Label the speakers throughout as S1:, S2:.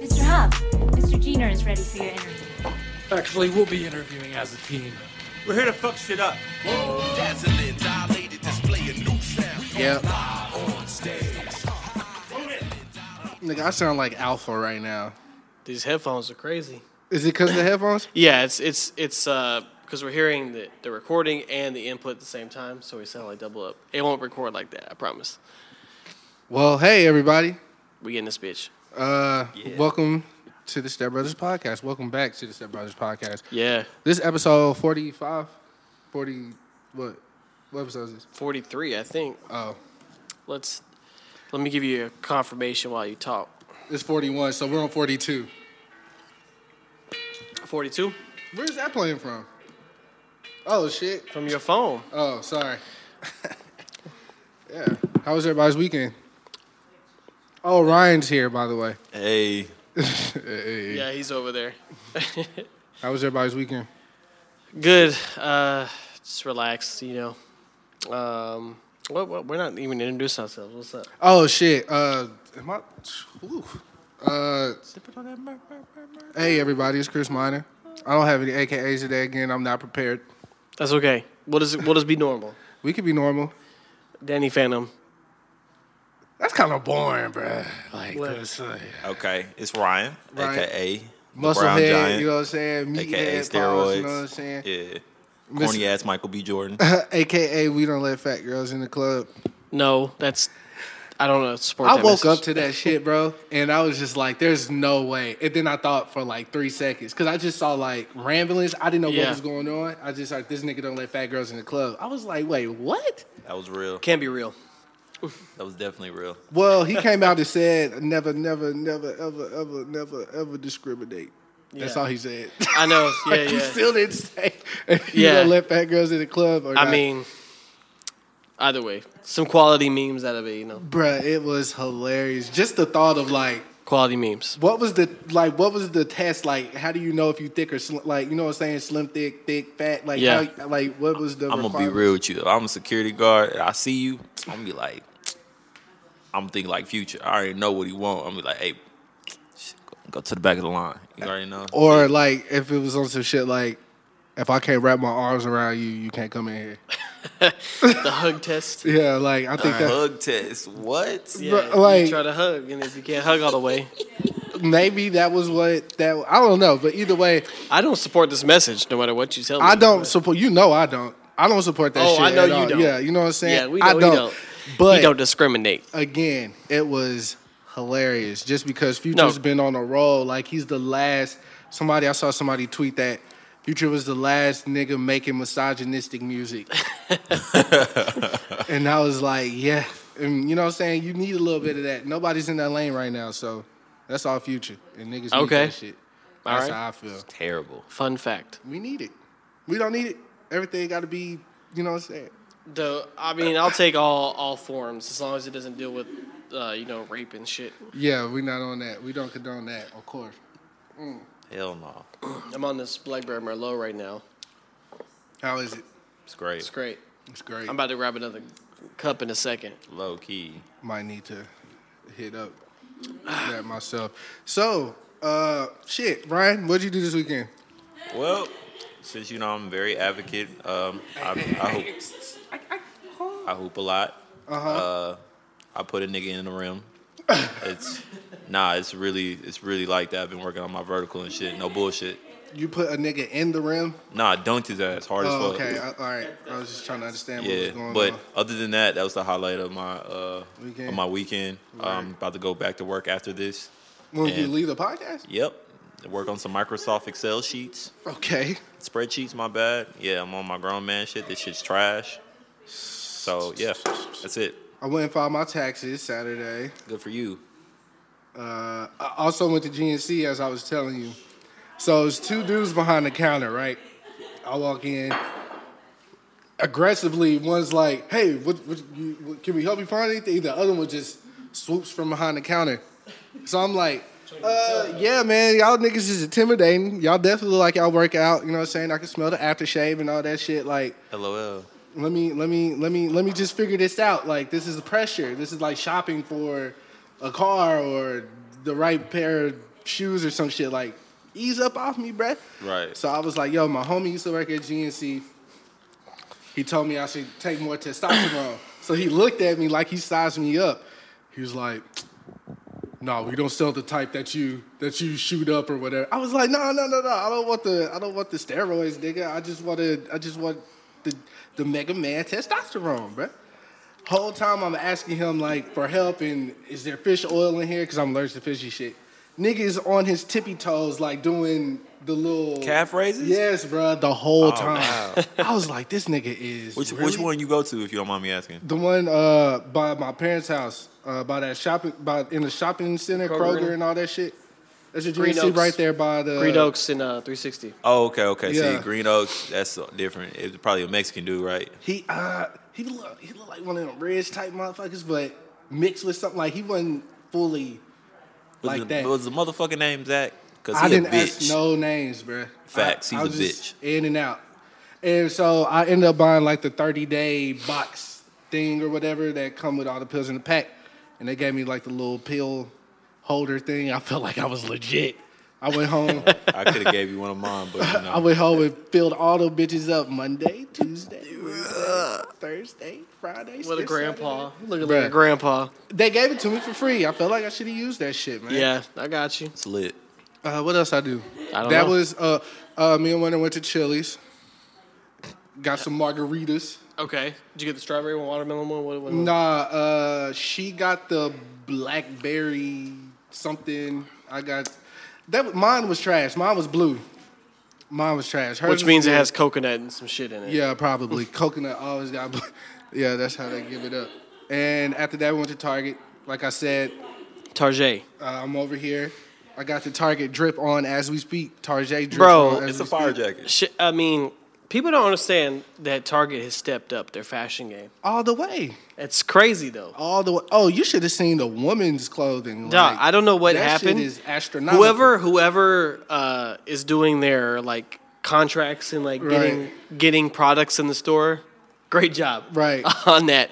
S1: Mr. Hub, Mr. Diener is ready for your interview.
S2: Actually, we'll be interviewing as a team.
S3: We're here to fuck shit up.
S4: Yep. Nigga, I sound like Alpha right now.
S5: These headphones are crazy.
S4: Is it because of the headphones?
S5: Yeah, it's it's it's because we're hearing the, the recording and the input at the same time, so we sound like double up. It won't record like that, I promise.
S4: Well, hey everybody.
S5: We get in this bitch.
S4: Uh, welcome to the Step Brothers podcast. Welcome back to the Step Brothers podcast.
S5: Yeah,
S4: This is episode 45, 40 what? What episode is this?
S5: forty three, I think.
S4: Oh,
S5: Let's let me give you a confirmation while you talk.
S4: it's 41, so we're on 42.
S5: Forty two
S4: Where's that playing from? Oh shit.
S5: from your phone.
S4: Oh, sorry. yeah. How was everybody's weekend? Oh, Ryan's here, by the way.
S3: Hey,
S5: Yeah, he's over there.
S4: How was everybody's weekend?
S5: Good. Uh, just relax, you know. Um, what, what, we're not even introducing ourselves. What's up?
S4: Oh shit. Uh, am I? Ooh. Uh, hey everybody, it's Chris Minor. I don't have any AKAs today. Again, I'm not prepared.
S5: That's okay. What is what is be normal?
S4: We could be normal.
S5: Danny Phantom.
S4: That's kind of boring, bruh. Like,
S5: What?
S4: it's uh, like
S3: okay, it's Ryan,
S4: Ryan.
S3: aka the Brown
S4: musclehead,
S3: Giant,
S4: you know what I'm saying?
S3: aka
S4: Meathead, balls,
S3: steroids,
S4: you know what I'm saying?
S3: yeah,
S4: Miss-
S3: corny ass Michael B. Jordan.
S4: AKA, we don't let fat girls in the club.
S5: No, that's I don't know. Support.
S4: I
S5: that
S4: woke
S5: message.
S4: up to that shit, bro, and I was just like, "There's no way." And then I thought for like three seconds because I just saw like ramblings. I didn't know what
S5: Yeah.
S4: was going on. I just like this nigga don't let fat girls in the club. I was like, "Wait, what?"
S3: that was real.
S5: Can't be real.
S3: That was definitely real.
S4: Well, he came out and said, "Never, never, never, ever, ever, never, ever discriminate." That's
S5: Yeah.
S4: all he said.
S5: I know. Yeah,
S4: He
S5: yeah.
S4: still didn't say if you
S5: Yeah.
S4: don't let fat girls in the club. Or
S5: I
S4: not.
S5: mean, either way, some quality memes out of it. You know,
S4: bruh, it was hilarious. Just the thought of like.
S5: quality memes.
S4: What was the like? What was the test like? How do you know if you thick or slim, like you know what I'm saying? Slim, thick, thick, fat. Like
S5: Yeah.
S4: how, like what was the?
S3: I'm gonna be
S4: requirement?
S3: real with you. If I'm a security guard. And I see you. I'm gonna be like, I'm thinking like future. I already know what he want. I'm gonna be like, hey, sh- go- go to the back of the line. You already know.
S4: Or like if it was on some shit like if I can't wrap my arms around you, you can't come in here.
S5: The hug test.
S4: Yeah, like I think that
S3: Hug test. What?
S5: Yeah,
S4: But,
S5: you
S4: like-
S5: try to hug, and if you can't hug all the way,
S4: maybe that was what that I don't know, but either way,
S5: I don't support this message. No matter what you tell me,
S4: I don't support. You know, I don't. I don't support that.
S5: Oh,
S4: shit
S5: I know
S4: at
S5: you
S4: all.
S5: don't.
S4: Yeah, you know what I'm saying.
S5: Yeah, we
S4: I
S5: know you
S4: don't.
S5: don't.
S4: But
S5: you don't discriminate.
S4: again, it was hilarious just because Future's
S5: No.
S4: been on a roll. Like he's the last somebody I saw somebody tweet that Future was the last nigga making misogynistic music. and I was like, yeah. And you know what I'm saying? You need a little bit of that. Nobody's in that lane right now, so that's all future. And niggas need
S5: Okay.
S4: that shit.
S5: All
S4: That's
S5: right.
S4: how I feel.
S3: Terrible.
S5: Fun fact.
S4: We need it. We don't need it. Everything gotta be, you know what I'm saying?
S5: Though I mean, I'll take all all forms as long as it doesn't deal with uh, you know rape and shit.
S4: Yeah, we're not on that. We don't condone that, of course.
S3: Hell no.
S5: I'm on this Blackberry Merlot right now.
S4: How is it?
S3: It's great.
S5: It's great.
S4: It's great.
S5: I'm about to grab another cup in a second.
S3: Low key.
S4: might need to hit up that myself. So, uh, shit, Brian, what'd you do this weekend?
S3: Well, since you know I'm very advocate, um, I, I hoop. I hoop a lot. Uh-huh. I put a nigga in the rim. It's nah. It's really it's really like that. I've been working on my vertical and shit. No bullshit.
S4: You put a nigga in the rim.
S3: Nah, I dunked his ass hard
S4: Oh,
S3: as fuck.
S4: okay. I, all right. I was just trying to understand what was
S3: Yeah,
S4: going
S3: but
S4: on.
S3: other than that, that was the highlight of my uh,
S4: Weekend.
S3: of my weekend. I'm about to go back to work after this.
S4: When you
S3: and-
S4: leave the podcast?
S3: Yep, work on some Microsoft Excel sheets,
S4: Okay.
S3: spreadsheets. My bad. Yeah, I'm on my grown man shit. This shit's trash. So yeah, that's it.
S4: I went and filed my taxes Saturday.
S3: Good for you.
S4: I also went to GNC as I was telling you. So it's two dudes behind the counter, right? I walk in aggressively. One's like, "Hey, what, what, you, what can we help you find anything?" The other one just swoops from behind the counter. So I'm like, uh, "Yeah, man, y'all niggas is intimidating. Y'all definitely look like y'all work out. You know what I'm saying? I can smell the aftershave and all that shit. Like,
S3: LOL.
S4: let me let me let me let me just figure this out. Like this is the pressure. This is like shopping for a car or the right pair of shoes or some shit. Like ease up off me, bruh.
S3: Right.
S4: So I was like, yo, my homie used to work at GNC. He told me I should take more testosterone. so he looked at me like he sized me up. He was like, no, we don't sell the type that you that you shoot up or whatever. I was like, no, no, no, no. I don't want the I don't want the steroids, nigga. I just want to I just want the the Mega Man testosterone, bruh. Whole time I'm asking him like for help and is there fish oil in here? Cause I'm allergic to fishy shit. Nigga is on his tippy toes like doing the little
S3: Calf raises? Oh,
S4: Yes, bruh. The whole time.
S3: wow.
S4: I was like, this nigga is
S3: Which which
S4: really
S3: one you go to if you don't mind me asking?
S4: the one uh, by my parents' house, uh, by that shopping, by in the shopping center, Kroger,
S5: Kroger.
S4: and all that shit. That's your
S5: Green
S4: GNC
S5: Oaks.
S4: right there by the
S5: Green Oaks in uh, 360.
S3: Oh, okay, okay.
S4: Yeah.
S3: See, Green Oaks, that's different. It's probably a Mexican dude, right?
S4: He uh, he look he look like one of them ridge type motherfuckers, but mixed with something like he wasn't fully
S3: Was
S4: like
S3: the,
S4: that.
S3: Was the motherfucking name Zach? Because he
S4: I didn't
S3: a bitch.
S4: ask no names, bruh.
S3: Facts,
S4: I, I
S3: he's a
S4: was just In and out, and so I ended up buying like the thirty day box thing or whatever that come with all the pills in the pack, and they gave me like the little pill holder thing. I felt like I was legit. I went home.
S3: I could have gave you one of mine, but you know.
S4: I went home and filled all the bitches up Monday, Tuesday, Wednesday, Thursday, Friday.
S5: What a
S4: Saturday.
S5: grandpa. Looking like
S4: Bruh.
S5: a grandpa.
S4: They gave it to me for free. I felt like I should have used that shit, man.
S5: Yeah, I got you.
S3: it's lit.
S4: Uh, what else I do?
S5: I don't
S4: that
S5: know.
S4: was uh, uh, me and Winter went to Chili's. Got some margaritas.
S5: Okay. Did you get the strawberry one, watermelon one? What, what, what?
S4: Nah, uh, she got the blackberry something. I got that. Mine was trash. Mine was blue. Mine was trash. Hers
S5: Which
S4: was
S5: means it
S4: blue.
S5: has coconut and some shit in it.
S4: Yeah, probably. Coconut always got. bl- yeah, that's how they give it up. And after that, we went to Target. Like I said,
S5: Target.
S4: uh, I'm over here. I got the Target drip on as we speak. Target drip.
S5: Bro,
S4: on as
S3: It's
S4: we
S3: a fire
S4: speak.
S3: jacket.
S5: Sh- I mean, people don't understand that Target has stepped up their fashion game.
S4: All the way,
S5: It's crazy though.
S4: all the way. Oh, you should have seen the woman's clothing.
S5: Dog,
S4: like,
S5: I don't know what
S4: that
S5: happened.
S4: Shit is astronomical.
S5: Whoever whoever uh, is doing their like contracts and like getting getting products in the store, great job.
S4: Right.
S5: on that.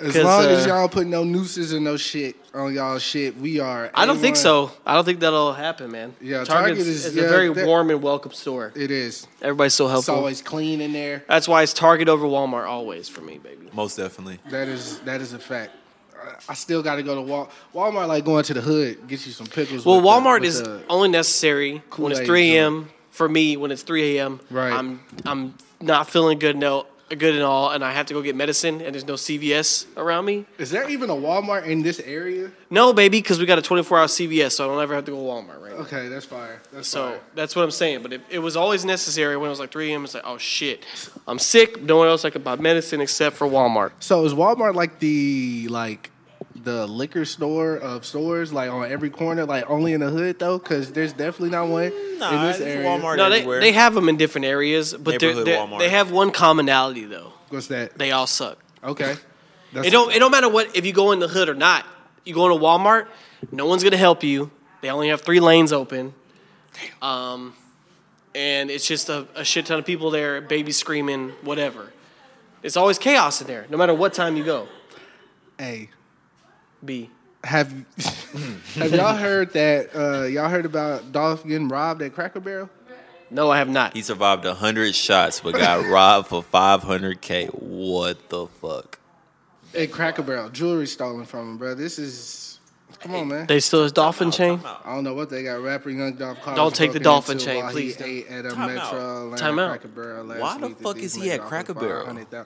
S4: as
S5: 'Cause,
S4: long as
S5: uh,
S4: y'all don't put no nooses and no shit on y'all shit, we are.
S5: I don't think
S4: A1.
S5: so. I don't think that'll happen, man.
S4: Yeah, Target
S5: Target
S4: is-
S5: is,
S4: yeah,
S5: a very
S4: that-
S5: warm and welcome store.
S4: It is.
S5: Everybody's so
S4: It's
S5: helpful.
S4: always clean in there.
S5: That's why it's Target over Walmart always for me, baby.
S3: Most definitely.
S4: That is that is a fact. I- I still got to go to Wal- Walmart. Like going to the hood, get you some pickles.
S5: Well,
S4: with the-
S5: Walmart
S4: with
S5: is
S4: the-
S5: only necessary when
S4: Kool-Aid
S5: it's 3 a.m. For me, when it's 3 a.m.,
S4: Right.
S5: I'm I'm not feeling good no good at all, and I have to go get medicine, and there's no CVS around me.
S4: is there even a Walmart in this area?
S5: No, baby, because we got a 24 hour CVS, so I don't ever have to go to Walmart right now.
S4: Okay, that's fire. That's
S5: So
S4: fire.
S5: that's what I'm saying. But it, it was always necessary when it was like 3 a.m. It's like, oh shit, I'm sick. No one else I could buy medicine except for Walmart.
S4: So is Walmart like the like the liquor store of stores like on every corner, like only in the hood though? Because there's definitely not one in
S3: Nah,
S4: this
S3: it's
S4: area.
S3: Walmart
S5: No, they,
S3: everywhere.
S5: they have them in different areas, but they're,
S3: Neighborhood
S5: they're,
S3: Walmart.
S5: they have one commonality though.
S4: What's that?
S5: They all suck.
S4: okay. That's
S5: It don't it don't matter what if you go in the hood or not. You go into Walmart, no one's gonna help you. They only have three lanes open. Um, and it's just a, a shit ton of people there, baby screaming, whatever. It's always chaos in there, no matter what time you go.
S4: Hey,
S5: B.
S4: have have y'all heard that? Uh, y'all heard about Dolph getting robbed at Cracker Barrel?
S5: No, I have not.
S3: He survived 100 shots but got robbed for 500K. What the fuck?
S4: At Cracker Barrel, jewelry stolen from him, bro. This is come on, man.
S5: They still his dolphin chain.
S4: I don't know what they got. Rapper Young Dolph Collins.
S5: Don't take the
S4: broke
S5: dolphin
S4: into
S5: chain,
S4: while
S5: please,
S4: He ate
S5: don't.
S4: at a
S3: Time out.
S4: Metro Atlanta
S5: Time out.
S4: Cracker Barrel last
S3: Why the
S4: week that
S3: fuck
S4: these
S3: is he
S4: niggas
S3: at
S4: offered
S3: Cracker Barrel?
S4: $500,000.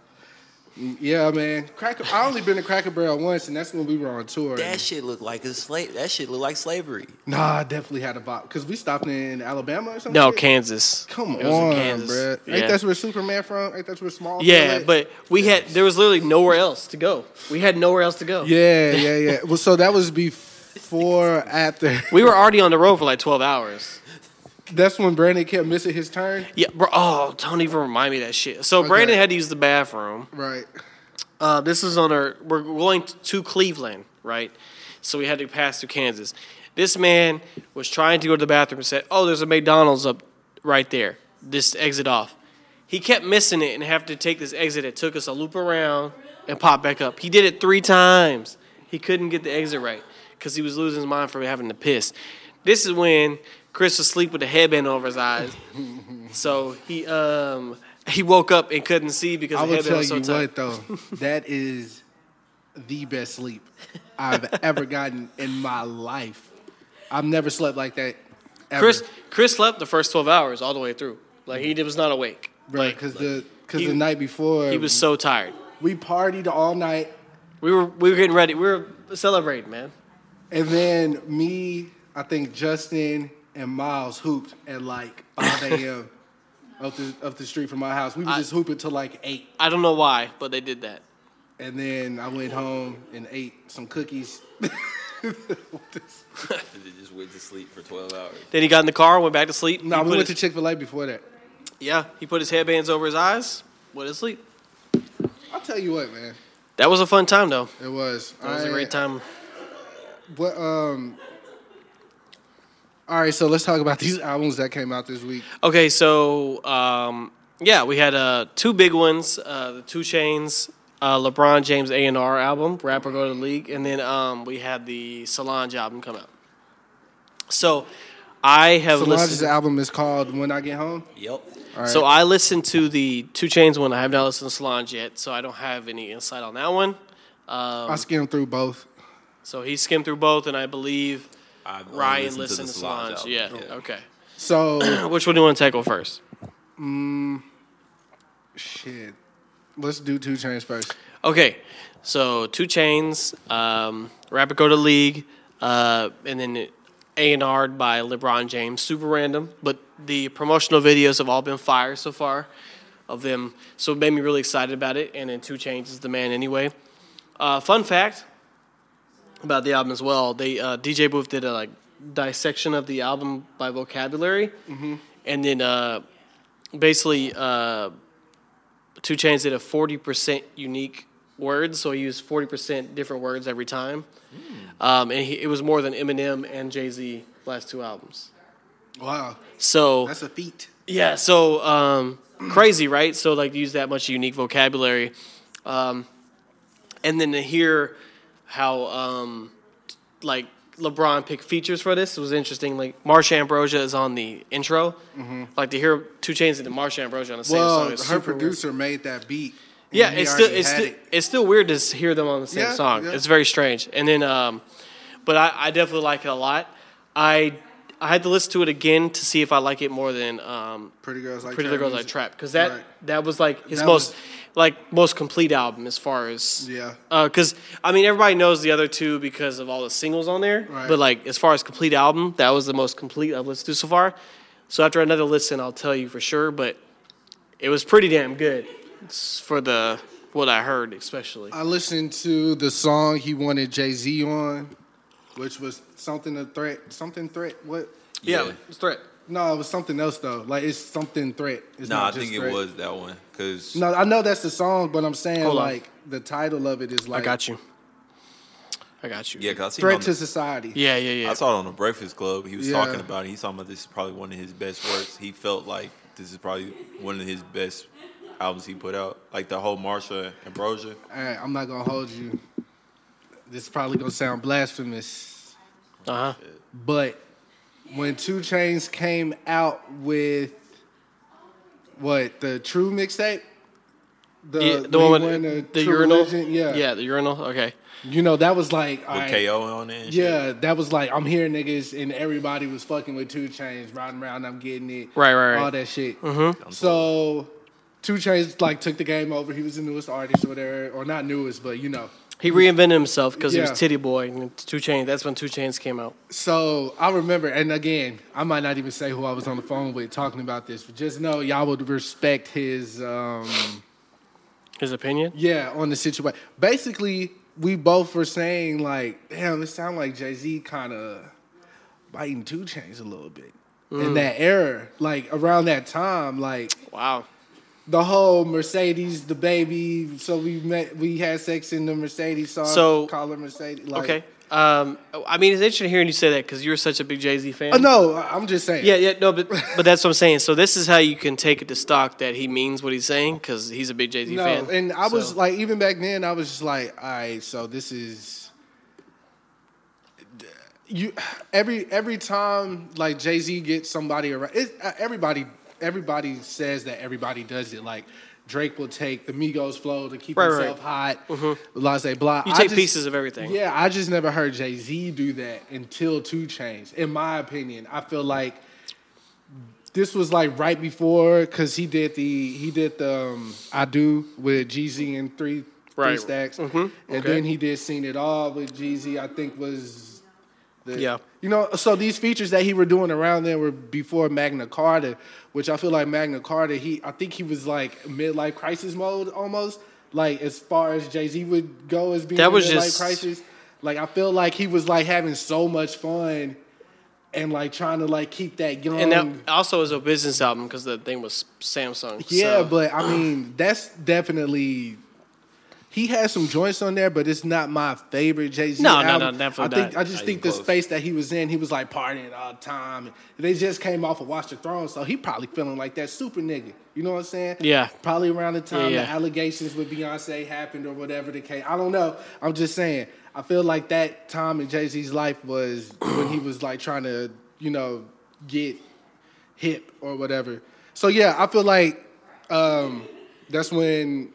S4: Yeah, man. Cracker. I only been to Cracker Barrel once, and that's when we were on tour.
S3: That shit looked like a slave. That shit looked like slavery.
S4: Nah, I definitely had a bop because we stopped in Alabama or something.
S5: No, Kansas.
S4: Come
S5: It was in
S4: on,
S5: Kansas.
S4: bro.
S5: Yeah.
S4: Ain't that's where Superman from? Ain't that's where Small?
S5: Yeah,
S4: from?
S5: but we had there was literally nowhere else to go. We had nowhere else to go.
S4: yeah, yeah, yeah. Well, so that was before after.
S5: We were already on the road for like twelve hours.
S4: That's when Brandon kept missing his turn.
S5: Yeah, bro. Oh, don't even remind me of that shit. So Brandon had to use the bathroom.
S4: Right.
S5: Uh, this is on our. We're going to Cleveland, right? So we had to pass through Kansas. This man was trying to go to the bathroom and said, "Oh, there's a McDonald's up right there. This exit off." He kept missing it and have to take this exit. It took us a loop around and pop back up. He did it three times. He couldn't get the exit right because he was losing his mind from having to piss. This is when Chris was asleep with a headband over his eyes. so he um he woke up and couldn't see because
S4: I
S5: the
S4: will
S5: headband
S4: tell
S5: was so
S4: you what
S5: tight.
S4: though, that is the best sleep I've ever gotten in my life. I've never slept like that. Ever.
S5: Chris Chris slept the first twelve hours all the way through. Like he was not awake.
S4: right? Because the because
S5: he-
S4: the night before
S5: He was so tired.
S4: we partied all night,
S5: We were we were getting ready. We were celebrating, man.
S4: and then me, I think Justin and Miles hooped at like five a.m. up the up the street from my house. We were just hooping till like eight.
S5: I don't know why, but they did that.
S4: And then I went home and ate some cookies.
S3: They just went to sleep for 12 hours.
S5: Then he got in the car, went back to sleep.
S4: No,
S5: He
S4: we
S5: put
S4: went to
S5: his-
S4: Chick Fil A before that.
S5: yeah. He put his headbands over his eyes, went to sleep.
S4: I'll tell you what, man.
S5: That was a fun time though.
S4: It was.
S5: That was a
S4: I-
S5: great time.
S4: What? Um. All right, so let's talk about these albums that came out this week.
S5: Okay, so um, yeah, we had uh, two big ones: uh, the Two Chains, uh, LeBron James A and R album, "Rapper Go to the League," and then um, we had the Solange album come out. So I have
S4: Solange's
S5: listened.
S4: album is called "When I Get Home."
S3: Yep.
S5: So I listened to the Two Chains one. I have not listened to Solange yet, so I don't have any insight on that one.
S4: I
S5: Um.
S4: skimmed through both.
S5: So he skimmed through both, and I believe
S3: I've only
S5: Ryan listened,
S3: the
S5: to, Solange.
S3: album.
S5: yeah. Okay.
S4: So
S5: Which one do you want to tackle first?
S4: shit. Let's do Two Chains first.
S5: Okay, so Two Chains, um, Rapper Go to League, uh, and then A and R'd by LeBron James. Super random, but the promotional videos have all been fire so far of them. So it made me really excited about it. And then Two Chains is the man anyway. Uh, fun fact about the album as well: they uh, DJ Booth did a like dissection of the album by vocabulary, and then uh, basically. Uh, Two Chains did a forty percent unique word, so he used forty percent different words every time, um, and he, it was more than Eminem and Jay Z last two albums.
S4: Wow,
S5: So
S4: that's a feat.
S5: yeah, so um, crazy, right? So like use that much unique vocabulary, um, and then to hear how um, like LeBron picked features for this was interesting. Like Marsha Ambrosia is on the intro, like to hear Two Chains and the Marsha Ambrosia on the same
S4: Well,
S5: song. is
S4: her
S5: super weird.
S4: producer made that beat. and
S5: Yeah,
S4: he
S5: it's still
S4: already
S5: it's
S4: had
S5: still,
S4: it.
S5: it's still weird to s- hear them on the same
S4: Yeah,
S5: song.
S4: yeah.
S5: It's very strange. And then, um, but I, I definitely like it a lot. I I had to listen to it again to see if I like it more than um,
S4: Pretty Girls Like
S5: Pretty
S4: Trap
S5: Girls Like
S4: Music.
S5: Trap because that
S4: Right.
S5: that was like his
S4: That
S5: most
S4: was-
S5: like most complete album as far as
S4: Yeah.
S5: Because Uh, I mean, everybody knows the other two because of all the singles on there.
S4: Right.
S5: But like as far as complete album, that was the most complete I've listened to so far. So after another listen, I'll tell you for sure. But it was pretty damn good s- for the what I heard, especially.
S4: I listened to the song he wanted Jay Z on, which was something a threat, something threat. What?
S3: Yeah.
S5: it's threat.
S4: No, it was something else though. Like it's something threat. It's
S3: No,
S4: not
S3: I
S4: just
S3: think it
S4: threat.
S3: was that one. Because
S4: No, I know that's the song, but I'm saying
S5: Hold on.
S4: like the title of it is
S5: I
S4: like
S5: got you. I got you.
S3: yeah, 'cause I seen
S4: Threat
S3: on
S4: to
S3: the-
S4: Society.
S5: Yeah, yeah, yeah.
S3: I saw it on the Breakfast Club. He was
S4: Yeah.
S3: talking about it. He's talking about this is probably one of his best works. He felt like this is probably one of his best albums he put out, like the whole Marsha Ambrosia.
S4: All right, I'm not gonna hold you. This is probably gonna sound blasphemous,
S5: Uh huh.
S4: but when Two Chains came out with what the True mixtape, the
S5: Yeah, the
S4: they
S5: one
S4: won a
S5: with the
S4: True
S5: urinal.
S4: Religion, yeah,
S5: Yeah, the urinal. Okay.
S4: You know that was like all
S3: With
S4: right,
S3: KO on it and shit.
S4: Yeah, that was like I'm hearing niggas and everybody was fucking with Two Chains riding around. I'm getting it,
S5: Right, right, Mm-hmm. right.
S4: all that shit. So Two Chains like took the game over. He was the newest artist or whatever, or not newest, but you know.
S5: He reinvented himself because he
S4: Yeah.
S5: was Titty Boy and Two Chains. That's when Two Chains came out.
S4: So I remember, and again, I might not even say who I was on the phone with talking about this, but just know y'all would respect his, um,
S5: His opinion.
S4: yeah, on the situation. Basically, we both were saying like, damn, it sound like Jay Z kind of biting two chains a little bit
S5: Mm.
S4: in that era, like around that time, like
S5: Wow.
S4: the whole Mercedes, the baby. So we met, we had sex in the Mercedes song.
S5: So-
S4: call her Mercedes. Like,
S5: Okay. Um, I mean, it's interesting hearing you say that because you're such a big Jay Z fan.
S4: Oh, no, I- I'm just saying.
S5: Yeah, yeah, no, but but that's what I'm saying. So this is how you can take it to stock that he means what he's saying because he's a big Jay Z
S4: No,
S5: fan.
S4: and I was
S5: So-
S4: like, even back then, I was just like, all right, so this is you. Every every time like Jay Z gets somebody around, it, uh, everybody everybody says that everybody does it. Like Drake will take the Migos flow to keep
S5: Right, Mm-hmm. right.
S4: himself hot. Blase blah.
S5: You
S4: I
S5: take
S4: just-
S5: pieces of everything.
S4: Yeah, I just never heard Jay Z do that until Two Chains. In my opinion, I feel like. This was like right before because he did the he did the um, I do with Jeezy and three three
S5: Right.
S4: stacks,
S5: Mhm.
S4: and
S5: Okay.
S4: then he did seen it all with Jeezy. I think was the,
S5: Yeah.
S4: You know, so these features that he were doing around then were before Magna Carta, which I feel like Magna Carta. He I think he was like midlife crisis mode almost, like as far as Jay Z would go as being
S5: That
S4: in
S5: was
S4: midlife
S5: just-
S4: crisis. Like I feel like he was like having so much fun. And like trying to like keep that young
S5: and that also is a business album because the thing was Samsung.
S4: yeah,
S5: so-
S4: but I mean, that's definitely. He has some joints on there, but it's not my favorite Jay Z.
S5: No, no, no,
S4: album.
S5: definitely
S4: I think
S5: not.
S4: I just
S3: Not
S4: think
S3: even
S4: the
S3: close.
S4: space that he was in, he was like partying all the time. And they just came off of Watch the Throne, so he probably feeling like that super nigga. You know what I'm saying?
S5: Yeah.
S4: Probably around the time
S5: Yeah,
S4: the
S5: yeah.
S4: allegations with Beyonce happened or whatever the case. I don't know. I'm just saying. I feel like that time in Jay Z's life was when he was like trying to, you know, get hip or whatever. So yeah, I feel like um, that's when,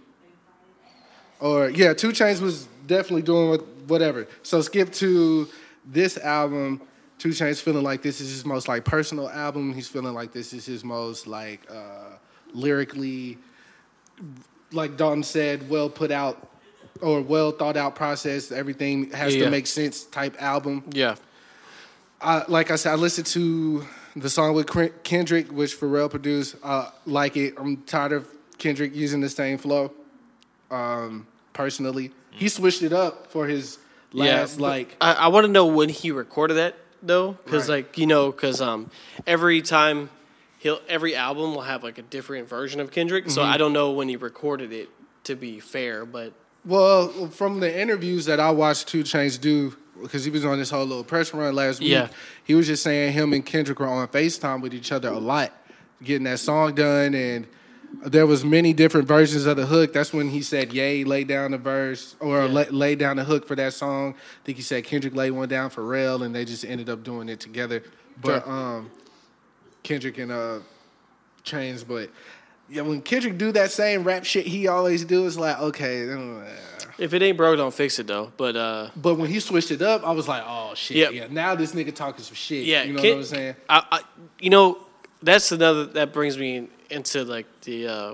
S4: or yeah, Two Chains was definitely doing what, whatever. So skip to this album. Two Chains feeling like this is his most like personal album. He's feeling like this is his most like uh, lyrically, like Don said, well put out or well thought out process. Everything has
S5: Yeah.
S4: to make sense type album.
S5: yeah,
S4: I, like I said, I listened to the song with Ken- Kendrick, which Pharrell produced. Uh, like it, I'm tired of Kendrick using the same flow. Um, personally, he switched it up for his last
S5: Mm. but
S4: like.
S5: I, I want to know when he recorded that though, because
S4: Right.
S5: like you know, because um, every time he'll every album will have like a different version of Kendrick.
S4: Mm-hmm.
S5: So I don't know when he recorded it. To be fair, but
S4: Well, from the interviews that I watched Two Chains do, because he was on this whole little press run last week,
S5: Yeah.
S4: he was just saying him and Kendrick were on FaceTime with each other a lot, getting that song done, and there was many different versions of the hook. That's when he said, "Yay, lay down the verse," or lay, "Lay down the hook" for that song. I think he said Kendrick laid one down for Pharrell, and they just ended up doing it together. But um, Kendrick and uh, Chains, but. Yeah, when Kendrick do that same rap shit he always do, it's like okay, uh,
S5: if it ain't broke, don't fix it though. But uh,
S4: but when he switched it up, I was like, oh shit,
S5: Yep.
S4: yeah. Now this nigga talking some shit.
S5: Yeah,
S4: you know
S5: Ken-
S4: what I'm saying?
S5: I, I, you know, that's another that brings me in- into like the. Uh,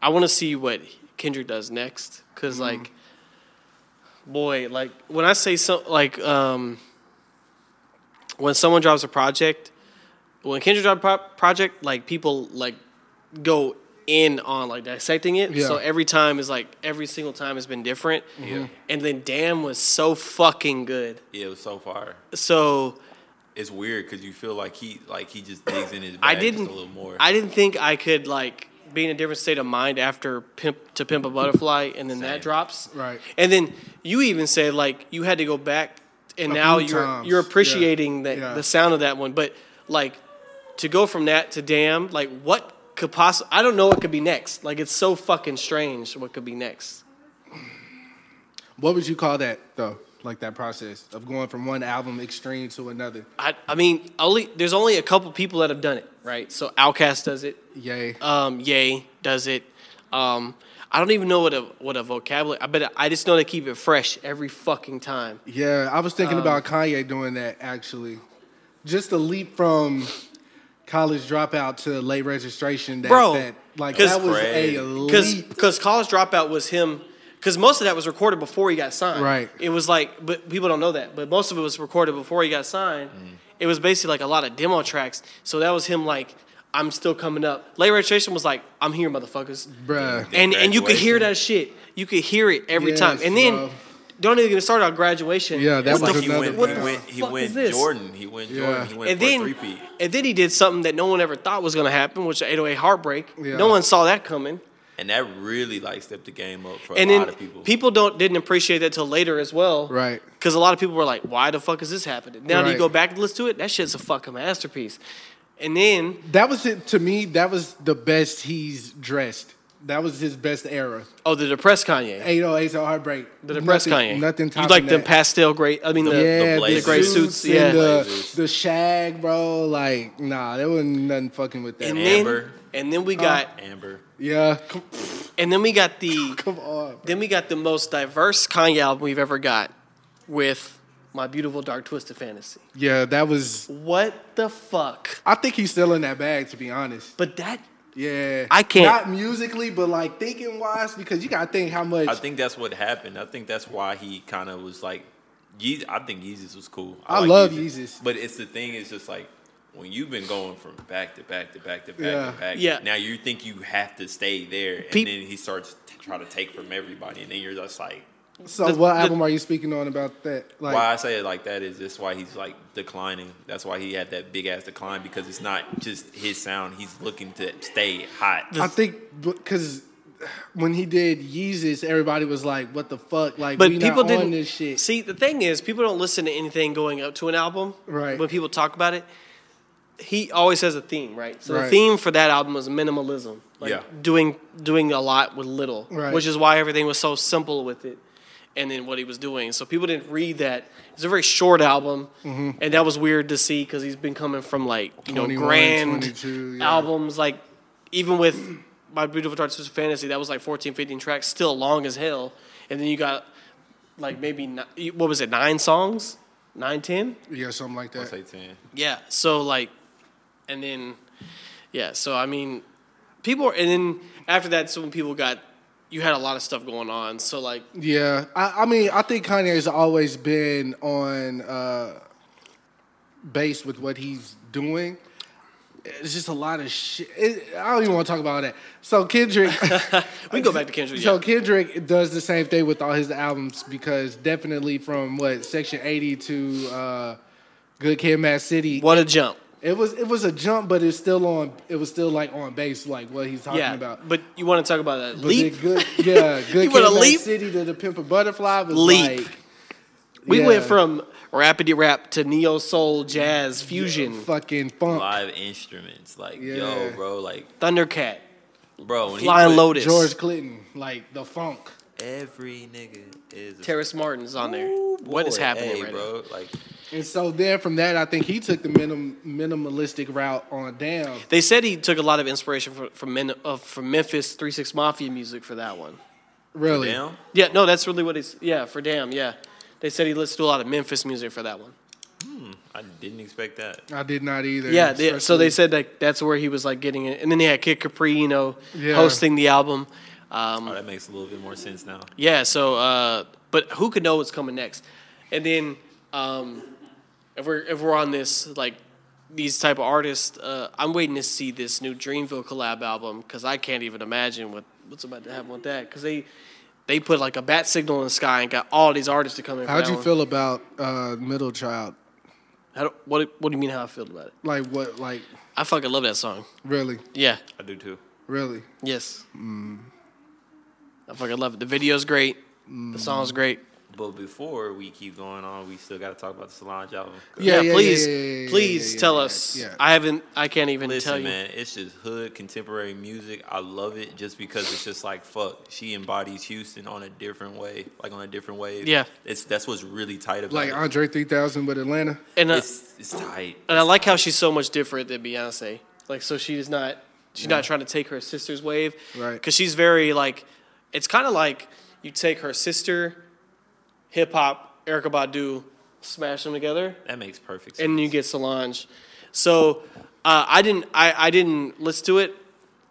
S5: I want to see what Kendrick does next, cause
S4: Mm-hmm.
S5: like, boy, like when I say so, like um, when someone drops a project, when Kendrick dropped a pro- project, like people like go in on like dissecting it.
S4: Yeah. Mm-hmm.
S5: So every time is like every single time has been different. And then Damn was so fucking good.
S3: Yeah, it was so fire.
S5: So
S3: It's weird because you feel like he like he just digs in his bag
S5: I
S3: just
S5: didn't.
S3: a little more.
S5: I didn't think I could like be in a different state of mind after pimp to pimp a butterfly, and then that drops.
S4: Right.
S5: And then you even said like you had to go back, and
S4: A
S5: now
S4: few
S5: you're
S4: times,
S5: you're
S4: yeah,
S5: appreciating that
S4: yeah.
S5: the sound of that one. But like to go from that to damn, like what could possibly. I don't know what could be next. Like it's so fucking strange what could be next.
S4: What would you call that though? Like that process of going from one album extreme to another.
S5: I, I mean, only there's only a couple people that have done it, right? So Outkast does it.
S4: Yay.
S5: Um, Yay does it. Um, I don't even know what a what a vocabulary. I bet I just know they keep it fresh every fucking time.
S4: Yeah, I was
S5: um,
S4: thinking about Kanye doing that actually. Just a leap from college dropout to late registration. That,
S5: Bro,
S4: that, like
S5: 'cause-
S4: that was a
S3: Crazy.
S5: because
S4: leap.
S5: because college dropout was him because most of that was recorded before he got signed
S4: Right.
S5: it was like but people don't know that but most of it was recorded before he got signed
S4: Mm.
S5: it was basically like a lot of demo tracks so that was him like i'm still coming up late registration was like i'm here motherfuckers
S4: Bruh.
S5: and and you could hear
S3: Graduation.
S5: that shit you could hear it every
S4: Yes,
S5: time and then
S4: bro.
S5: don't even get me started on graduation
S4: Yeah, that
S5: What the
S4: was
S3: Like he
S4: another
S3: went,
S4: what
S3: he
S4: the
S3: went, he
S5: fuck
S3: went
S5: is this?
S3: Jordan. He went Jordan. He went
S5: and
S3: for
S5: then,
S3: a three-peat.
S5: and then he did something that no one ever thought was going to happen, which 808 Heartbreak.
S4: Yeah.
S5: No one saw that coming.
S3: And that really like stepped the game up for
S5: and
S3: a
S5: then
S3: lot of people.
S5: don't didn't appreciate that till later as well,
S4: Right.
S5: Because a lot of people were like, "Why the fuck is this happening?" Now that you
S4: Right.
S5: go back and listen to it, that shit's a fucking masterpiece. And then
S4: That was it to me. That was the best he's dressed. That was his best era.
S5: oh, the depressed Kanye,
S4: 808 to heartbreak.
S5: the depressed
S4: nothing,
S5: Kanye,
S4: Nothing.
S5: You
S4: topping
S5: like them
S4: that.
S5: pastel gray? I mean, the,
S4: Yeah,
S5: the,
S3: blazers.
S5: gray suits, yeah.
S4: and the,
S3: Blazers.
S4: the shag, bro. Like, nah, there wasn't nothing fucking with that.
S5: and
S3: Amber.
S5: then and then we got
S3: Amber.
S4: yeah, come,
S5: and then we got the
S4: Oh. come on.
S5: then we got the most diverse Kanye album we've ever got with my beautiful dark twisted fantasy.
S4: Yeah, that was.
S5: What the fuck?
S4: I think he's still in that bag, to be honest.
S5: But that
S4: Yeah,
S5: I can't-
S4: Not musically, but like thinking wise, because you gotta think how much.
S3: I think that's what happened. I think that's why he kind of was like, Ye- I think Yeezus was cool.
S4: I
S3: like
S4: love Yeezus.
S3: But it's the thing is just like when you've been going from back to back to back to back
S4: Yeah.
S3: to back.
S5: Yeah.
S3: Now you think you have to stay there, and
S5: Peop-
S3: then he starts t- trying to take from everybody, and then you're just like,
S4: so,
S5: the-
S4: what
S5: the-
S4: album are you speaking on about that? Like,
S3: why I say it like that is that's why he's like declining. That's why he had that big ass decline because it's not just his sound. He's looking to stay hot.
S4: I think because when he did Yeezus, everybody was like, "What the fuck?" Like,
S5: But
S4: we
S5: people
S4: not
S5: didn't
S4: on this shit.
S5: See, the thing is, people don't listen to anything going up to an album.
S4: Right.
S5: When people talk about it, he always has a theme, right? So the
S4: Right.
S5: theme for that album was minimalism, like
S3: Yeah.
S5: doing doing a lot with little,
S4: Right.
S5: which is why everything was so simple with it. And then what he was doing, so people didn't read that. It's a very short album,
S4: Mm-hmm.
S5: and that was weird to see because he's been coming from like you know
S4: 21,
S5: grand
S4: 22, yeah.
S5: albums, like even with my beautiful dark twisted fantasy, that was like 14, 15 tracks, still long as hell. And then you got like maybe ni- what was it nine songs nine ten
S4: yeah, something like that.
S3: Say ten.
S5: yeah so like and then yeah so i mean people and then after that so when people got you had a lot of stuff going on so like
S4: Yeah, I, I mean, I think Kanye's always been on uh, base with what he's doing. It's just a lot of shit. It, I don't even want to talk about all that. So Kendrick,
S5: we go back to kendrick
S4: so
S5: yeah.
S4: Kendrick does the same thing with all his albums because definitely from what Section Eighty to uh, Good Kid, Mad City,
S5: what a jump
S4: it was it was a jump, but it's still on. It was still like on base, like what he's talking
S5: yeah
S4: about.
S5: but you want to talk about that
S4: But
S5: leap
S4: then good, yeah,
S5: You
S4: Good Kid,
S5: wanna
S4: Mad
S5: leap?
S4: City to the Pimp a Butterfly was
S5: Leap.
S4: like.
S5: we
S4: yeah.
S5: went from rapidy rap to neo soul jazz fusion
S4: fucking funk.
S3: Live instruments, like
S4: Yeah.
S3: yo, bro, like
S5: thundercat
S3: bro, when he
S5: flying
S3: put-
S5: lotus
S4: George Clinton, like the funk.
S3: Every nigga is a
S5: terrace martin's on there what is
S3: boy.
S5: happening
S3: Hey,
S5: right now
S3: bro? Like
S4: And so then from that, I think he took the minim, minimalistic route on down.
S5: They said he took a lot of inspiration from from, Men, uh, from Memphis Three Six Mafia music for that one.
S4: Really,
S3: damn,
S5: Yeah, no, that's really what it's. Yeah, for damn, yeah. They said he listened to a lot of Memphis music for that one.
S3: I didn't expect that.
S4: I did not either.
S5: Yeah, they, so
S4: especially-
S5: they said like that's where he was like getting it, and then they had Kid Capri, you know,
S4: Yeah.
S5: hosting the album. Um,
S3: Oh, that makes a little bit more sense now.
S5: Yeah, so uh, but who could know what's coming next? And then um, if we're if we're on this like these type of artists, uh, I'm waiting to see this new Dreamville collab album because I can't even imagine what what's about to happen with that because they they put like a bat signal in the sky and got all these artists to come in. for
S4: How'd
S5: that
S4: you
S5: one.
S4: feel about uh, Middle Child?
S5: How do, what do- what do you mean how I feel about it?
S4: Like what? Like
S5: I fucking love that song.
S4: really,
S5: Yeah.
S3: I do too.
S4: really. Mm.
S5: Mm. Yes. I fucking love it. The video's great. The song's great.
S3: But before we keep going on, we still got to talk about the Solange album. 'Cause
S4: Yeah,
S5: Yeah,
S4: yeah,
S5: please,
S4: yeah, yeah, yeah, yeah,
S5: please
S4: yeah,
S5: tell
S4: yeah,
S5: us.
S4: yeah.
S5: I haven't. I can't even tell
S3: Listen,
S5: you.
S3: man, it's just hood contemporary music. I love it just because it's just like fuck. She embodies Houston on a different way, like on a different wave.
S5: Yeah.
S3: it's that's what's really tight about
S4: Like
S3: it.
S4: Andre 3000 with Atlanta.
S5: And uh,
S3: it's, it's tight.
S5: and I like how she's so much different than Beyonce. Like, so she's not. She's not trying to take her sister's wave.
S4: Right.
S5: Because she's very like. It's kind of like you take her sister, hip hop, Erica Badu, smash them together,
S3: That makes perfect sense.
S5: and you get Solange. So uh, I didn't I, I didn't listen to it.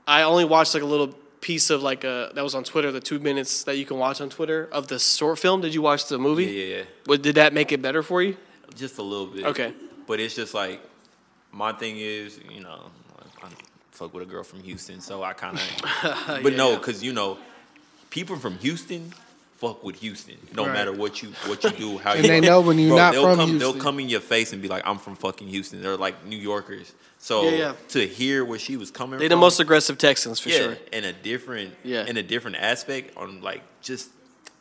S5: I only watched like a little piece of like a that was on Twitter, the two minutes that you can watch on Twitter of the short film. Did you watch the movie?
S3: yeah, yeah.
S5: What, did that make it better for you?
S3: just a little bit.
S5: Okay.
S3: But it's just like my thing is, you know, I fuck with a girl from Houston, so I kind of. but no, because you know, people from Houston fuck with Houston. No
S4: Right.
S3: matter what you what you do, how
S4: And
S3: you
S4: they
S3: look.
S4: know when you're
S3: Bro,
S4: not
S3: they'll
S4: from
S3: come,
S4: Houston.
S3: They'll come in your face and be like, "I'm from fucking Houston." They're like New Yorkers. So
S5: Yeah, yeah.
S3: to hear where she was coming,
S5: They
S3: from,
S5: the most aggressive Texans for
S3: yeah,
S5: sure.
S3: in a different
S5: Yeah.
S3: in a different aspect on like just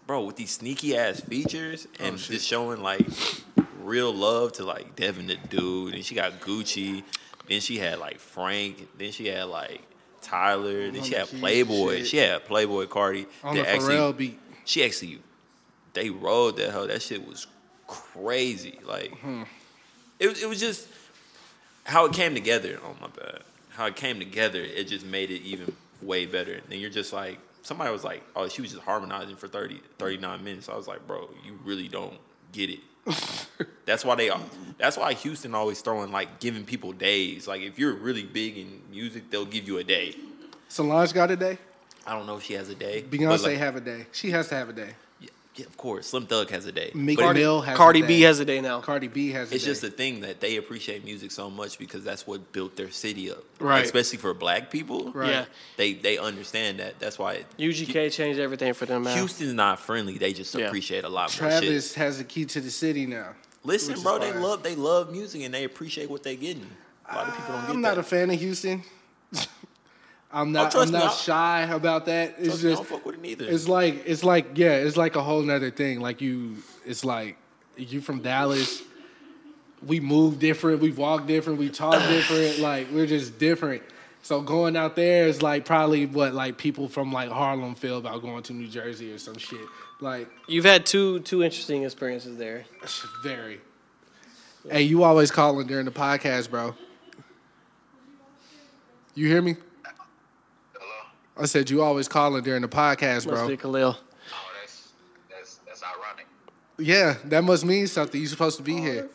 S3: bro with these sneaky ass features
S4: Oh,
S3: and just showing like real love to like Devin the dude and she got Gucci then she had like Frank then she had like Tyler then she
S4: the
S3: had
S4: Kid
S3: Playboy
S4: shit.
S3: she had Playboy Cardi
S4: On
S3: that
S4: the
S5: E?
S4: Pharrell beat.
S3: she actually they rode that hell. That shit was crazy. Like it was it was just how it came together. Oh my bad. How it came together, it just made it even way better. And you're just like somebody was like, Oh, she was just harmonizing for 30, 39 minutes. I was like, bro, you really don't get it. that's why they that's why Houston always throwing like giving people days. Like if you're really big in music, they'll give you a day.
S4: Solange got a day.
S3: I don't know if she has a day. but,
S4: Beyonce
S3: like,
S4: have a day. She has to have a day.
S3: yeah, yeah, of course. Slim Thug has a day.
S4: Meek
S3: But-
S4: Mill has
S5: Cardi
S4: a day.
S5: B has a day now.
S4: Cardi B has a
S3: it's
S4: day.
S3: just a thing that they appreciate music so much because that's what built their city up.
S5: Right.
S3: Especially for black people.
S4: Right.
S5: Yeah.
S3: They they understand that. That's why
S5: UGK changed everything for them now.
S3: Houston's not friendly. They just
S5: Yeah.
S3: appreciate a lot more
S4: Travis
S3: Oh, shit.
S4: has the key to the city now. which
S3: Listen,
S4: is
S3: bro, they
S4: fire.
S3: love they love music and they appreciate what they getting. A lot of people don't get
S4: I'm not
S3: that.
S4: a fan of Houston. I'm not.
S3: trust
S4: I'm
S3: me,
S4: not
S3: I-
S4: shy about that. It's
S3: Trust me, I
S4: just.
S3: don't fuck with it neither.
S4: It's like it's like yeah. It's like a whole nother thing. Like you. It's like you from Dallas. We move different. We walk different. We talk different. Like we're just different. So going out there is like probably what like people from like Harlem feel about going to New Jersey or some shit. Like
S5: You've had two two interesting experiences there.
S4: very. Hey, you always calling during the podcast, bro. You hear me? Hello. I said you always calling during the podcast,
S5: Must
S4: bro.
S5: be Khalil.
S4: Yeah, that must mean something. You're supposed to be here.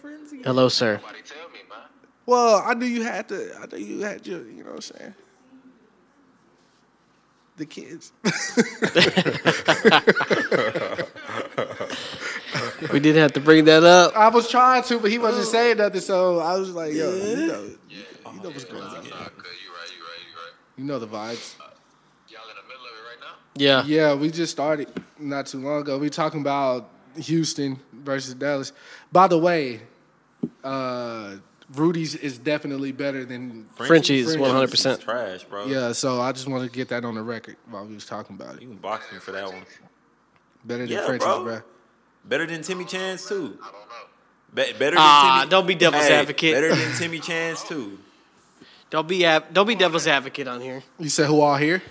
S5: Hello, sir.
S4: Well, I knew you had to. I knew you had your. You know what I'm saying? The kids.
S5: We did have to bring that up.
S4: I was trying to, but he wasn't
S5: Oh.
S4: saying nothing. So I was like, yo, you know, you know what's going on. You know the vibes.
S5: Yeah.
S4: Yeah, we just started not too long ago. We talking about Houston versus Dallas. By the way, uh, Rudy's is definitely better than
S5: Frenchie's
S4: Frenchie's.
S5: 100%.
S3: trash, bro.
S4: yeah. So I just wanted to get that on the record while we was talking about
S3: You
S4: it.
S3: can box me for that one.
S4: Better than
S3: Yeah,
S4: Frenchie's,
S3: bro.
S4: bro.
S3: Better than Timmy Chance too. I don't know. Be- better than
S5: Ah,
S3: Timmy.
S5: don't be devil's
S3: Hey,
S5: advocate.
S3: Better than Timmy Chance too.
S5: Don't be av- don't be devil's advocate on here.
S4: You said who all here?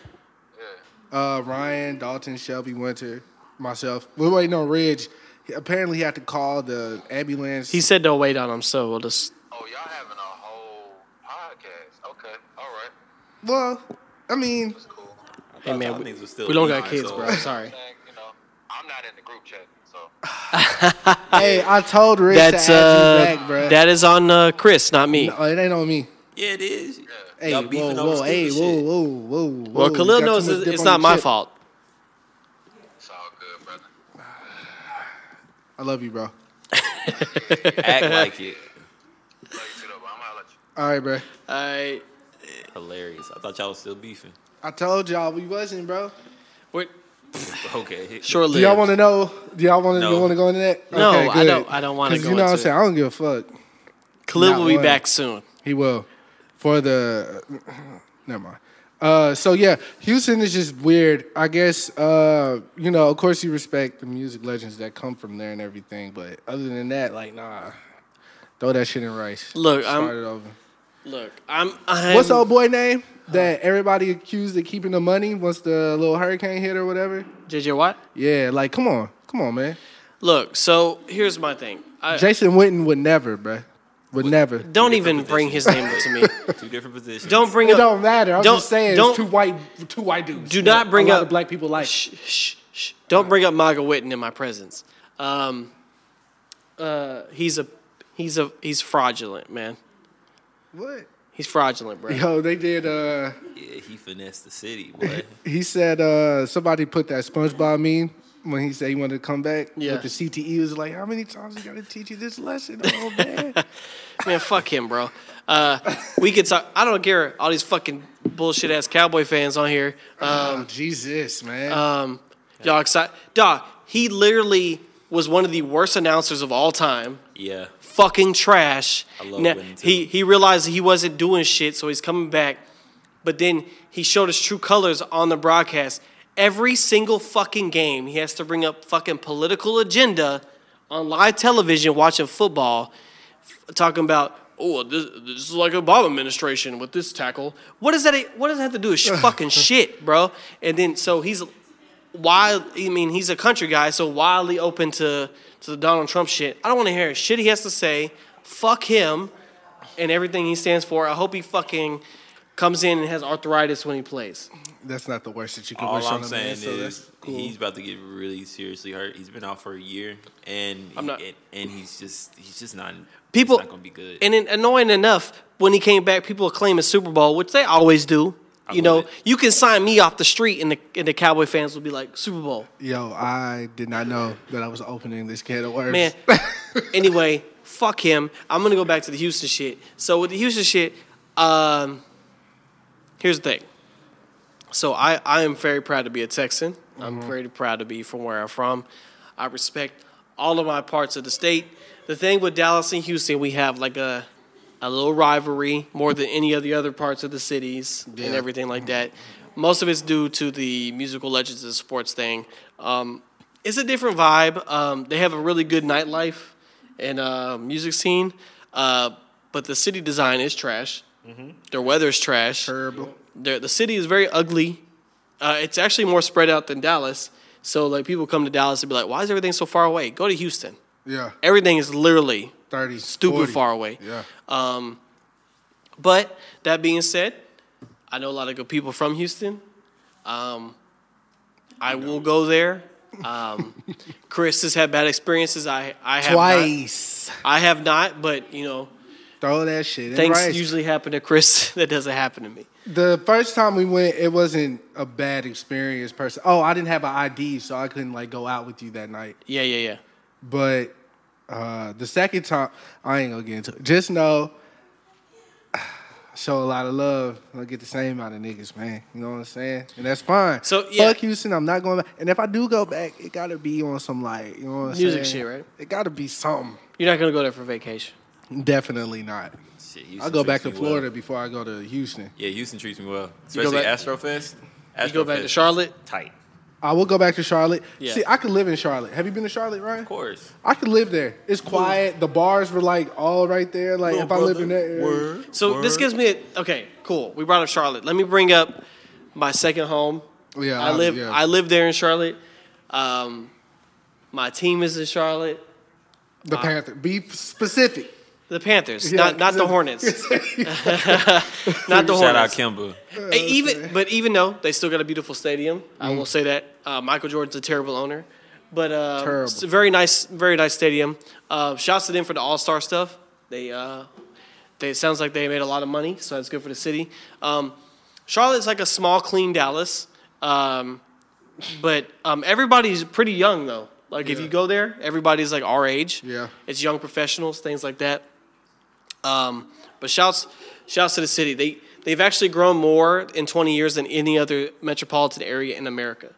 S4: Uh, Ryan, Dalton, Shelby, Winter, myself. We're waiting on Ridge. He- Apparently, he had to call the ambulance.
S5: He said don't wait on him, so we'll just
S6: Oh, y'all having a whole podcast. Okay, all right.
S4: well. I mean,
S5: Hey man,
S3: Y'all
S5: we,
S3: niggas was still
S5: we don't
S3: nine,
S5: got kids,
S3: so-
S5: bro. I'm sorry.
S6: Like, you know, I'm not in the group chat, so
S4: hey, I told Ridge
S5: That's
S4: to add you
S5: uh,
S4: back, bro.
S5: that is on uh, Chris, not me.
S4: No, it ain't on me.
S3: Yeah, it is.
S4: Hey,
S3: Y'all
S4: whoa,
S3: beefing
S4: whoa,
S3: over
S4: hey,
S3: stupid
S4: whoa,
S3: shit.
S4: whoa, whoa, whoa.
S5: well,
S4: You
S5: Khalil
S4: got too
S5: knows
S4: much
S5: it's,
S4: dip
S5: it's
S4: on
S5: not
S4: your
S5: my
S4: chip.
S5: fault.
S6: it's all good, brother.
S4: I love you, bro.
S3: Act
S6: Love
S3: like it.
S6: you too, though, but I'm gonna let you.
S4: All right, bro.
S5: I
S3: Hilarious. I thought y'all was still beefing.
S4: I told y'all we wasn't, bro.
S5: we're
S3: Okay.
S5: short
S4: Do y'all
S5: lived.
S4: want to know? Do y'all want to?
S3: No.
S4: You want to go into that?
S5: No, I don't- I don't wanna
S4: 'Cause
S5: go
S4: You know what I'm
S5: into
S4: saying? I don't give a fuck.
S5: Khalil
S4: not
S5: will be
S4: one.
S5: back soon.
S4: He will. For the, never mind. Uh, so yeah, Houston is just weird. I guess uh, you know, of course, you respect the music legends that come from there and everything, but other than that, like, nah, throw that shit in rice.
S5: Look,
S4: start
S5: I'm-
S4: it over.
S5: Look, I'm. I'm
S4: What's the old boy name
S5: uh,
S4: that everybody accused of keeping the money once the little hurricane hit or whatever?
S5: JJ Watt?
S4: Yeah, like, come on, come on, man.
S5: Look, so here's my thing. I,
S4: Jason Witten would never, bruh. Would never. It
S5: don't even bring his name up to me.
S3: Two different positions.
S5: Don't bring up.
S4: don't matter. I'm
S5: Don't-
S4: just saying,
S5: don't-
S4: it's two white, two white dudes.
S5: Do not
S4: that
S5: bring
S4: a lot
S5: up-
S4: of black people like.
S5: Shh, shh, shh. Don't bring up Maga Witten in my presence. Um, uh, he's a he's a he's fraudulent, man.
S4: What?
S5: He's fraudulent, bro.
S4: Yo, they did. uh
S3: Yeah, he finessed the city, boy.
S4: He said uh, somebody put that SpongeBob meme when he said he wanted to come back.
S5: Yeah.
S4: But the CTE was like, how many times we got to teach you this lesson? Oh, man.
S5: Man, fuck him, bro. Uh, we could talk. I don't care. All these fucking bullshit ass cowboy fans on here.
S4: oh, Jesus, man.
S5: Um, y'all excited? Dog, he literally was one of the worst announcers of all time.
S3: yeah.
S5: Fucking trash.
S3: I love winning, too.
S5: he he realized he wasn't doing shit, so he's coming back. But then he showed his true colors on the broadcast. Every single fucking game, he has to bring up fucking political agenda on live television, watching football, f- talking about oh this, this is like Obama administration with this tackle. What does that what does that have to do with sh- fucking shit, bro? And then so he's wild. I mean, he's a country guy, so wildly open to to the Donald Trump shit. I don't want to hear shit he has to say. Fuck him and everything he stands for. I hope he fucking comes in and has arthritis when he plays.
S4: that's not the worst that you can
S3: All
S4: wish on
S3: I'm
S4: a
S3: saying
S4: man, so that's
S3: is
S4: cool.
S3: he's about to get really seriously hurt. He's been out for a year, and
S5: I'm
S3: he-
S5: not-
S3: and, and he's just he's just not
S5: People
S3: he's not gonna be good.
S5: And then annoying enough, when he came back, people claim a Super Bowl, which they always do. you
S3: love
S5: know,
S3: it.
S5: you can sign me off the street, and the and the Cowboy fans will be like Super Bowl,
S4: Yo, I did not know that I was opening this can of worms.
S5: man. anyway, fuck him. I'm gonna go back to the Houston shit. So with the Houston shit, um, here's the thing. So I, I am very proud to be a Texan. I'm very proud to be from where I'm from. I respect all of my parts of the state. The thing with Dallas and Houston, we have like a a little rivalry more than any of the other parts of the cities and everything like that. Most of it's due to the musical legends and sports thing. Um, it's a different vibe. Um, they have a really good nightlife and uh, music scene, uh, but the city design is trash. Their weather is trash.
S4: Terrible.
S5: There, the city is very ugly. Uh, it's actually more spread out than Dallas. So like people come to Dallas and be like, "Why is everything so far away? Go to Houston.
S4: Yeah.
S5: Everything is literally
S4: 30,
S5: stupid
S4: 40.
S5: far away."
S4: Yeah.
S5: But that being said, I know a lot of good people from Houston. Um, I will go there. Um, Chris has had bad experiences. I I have
S4: Twice.
S5: Not, I have not, but you know,
S4: Throw that shit in
S5: things
S4: rice.
S5: usually happen to Chris that doesn't happen to me.
S4: The first time we went, it wasn't a bad experience. Person, oh, I didn't have an ID, so I couldn't like go out with you that night.
S5: Yeah, yeah, yeah.
S4: But uh, the second time, I ain't gonna get into it. Just know, show a lot of love. I'll get the same amount of niggas, man. You know what I'm saying? And that's fine.
S5: So, yeah.
S4: fuck Houston. I'm not going back. And if I do go back, it gotta be on some like, you know what I'm saying?
S5: Music shit, right?
S4: It gotta be something.
S5: You're not gonna go there for vacation.
S4: Definitely not.
S3: Shit, Houston
S4: I'll go
S3: treats
S4: back to
S3: me
S4: Florida
S3: Well.
S4: before I go to Houston.
S3: Yeah, Houston treats me well, especially
S5: back-
S3: Astrofest.
S5: You go back
S3: Astrofest
S5: to
S3: is
S5: Charlotte.
S3: tight.
S4: I will go back to Charlotte.
S5: Yeah.
S4: See, I could live in Charlotte. Have you been to Charlotte, Ryan?
S3: Of course.
S4: I could live there. It's quiet. The bars were like all right there. Like if I live in that area.
S5: So this gives me a okay, cool. We brought up Charlotte. Let me bring up my second home.
S4: Yeah,
S5: I
S4: I-
S5: live
S4: Uh, yeah.
S5: I live there in Charlotte. Um, my team is in Charlotte.
S4: The Panther. Be specific.
S5: The Panthers,
S4: Yeah,
S5: Uh, not not the
S4: yeah.
S5: Hornets, not the
S3: Shout out
S5: Hornets.
S3: Kimba.
S5: Hey, even but even though they still got a beautiful stadium, I
S4: Mm.
S5: will say that uh, Michael Jordan's a terrible owner, but uh,
S4: Terrible.
S5: it's a very nice, very nice stadium. Uh, shouts to them for the All Star stuff. They uh, they it sounds like they made a lot of money, so that's good for the city. Um, Charlotte's like a small, clean Dallas, um, but um, everybody's pretty young though. Like if you go there, everybody's like our age.
S4: Yeah.
S5: it's young professionals, things like that. Um, but shouts shouts to the city. They they've actually grown more in 20 years than any other metropolitan area in America.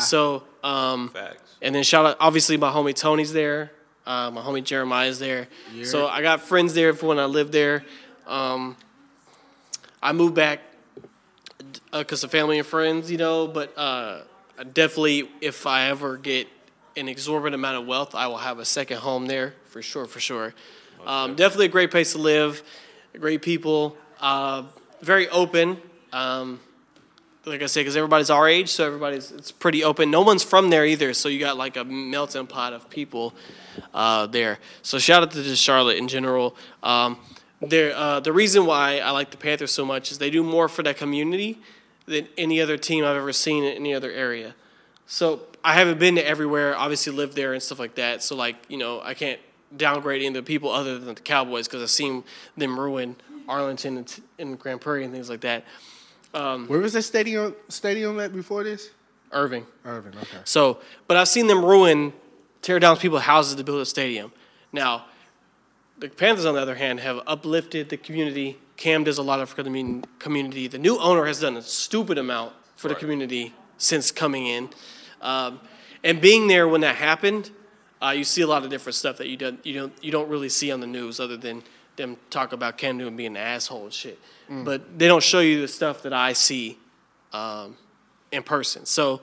S5: So um,
S3: Facts.
S5: and then shout out obviously my homie Tony's there. Uh, my homie Jeremiah's there. So I got friends there for when I lived there. Um, I moved back because of family and friends, you know. But uh, I definitely, if I ever get an exorbitant amount of wealth, I will have a second home there for sure, for sure. Um, definitely a great place to live, great people, uh, very open. Um, like I said, because everybody's our age, so everybody's it's pretty open. No one's from there either, so you got like a melting pot of people uh, there. So shout out to just Charlotte in general. Um, there, uh, the reason why I like the Panthers so much is they do more for that community than any other team I've ever seen in any other area. So I haven't been to everywhere. Obviously, lived there and stuff like that. So like you know, I can't downgrade any of the people other than the Cowboys because I've seen them ruin Arlington and, t- and Grand Prairie and things like that.
S4: Where was that stadium stadium at before this?
S5: Irving.
S4: Irving. Okay.
S5: So, but I've seen them ruin, tear down people's houses to build a stadium. Now, the Panthers, on the other hand, have uplifted the community. Cam does a lot of for the commun- community. The new owner has done a stupid amount for the community since coming in, um, and being there when that happened, uh, you see a lot of different stuff that you don't you don't you don't really see on the news other than them talk about Cam Newton being an asshole and shit. But they don't show you the stuff that I see um, in person. So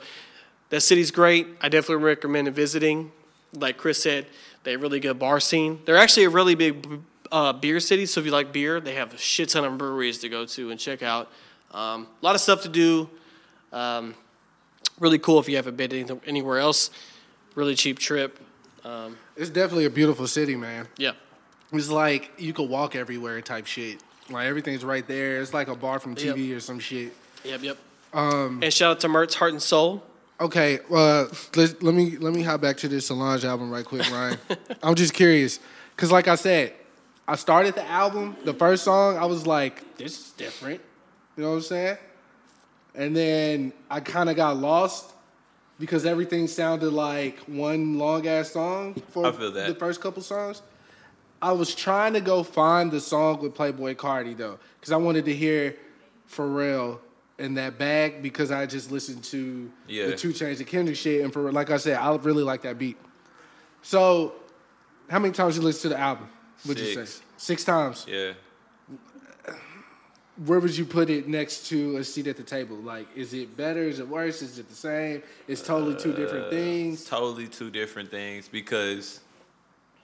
S5: that city's great. I definitely recommend visiting. Like Chris said, they have a really good bar scene. They're actually a really big uh, beer city. So if you like beer, they have a shit ton of breweries to go to and check out. Um, a lot of stuff to do. Um, really cool if you haven't been anyth- anywhere else. Really cheap trip. Um,
S4: It's definitely a beautiful city, man.
S5: yeah.
S4: It's like you could walk everywhere type shit. Like everything's right there. It's like a bar from TV or some shit.
S5: Yep. Yep. and shout out to Mertz Heart and Soul.
S4: Okay, uh, let, let me let me hop back to this Solange album right quick, Ryan. I'm just curious, cause like I said, I started the album, the first song, I was like, this is different, you know what I'm saying? And then I kind of got lost because everything sounded like one long ass song for
S3: I feel that.
S4: the first couple songs. I was trying to go find the song with Playboy Cardi though, cause I wanted to hear Pharrell in that bag because I just listened to
S3: Yeah.
S4: the two Chainz and Kendrick shit, and for like I said, I really like that beat. So, how many times you listen to the album? Would you say
S3: Six.
S4: six times?
S3: Yeah.
S4: Where would you put it next to a seat at the table? Like, is it better? Is it worse? Is it the same? It's totally two different
S3: It's
S4: things.
S3: totally two different things because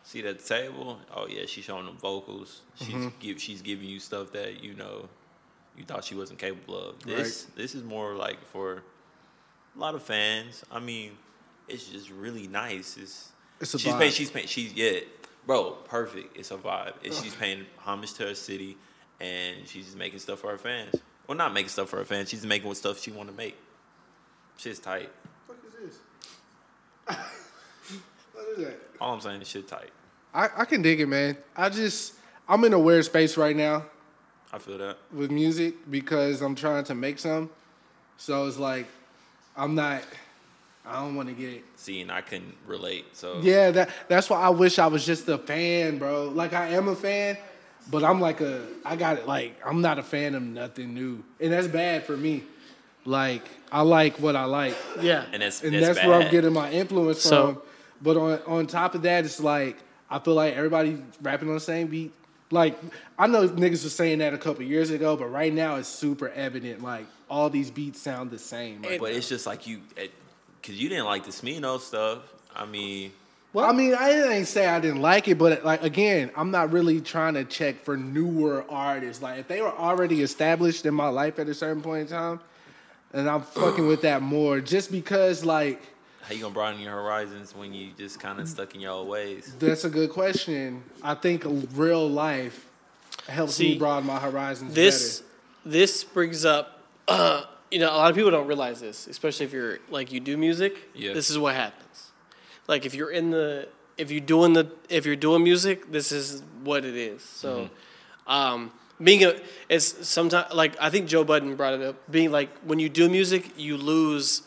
S3: see that table. Oh yeah, she's showing them vocals. She's
S4: Mm-hmm.
S3: give, she's giving you stuff that you know you thought she wasn't capable of. This this is more like for a lot of fans. I mean, it's just really nice. It's,
S4: It's a
S3: she's
S4: vibe.
S3: paying, she's paying, she's yeah, bro, perfect. It's a vibe. And she's paying homage to her city, and she's just making stuff for her fans. Well, not making stuff for her fans. She's making what stuff she want to make. Shit's tight.
S4: What is this? what is that?
S3: All I'm saying is shit tight.
S4: I, I can dig it, man. I just I'm in a weird space right now.
S3: I feel that.
S4: with music because I'm trying to make some. So it's like I'm not. I don't want to get.
S3: See, and I can relate. So
S4: Yeah, that that's why I wish I was just a fan, bro. Like I am a fan, but I'm like a. I got it. Like I'm not a fan of nothing new, and that's bad for me. Like I like what I like,
S5: Yeah.
S3: and that's
S4: and
S3: that's,
S4: that's,
S3: bad.
S4: where I'm getting my influence
S5: So-
S4: from. But on on top of that, it's like I feel like everybody rapping on the same beat. Like I know niggas was saying that a couple years ago, but right now it's super evident. Like all these beats sound the same. Right?
S3: But it's just like you, because you didn't like the Smino stuff. I mean,
S4: Well, I mean, I didn't say I didn't like it, but like again, I'm not really trying to check for newer artists. Like if they were already established in my life at a certain point in time, and I'm fucking with that more just because like.
S3: how you gonna broaden your horizons when you just kind of stuck in your old ways?
S4: That's a good question. I think real life helps
S5: See,
S4: me broaden my horizons.
S5: this
S4: better.
S5: this brings up uh, you know a lot of people don't realize this especially if you're like you do music
S3: Yeah.
S5: this is what happens like if you're in the if you're doing the if you're doing music this is what it is so um being a it's sometimes like i think joe budden brought it up being like when you do music you lose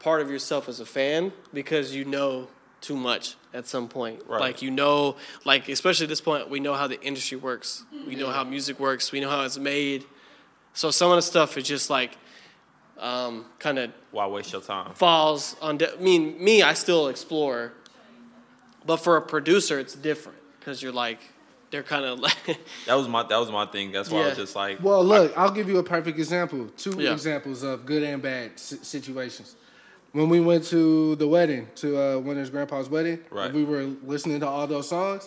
S5: part of yourself as a fan because you know too much at some point.
S3: Right.
S5: Like you know, like especially at this point, we know how the industry works. We know how music works. We know how it's made. So some of the stuff is just like um, kind of
S3: Why waste your time?
S5: falls on. De- I mean, me, I still explore, but for a producer, it's different because you're like, they're kind of like
S3: That was my that was my thing. That's why I was
S5: Yeah.
S3: just like,
S4: Well, look, I'll give you a perfect example. Two
S5: Yeah.
S4: examples of good and bad si- situations. When we went to the wedding, to uh, Winter's grandpa's wedding,
S3: Right.
S4: we were listening to all those songs.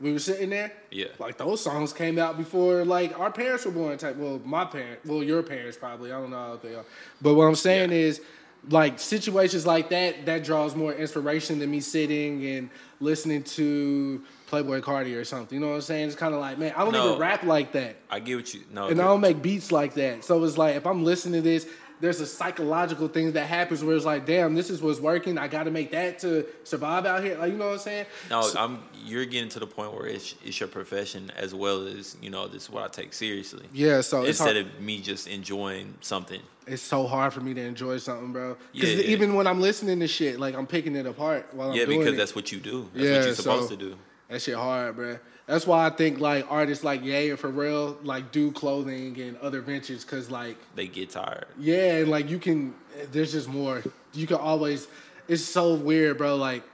S4: We were sitting there.
S3: Yeah.
S4: Like those songs came out before like our parents were born. Type. Well, my parent. Well, your parents probably. I don't know how old they are. But what I'm saying is, like situations like that, that draws more inspiration than me sitting and listening to Playboy Cardi or something. You know what I'm saying? It's kind of like, man, I don't
S3: No.
S4: even rap like that
S3: I get what you no.
S4: and I don't make beats like that. So it's like if I'm listening to this, there's a psychological thing that happens where it's like, damn, this is what's working. I got to make that to survive out here. Like you know what I'm saying?
S3: No, I'm. You're getting to the point where it's it's your profession as well as you know. This is what I take seriously.
S4: Yeah, so it's
S3: instead
S4: hard-
S3: of me just enjoying something,
S4: It's so hard for me to enjoy something, bro. Because
S3: Yeah, yeah.
S4: even when I'm listening to shit, like I'm picking it apart while I'm
S3: yeah,
S4: doing
S3: because
S4: it.
S3: that's what you do. That's
S4: Yeah,
S3: what you're supposed
S4: so-
S3: to do.
S4: That shit hard, bruh. That's why I think like artists like Ye and Pharrell like do clothing and other ventures because like
S3: They get tired.
S4: Yeah, and like you can, there's just more. You can always, it's so weird, bro. Like,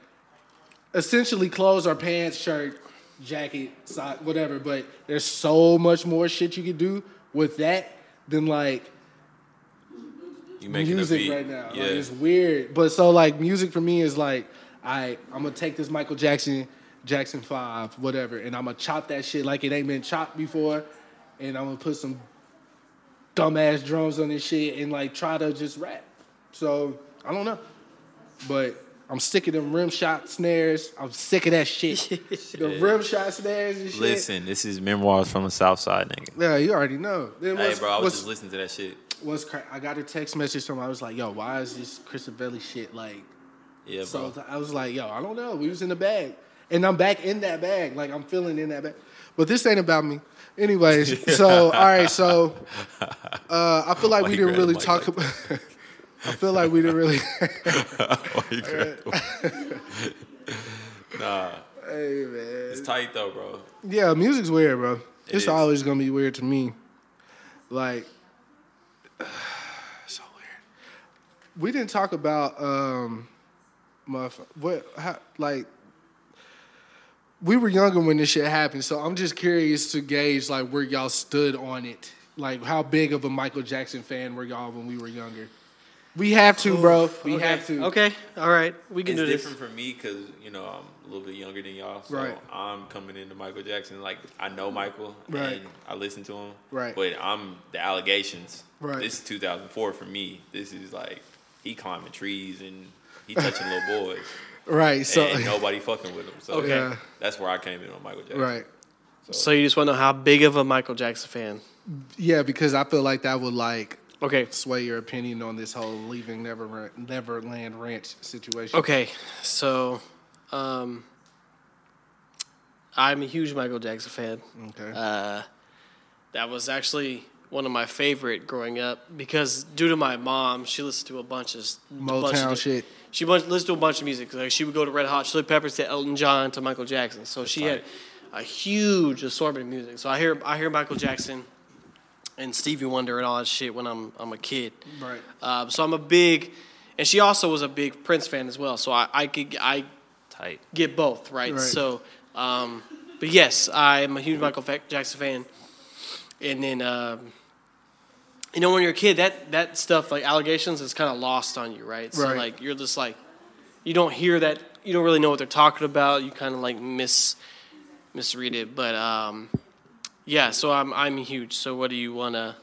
S4: essentially, clothes are pants, shirt, jacket, sock, whatever. But there's so much more shit you can do with that than like
S3: You making a
S4: music
S3: beat.
S4: right now.
S3: Yeah,
S4: Like, it's weird. But so like music for me is like I I'm gonna take this Michael Jackson, Jackson Five, whatever, and I'm gonna chop that shit like it ain't been chopped before, and I'm gonna put some dumbass drums on this shit and like try to just rap. So I don't know, but. I'm sick of them rim shot snares. I'm sick of that shit. the rim shot snares and shit.
S3: Listen, this is memoirs from the South Side, nigga.
S4: Yeah, you already know. Then
S3: Hey,
S4: what's-
S3: bro, I was
S4: what's-
S3: just listening to that shit.
S4: was cra- I got a text message from I was like, yo, why is this Christabelli shit like
S3: Yeah,
S4: so
S3: bro.
S4: I was like, yo, I don't know. We was in the bag. And I'm back in that bag. Like I'm feeling in that bag. But this ain't about me. Anyways, so all right, so uh, I feel like
S3: Why
S4: we
S3: you
S4: didn't
S3: grabbing
S4: really
S3: the mic
S4: talk
S3: like
S4: about I feel like we didn't really
S3: Why you grabbing the mic? nah,
S4: Hey man.
S3: it's tight though, bro.
S4: Yeah, music's weird, bro. it's
S3: is.
S4: always gonna be weird to me. Like, so weird. We didn't talk about um, my what how, like. We were younger when this shit happened, so I'm just curious to gauge like where y'all stood on it. Like, how big of a Michael Jackson fan were y'all when we were younger? We have to, bro. We
S5: okay,
S4: have to.
S5: Okay, all right, we can
S3: It's
S5: do this.
S3: different for me because you know I'm a little bit younger than y'all, so
S4: Right.
S3: I'm coming into Michael Jackson. Like I know Michael,
S4: Right.
S3: and I listen to him,
S4: Right.
S3: But I'm the allegations.
S4: Right.
S3: This is 2004 for me. This is like he climbing trees and he touching little boys,
S4: Right. So.
S3: and nobody fucking with him. So
S5: Okay.
S4: Yeah.
S3: that's where I came in on Michael Jackson.
S4: Right.
S5: So you just want to know how big of a Michael Jackson fan?
S4: Yeah, because I feel like that would like
S5: Okay,
S4: sway your opinion on this whole leaving Never Neverland Ranch situation.
S5: okay. So, um, I'm a huge Michael Jackson fan.
S4: Okay.
S5: Uh, That was actually one of my favorite growing up because due to my mom, she listened to a bunch of bunch
S4: Motown
S5: of,
S4: shit.
S5: She bunch, listened to a bunch of music. Like she would go to Red Hot Chili Peppers to Elton John to Michael Jackson. So she had a huge assortment of music. So I hear I hear Michael Jackson and Stevie Wonder and all that shit when I'm I'm a kid.
S4: Right.
S5: Um, so I'm a big, and she also was a big Prince fan as well. So I, I could I
S3: Tight.
S5: get both right.
S4: Right.
S5: So, um, but yes, I'm a huge Michael Fa- Jackson fan. And then, um, you know, when you're a kid, that that stuff like allegations is kind of lost on you, right? So
S4: Right.
S5: like you're just like, you don't hear that. You don't really know what they're talking about. You kind of like miss misread it. But um, yeah, so I'm I'm huge. So what do you wanna?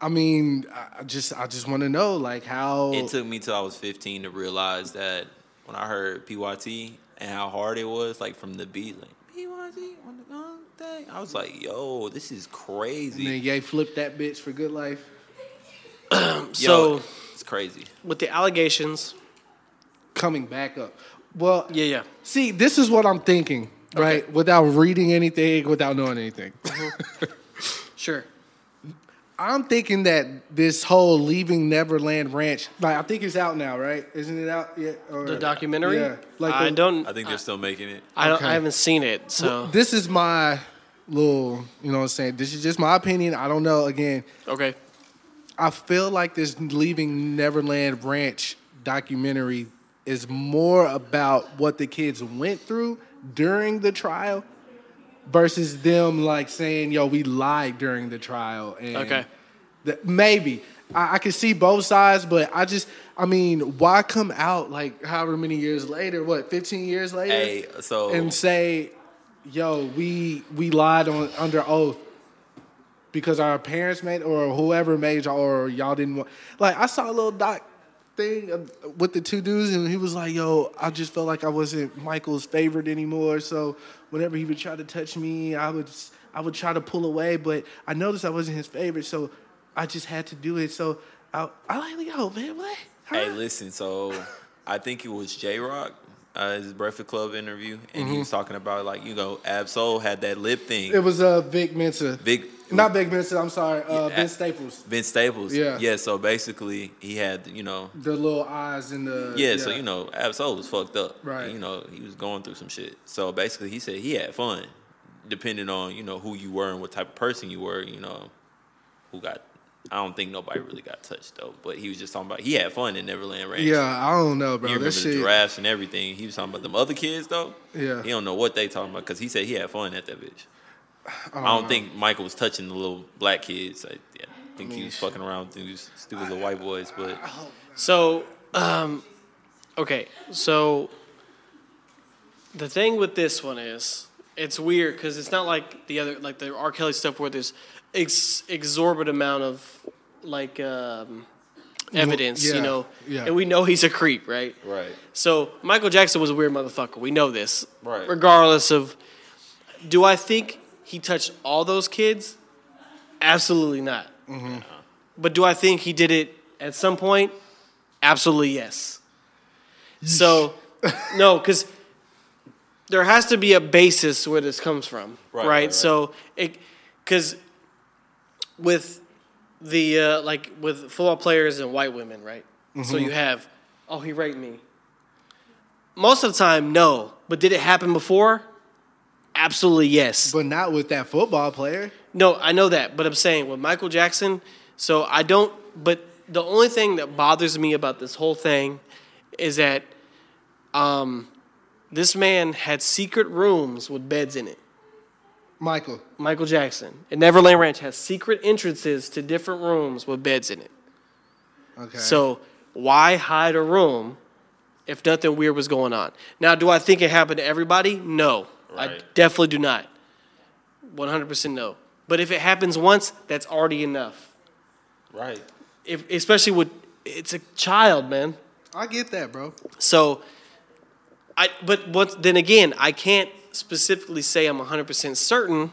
S4: I mean, I I just I just want to know like how
S3: It took me till I was 15 to realize that when I heard PYT and how hard it was, like from the beat, like PYT on the gun thing, I was like, yo, this is
S4: and then
S3: crazy.
S4: Ye flipped that bitch for good life.
S3: Yo,
S5: So
S3: it's crazy.
S5: with the allegations,
S4: Coming back up. Well,
S5: yeah, yeah.
S4: see, this is what I'm thinking, right? Without reading anything, without knowing anything.
S5: Mm-hmm. Sure.
S4: I'm thinking that this whole leaving Neverland Ranch, like I think it's out now, right? Isn't it out yet? Or-
S5: The documentary.
S4: Yeah. Like
S5: I
S4: the-
S5: don't.
S3: I think they're still making it.
S5: I don't.
S4: Okay.
S5: I haven't seen it. So
S4: This is my little, you know what I'm saying? This is just my opinion. I don't know. Again,
S5: okay.
S4: I feel like this Leaving Neverland Ranch documentary is more about what the kids went through during the trial versus them like saying, "Yo, we lied during the trial." And
S5: Okay.
S4: that- maybe I, I could see both sides, but I just, I mean, why come out like however many years later? What, fifteen years later?
S3: Hey, so-
S4: and say, "Yo, we we lied on under oath." Because our parents made, or whoever made, y'all, or y'all didn't want. Like I saw a little doc thing uh, with the two dudes, and he was like, "Yo, I just felt like I wasn't Michael's favorite anymore. So whenever he would try to touch me, I would s- I would try to pull away, but I noticed I wasn't his favorite, so I just had to do it. So I, I like, yo, man, what? Huh?
S3: Hey, listen. So I think it was J Rock, uh, his Breakfast Club interview, and he was talking about like you know, Absol had that lip thing.
S4: Mm-hmm. It was uh, Vic Mensa.
S3: Vic,
S4: Not Vic Mensa. I'm sorry, uh,
S3: Yeah,
S4: Vince Staples.
S3: Vince Staples.
S4: Yeah.
S3: Yeah. So basically, he had you know.
S4: The little eyes and the
S3: Yeah, so you know, Absol was fucked up.
S4: Right.
S3: You know, he was going through some shit. So basically, he said he had fun, depending on you know who you were and what type of person you were. You know, who got. I don't think nobody really got touched though, but he was just talking about he had fun in Neverland Ranch.
S4: Yeah, I don't know, bro.
S3: You remember
S4: That
S3: the
S4: shit.
S3: giraffes and everything. He was talking about them other kids though.
S4: Yeah.
S3: He don't know what they talking about because he said he had fun at that bitch. I don't
S4: Uh-huh.
S3: think Michael was touching the little black kids. I, yeah, I think he was fucking around with these stupid little white boys. But
S5: So, um, okay, so the thing with this one is it's weird because it's not like the other, like the R. Kelly stuff where there's ex- exorbitant amount of like um, evidence,
S4: yeah,
S5: you know,
S4: yeah.
S5: and we know he's a creep, right?
S3: right,
S5: So Michael Jackson was a weird motherfucker. We know this,
S3: Right.
S5: Regardless of, do I think he touched all those kids? Absolutely not.
S3: Mm-hmm.
S5: But do I think he did it at some point? Absolutely yes. So no, because there has to be a basis where this comes from, right?
S3: Right, right, right.
S5: So it because with the uh, like with football players and white women, right? So you have, oh, he raped me. Most of the time, no. But did it happen before? Absolutely yes.
S4: But not with that football player.
S5: No, I know that, but I'm saying with Michael Jackson, so I don't. But the only thing that bothers me about this whole thing is that um, this man had secret rooms with beds in it.
S4: Michael.
S5: Michael Jackson and Neverland Ranch has secret entrances to different rooms with beds in it.
S4: Okay.
S5: So why hide a room if nothing weird was going on? Now, do I think it happened to everybody? No, I
S3: Right.
S5: definitely do not. One hundred percent no. But if it happens once, that's already enough.
S3: right.
S5: If, especially with it's a child, man.
S4: I get that, bro.
S5: So, I but once then again, I can't specifically say I'm 100% certain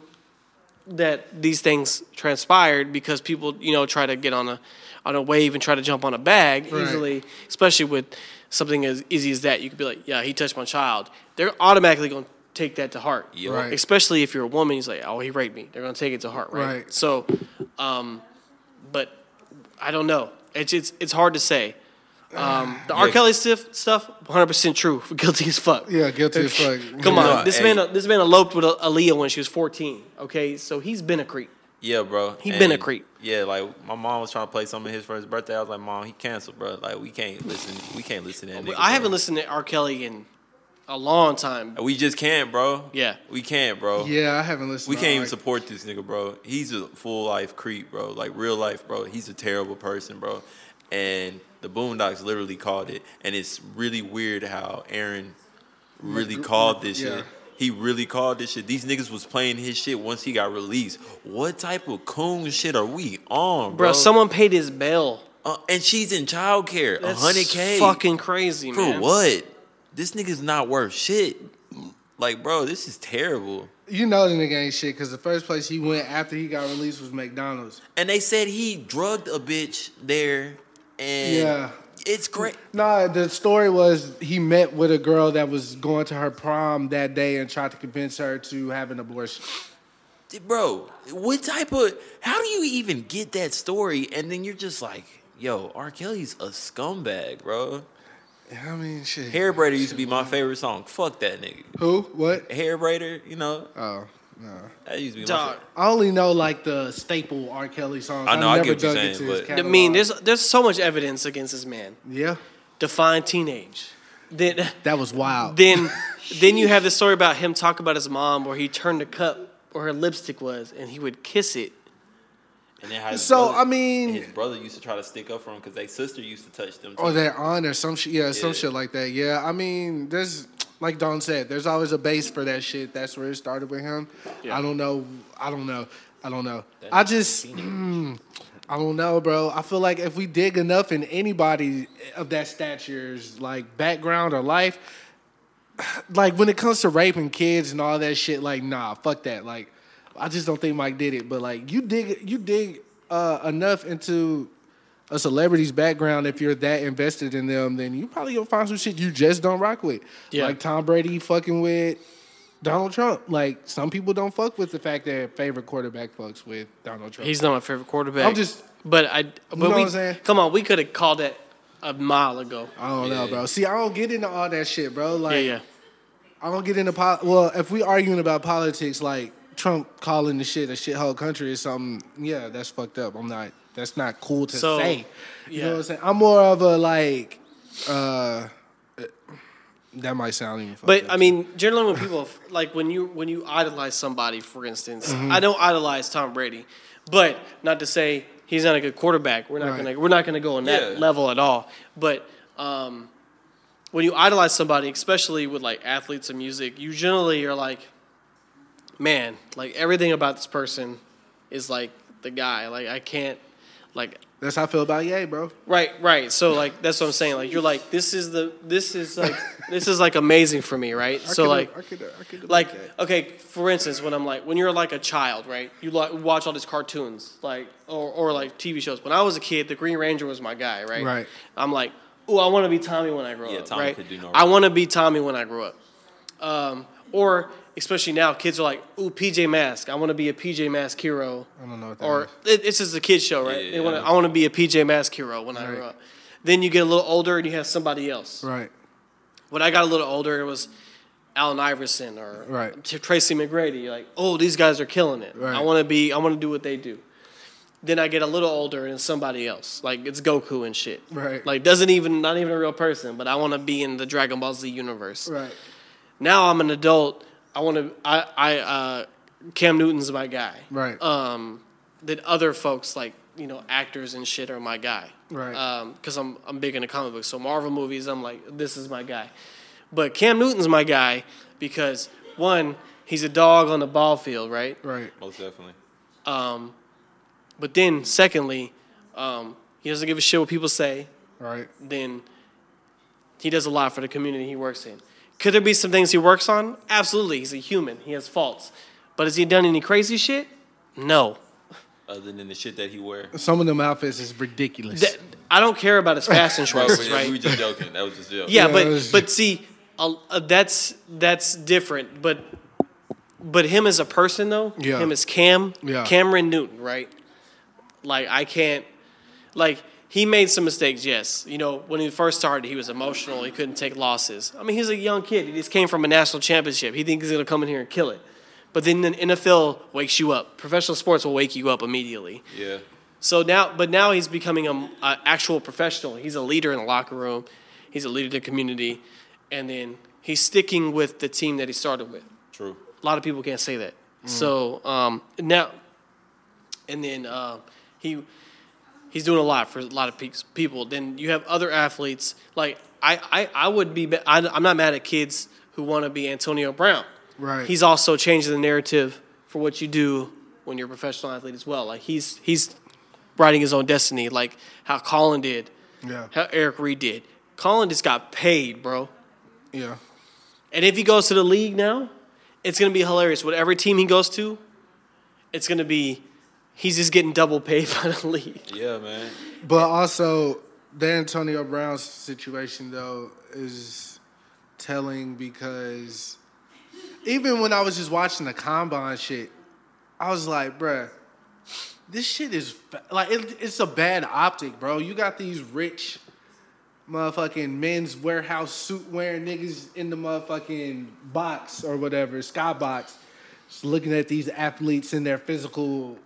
S5: that these things transpired because people, you know, try to get on a on a wave and try to jump on a bag
S4: Right.
S5: easily, especially with something as easy as that. You could be like, "Yeah, he touched my child." They're automatically going to take that to heart.
S3: Yeah.
S4: Right.
S5: Especially if you're a woman, he's like, "Oh, he raped me." They're going to take it to heart, right?
S4: Right.
S5: So, um, but I don't know. It's it's it's hard to say. Um, the R. Kelly stuff, stuff, 100 percent true. Guilty as fuck.
S4: Yeah, guilty as fuck.
S5: Come
S3: Yeah,
S5: on, this
S3: hey.
S5: man, uh, this man eloped with Aaliyah when she was 14. Okay, so he's been a creep.
S3: Yeah, bro.
S5: He been a creep.
S3: Yeah, like my mom was trying to play some of his first birthday. I was like, Mom, he canceled, bro. Like we can't listen. We can't listen to that. Nigga,
S5: I haven't
S3: bro.
S5: listened to R. Kelly in a long time.
S3: We just can't, bro.
S5: Yeah.
S3: we can't, bro.
S4: Yeah, I haven't listened.
S3: We
S4: to
S3: can't even
S4: like-
S3: support this nigga, bro. He's a full life creep, bro. Like real life, bro. He's a terrible person, bro. And the Boondocks literally called it. And it's really weird how Aaron really called this
S4: yeah.
S3: shit. He really called this shit. These niggas was playing his shit once he got released. What type of coon shit are we
S5: Bro,
S3: on, bro?
S5: someone paid his bail.
S3: Uh, and she's in childcare. A
S5: That's
S3: hundred k.
S5: Fucking crazy,
S3: for
S5: man.
S3: what? This nigga's not worth shit. Like, bro, this is terrible.
S4: You know the nigga ain't shit because the first place he went after he got released was McDonald's.
S3: And they said he drugged a bitch there, and
S4: Yeah.
S3: it's great.
S4: Nah, the story was he met with a girl that was going to her prom that day and tried to convince her to have an abortion.
S3: Bro, what type of? How do you even get that story? And then you're just like, yo, R. Kelly's a scumbag, bro.
S4: I mean, shit.
S3: Hair braider used to be my favorite song. Fuck that nigga.
S4: Who? What?
S3: Hair braider, you know
S4: Oh, no.
S3: that used to be my.
S5: Dog.
S3: favorite.
S4: I only know like the staple R. Kelly songs.
S3: I know, I
S4: never
S3: get what you're
S4: dug into
S3: saying,
S4: his
S3: but-
S5: I
S4: catalog.
S5: mean, there's there's so much evidence against this man.
S4: yeah.
S5: Define teenage. Then,
S4: That was wild.
S5: then, then you have this story about him talking about his mom, where he turned the cup where her lipstick was, and he would kiss it.
S3: And then how his
S4: So,
S3: brother-
S4: I mean- Oh,
S3: his brother used to try to stick up for him because their sister used to touch them.
S4: or
S3: too.
S4: their aunt or some shit. Yeah, some
S3: Yeah.
S4: shit like that. Yeah, I mean, there's like Don said, there's always a base for that shit. That's where it started with him. I don't know. I don't know. I don't know. I just. mm, I don't know, bro. I feel like if we dig enough in anybody of that stature's like background or life, like when it comes to raping kids and all that shit, like nah, fuck that. Like I just don't think Mike did it. But like you dig you dig uh, enough into a celebrity's background if you're that invested in them, then you probably gonna find some shit you just don't rock with.
S5: Yeah.
S4: Like Tom Brady fucking with Donald Trump. Like some people don't fuck with the fact that their favorite quarterback fucks with Donald Trump.
S5: He's not my favorite quarterback.
S4: I'm just-
S5: but I, but
S4: know
S5: we,
S4: what I'm saying? Oh,
S5: come on, we could have called that a mile ago.
S4: I don't know, bro. See, I don't get into all that shit, bro. Like
S5: yeah, yeah.
S4: I don't get into pol- well, if we arguing about politics, like Trump calling the shit a shithole country or something, yeah, that's fucked up. I'm not. That's not cool to
S5: So,
S4: say. You
S5: yeah.
S4: know what I'm saying? I'm more of a like. uh That might sound even. fucked
S5: But
S4: up.
S5: I mean, generally when people like when you when you idolize somebody, for instance,
S4: Mm-hmm.
S5: I don't idolize Tom Brady, but not to say he's not a good quarterback. We're not
S4: Right.
S5: gonna we're not gonna go on that
S3: Yeah.
S5: level at all. But um, when you idolize somebody, especially with like athletes and music, you generally are like, man, like everything about this person is like the guy. Like I can't like
S4: that's how I feel about Ye, bro.
S5: Right, right. So like that's what I'm saying. Like you're like this is the this is like this is like amazing for me, right? so
S4: could-
S5: like
S4: I could- I could
S5: like uh,
S4: like
S5: okay, for instance, when I'm like when you're like a child, right? You like watch all these cartoons, like or or like TV shows. When I was a kid, the Green Ranger was my guy, right?
S4: Right.
S5: I'm like, oh, I want to be Tommy when I grow
S3: Yeah,
S5: up,
S3: Tommy
S5: right?
S3: could do no
S5: I
S3: wrong.
S5: want to be Tommy when I grow up. Um, or especially now, kids are like, ooh, PJ Mask. I want to be a PJ Mask hero. I
S4: don't know what that
S5: Or
S4: means.
S5: it, it's just a kid show, right? They wanna, I want to be a PJ Mask hero when I grow up. Then you get a little older and you have somebody else.
S4: Right.
S5: When I got a little older, it was Allen Iverson or
S4: Right.
S5: T- Tracy McGrady. You're like, oh, these guys are killing it.
S4: Right.
S5: I want to be. I want to do what they do. Then I get a little older and it's somebody else. Like it's Goku and shit.
S4: Right.
S5: Like doesn't even not even a real person, but I want to be in the Dragon Ball Z universe
S4: Right.
S5: now I'm an adult. I want to. I, I uh, Cam Newton's my guy.
S4: Right.
S5: Um, that other folks like you know actors and shit are my guy.
S4: Right.
S5: Because I'm I'm big into comic books, so Marvel movies, I'm like this is my guy. But Cam Newton's my guy because one, he's a dog on the ball field, right? Um,
S4: Right.
S3: Most definitely.
S5: But then secondly, um, he doesn't give a shit what people say.
S4: Right.
S5: then he does a lot for the community he works in. Could there be some things he works on? Absolutely. He's a human. He has faults. But has he done any crazy shit? No.
S3: Other than the shit that he wear.
S4: Some of them outfits is ridiculous.
S5: Th- I don't care about his fashion
S3: Bro,
S5: choices,
S3: we- We were
S5: right?
S3: just joking. That was just a joke.
S5: Yeah, but
S4: it's-
S5: but see, uh, uh, that's that's different. But but him as a person though,
S4: Yeah.
S5: him as Cam,
S4: Yeah.
S5: Cameron Newton, right? Like I can't, like he made some mistakes. Yes, you know when he first started, he was emotional. He couldn't take losses. I mean, he's a young kid. He just came from a national championship. He thinks he's gonna come in here and kill it. But then the NFL wakes you up. Professional sports will wake you up immediately.
S3: Yeah.
S5: So now, but now he's becoming an actual professional. He's a leader in the locker room. He's a leader to the community, and then he's sticking with the team that he started with.
S3: True.
S5: A lot of people can't say that. So um, now, and then uh, he he's doing a lot for a lot of peaks- people. Then you have other athletes like I I, I would be I, I'm not mad at kids who want to be Antonio Brown.
S4: Right.
S5: He's also changing the narrative for what you do when you're a professional athlete as well. Like he's he's writing his own destiny, like how Colin did,
S4: Yeah.
S5: how Eric Reed did. Colin just got paid, bro.
S4: Yeah.
S5: And if he goes to the league now, it's going to be hilarious. Whatever team he goes to, it's going to be he's just getting double paid by the league.
S3: Yeah, man.
S4: But also, the Antonio Brown situation though is telling because even when I was just watching the combine shit, I was like, bruh, this shit is fa- like it, it's a bad optic, bro. You got these rich motherfucking men's warehouse suit wearing niggas in the motherfucking box or whatever, skybox, just looking at these athletes and their physical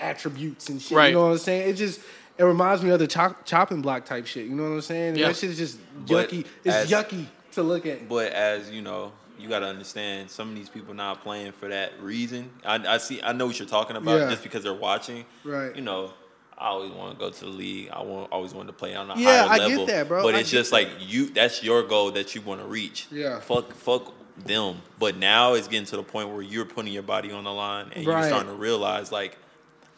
S4: attributes and shit.
S5: Right.
S4: You know what I'm saying? It just it reminds me of the chop, chopping block type shit. You know what I'm saying? And
S5: Yeah.
S4: That shit is just
S3: But
S4: yucky. It's
S3: as-
S4: yucky. to look at.
S3: But as you know, you gotta understand some of these people not playing for that reason. I, I see. I know what you're talking about.
S4: Yeah.
S3: Just because they're watching,
S4: Right.
S3: You know, I always want to go to the league. I want always wanted to play on a
S4: Yeah,
S3: higher
S4: I get
S3: level.
S4: that, bro.
S3: But
S4: I
S3: it's
S4: get
S3: just like you. That's your goal that you want to reach.
S4: Yeah.
S3: Fuck. Fuck them. But now it's getting to the point where you're putting your body on the line, and
S4: Right.
S3: you're starting to realize like.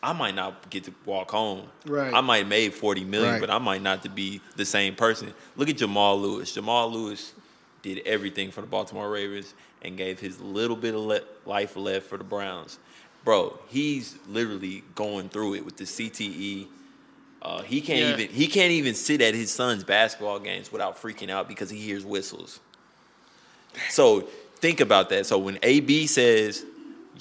S3: I might not get to walk home.
S4: Right.
S3: I might made forty million,
S4: Right.
S3: but I might not to be the same person. Look at Jamal Lewis. Jamal Lewis did everything for the Baltimore Ravens and gave his little bit of le- life left for the Browns. Bro, he's literally going through it with the CTE. Uh, he can't
S5: Yeah.
S3: even he can't even sit at his son's basketball games without freaking out because he hears whistles. So think about that. So when AB says,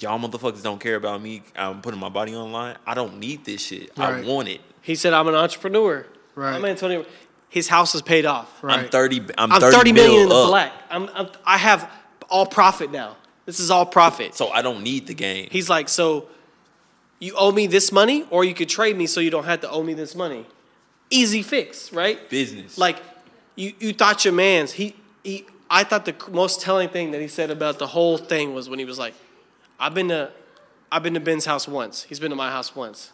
S3: "Y'all motherfuckers don't care about me. I'm putting my body on the line. I don't need this shit.
S4: Right.
S3: I want it.
S5: He said, "I'm an entrepreneur.
S4: Right.
S5: I'm Antonio. His house is paid off.
S3: I'm thirty. I'm,
S5: I'm
S3: 30
S5: thirty million in the
S3: mil up.
S5: black. I'm, I'm I have all profit now. This is all profit.
S3: So I don't need the game.
S5: He's like, so you owe me this money, or you could trade me so you don't have to owe me this money. Easy fix, right?
S3: business.
S5: Like you, you thought your man's he he. I thought the most telling thing that he said about the whole thing was when he was like, "I've been to, I've been to Ben's house once. He's been to my house once,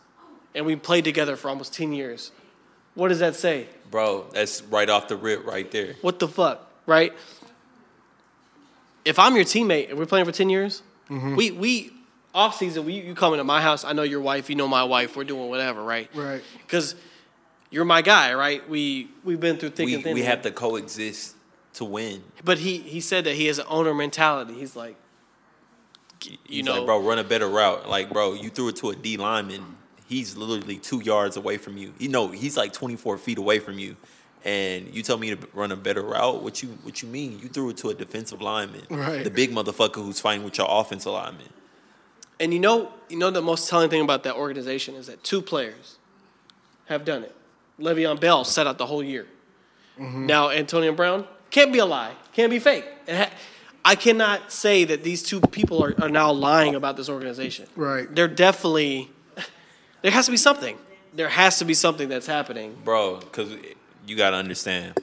S5: and we played together for almost ten years." What does that say?
S3: bro, that's right off the rip right there.
S5: What the fuck, right? If I'm your teammate and we're playing for ten years,
S3: Mm-hmm.
S5: we we off season we you come into my house. I know your wife. You know my wife. We're doing whatever, right?
S4: Right.
S5: Because you're my guy, right? We we've been through thick
S3: We
S5: and thin.
S3: we have to coexist to win.
S5: But he he said that he has an owner mentality. He's like, you
S3: He's
S5: know,
S3: like, bro, run a better route. Like, bro, you threw it to a D lineman. He's literally two yards away from you. You know, he's like twenty four feet away from you, and you tell me to run a better route. What you what you mean? You threw it to a defensive lineman,
S4: Right.
S3: the big motherfucker who's fighting with your offensive lineman.
S5: And you know, you know the most telling thing about that organization is that two players have done it. Le'Veon Bell sat out the whole year. Now Antonio Brown can't be a lie, can't be fake. It ha- I cannot say that these two people are, are now lying about this organization.
S4: Right.
S5: They're definitely. There has to be something. There has to be something that's happening.
S3: bro. Because you gotta understand,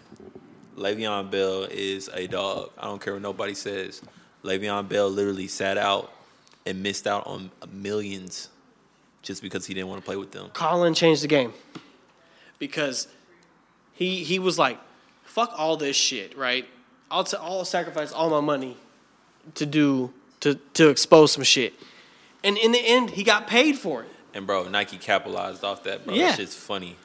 S3: Le'Veon Bell is a dog. I don't care what nobody says. Le'Veon Bell literally sat out and missed out on millions just because he didn't want to play with them.
S5: Colin changed the game because he he was like, "Fuck all this shit, right? I'll t- I'll sacrifice all my money to do to to expose some shit." And in the end, he got paid for it.
S3: And bro, Nike capitalized off that. Bro,
S5: Yeah.
S3: that shit's funny.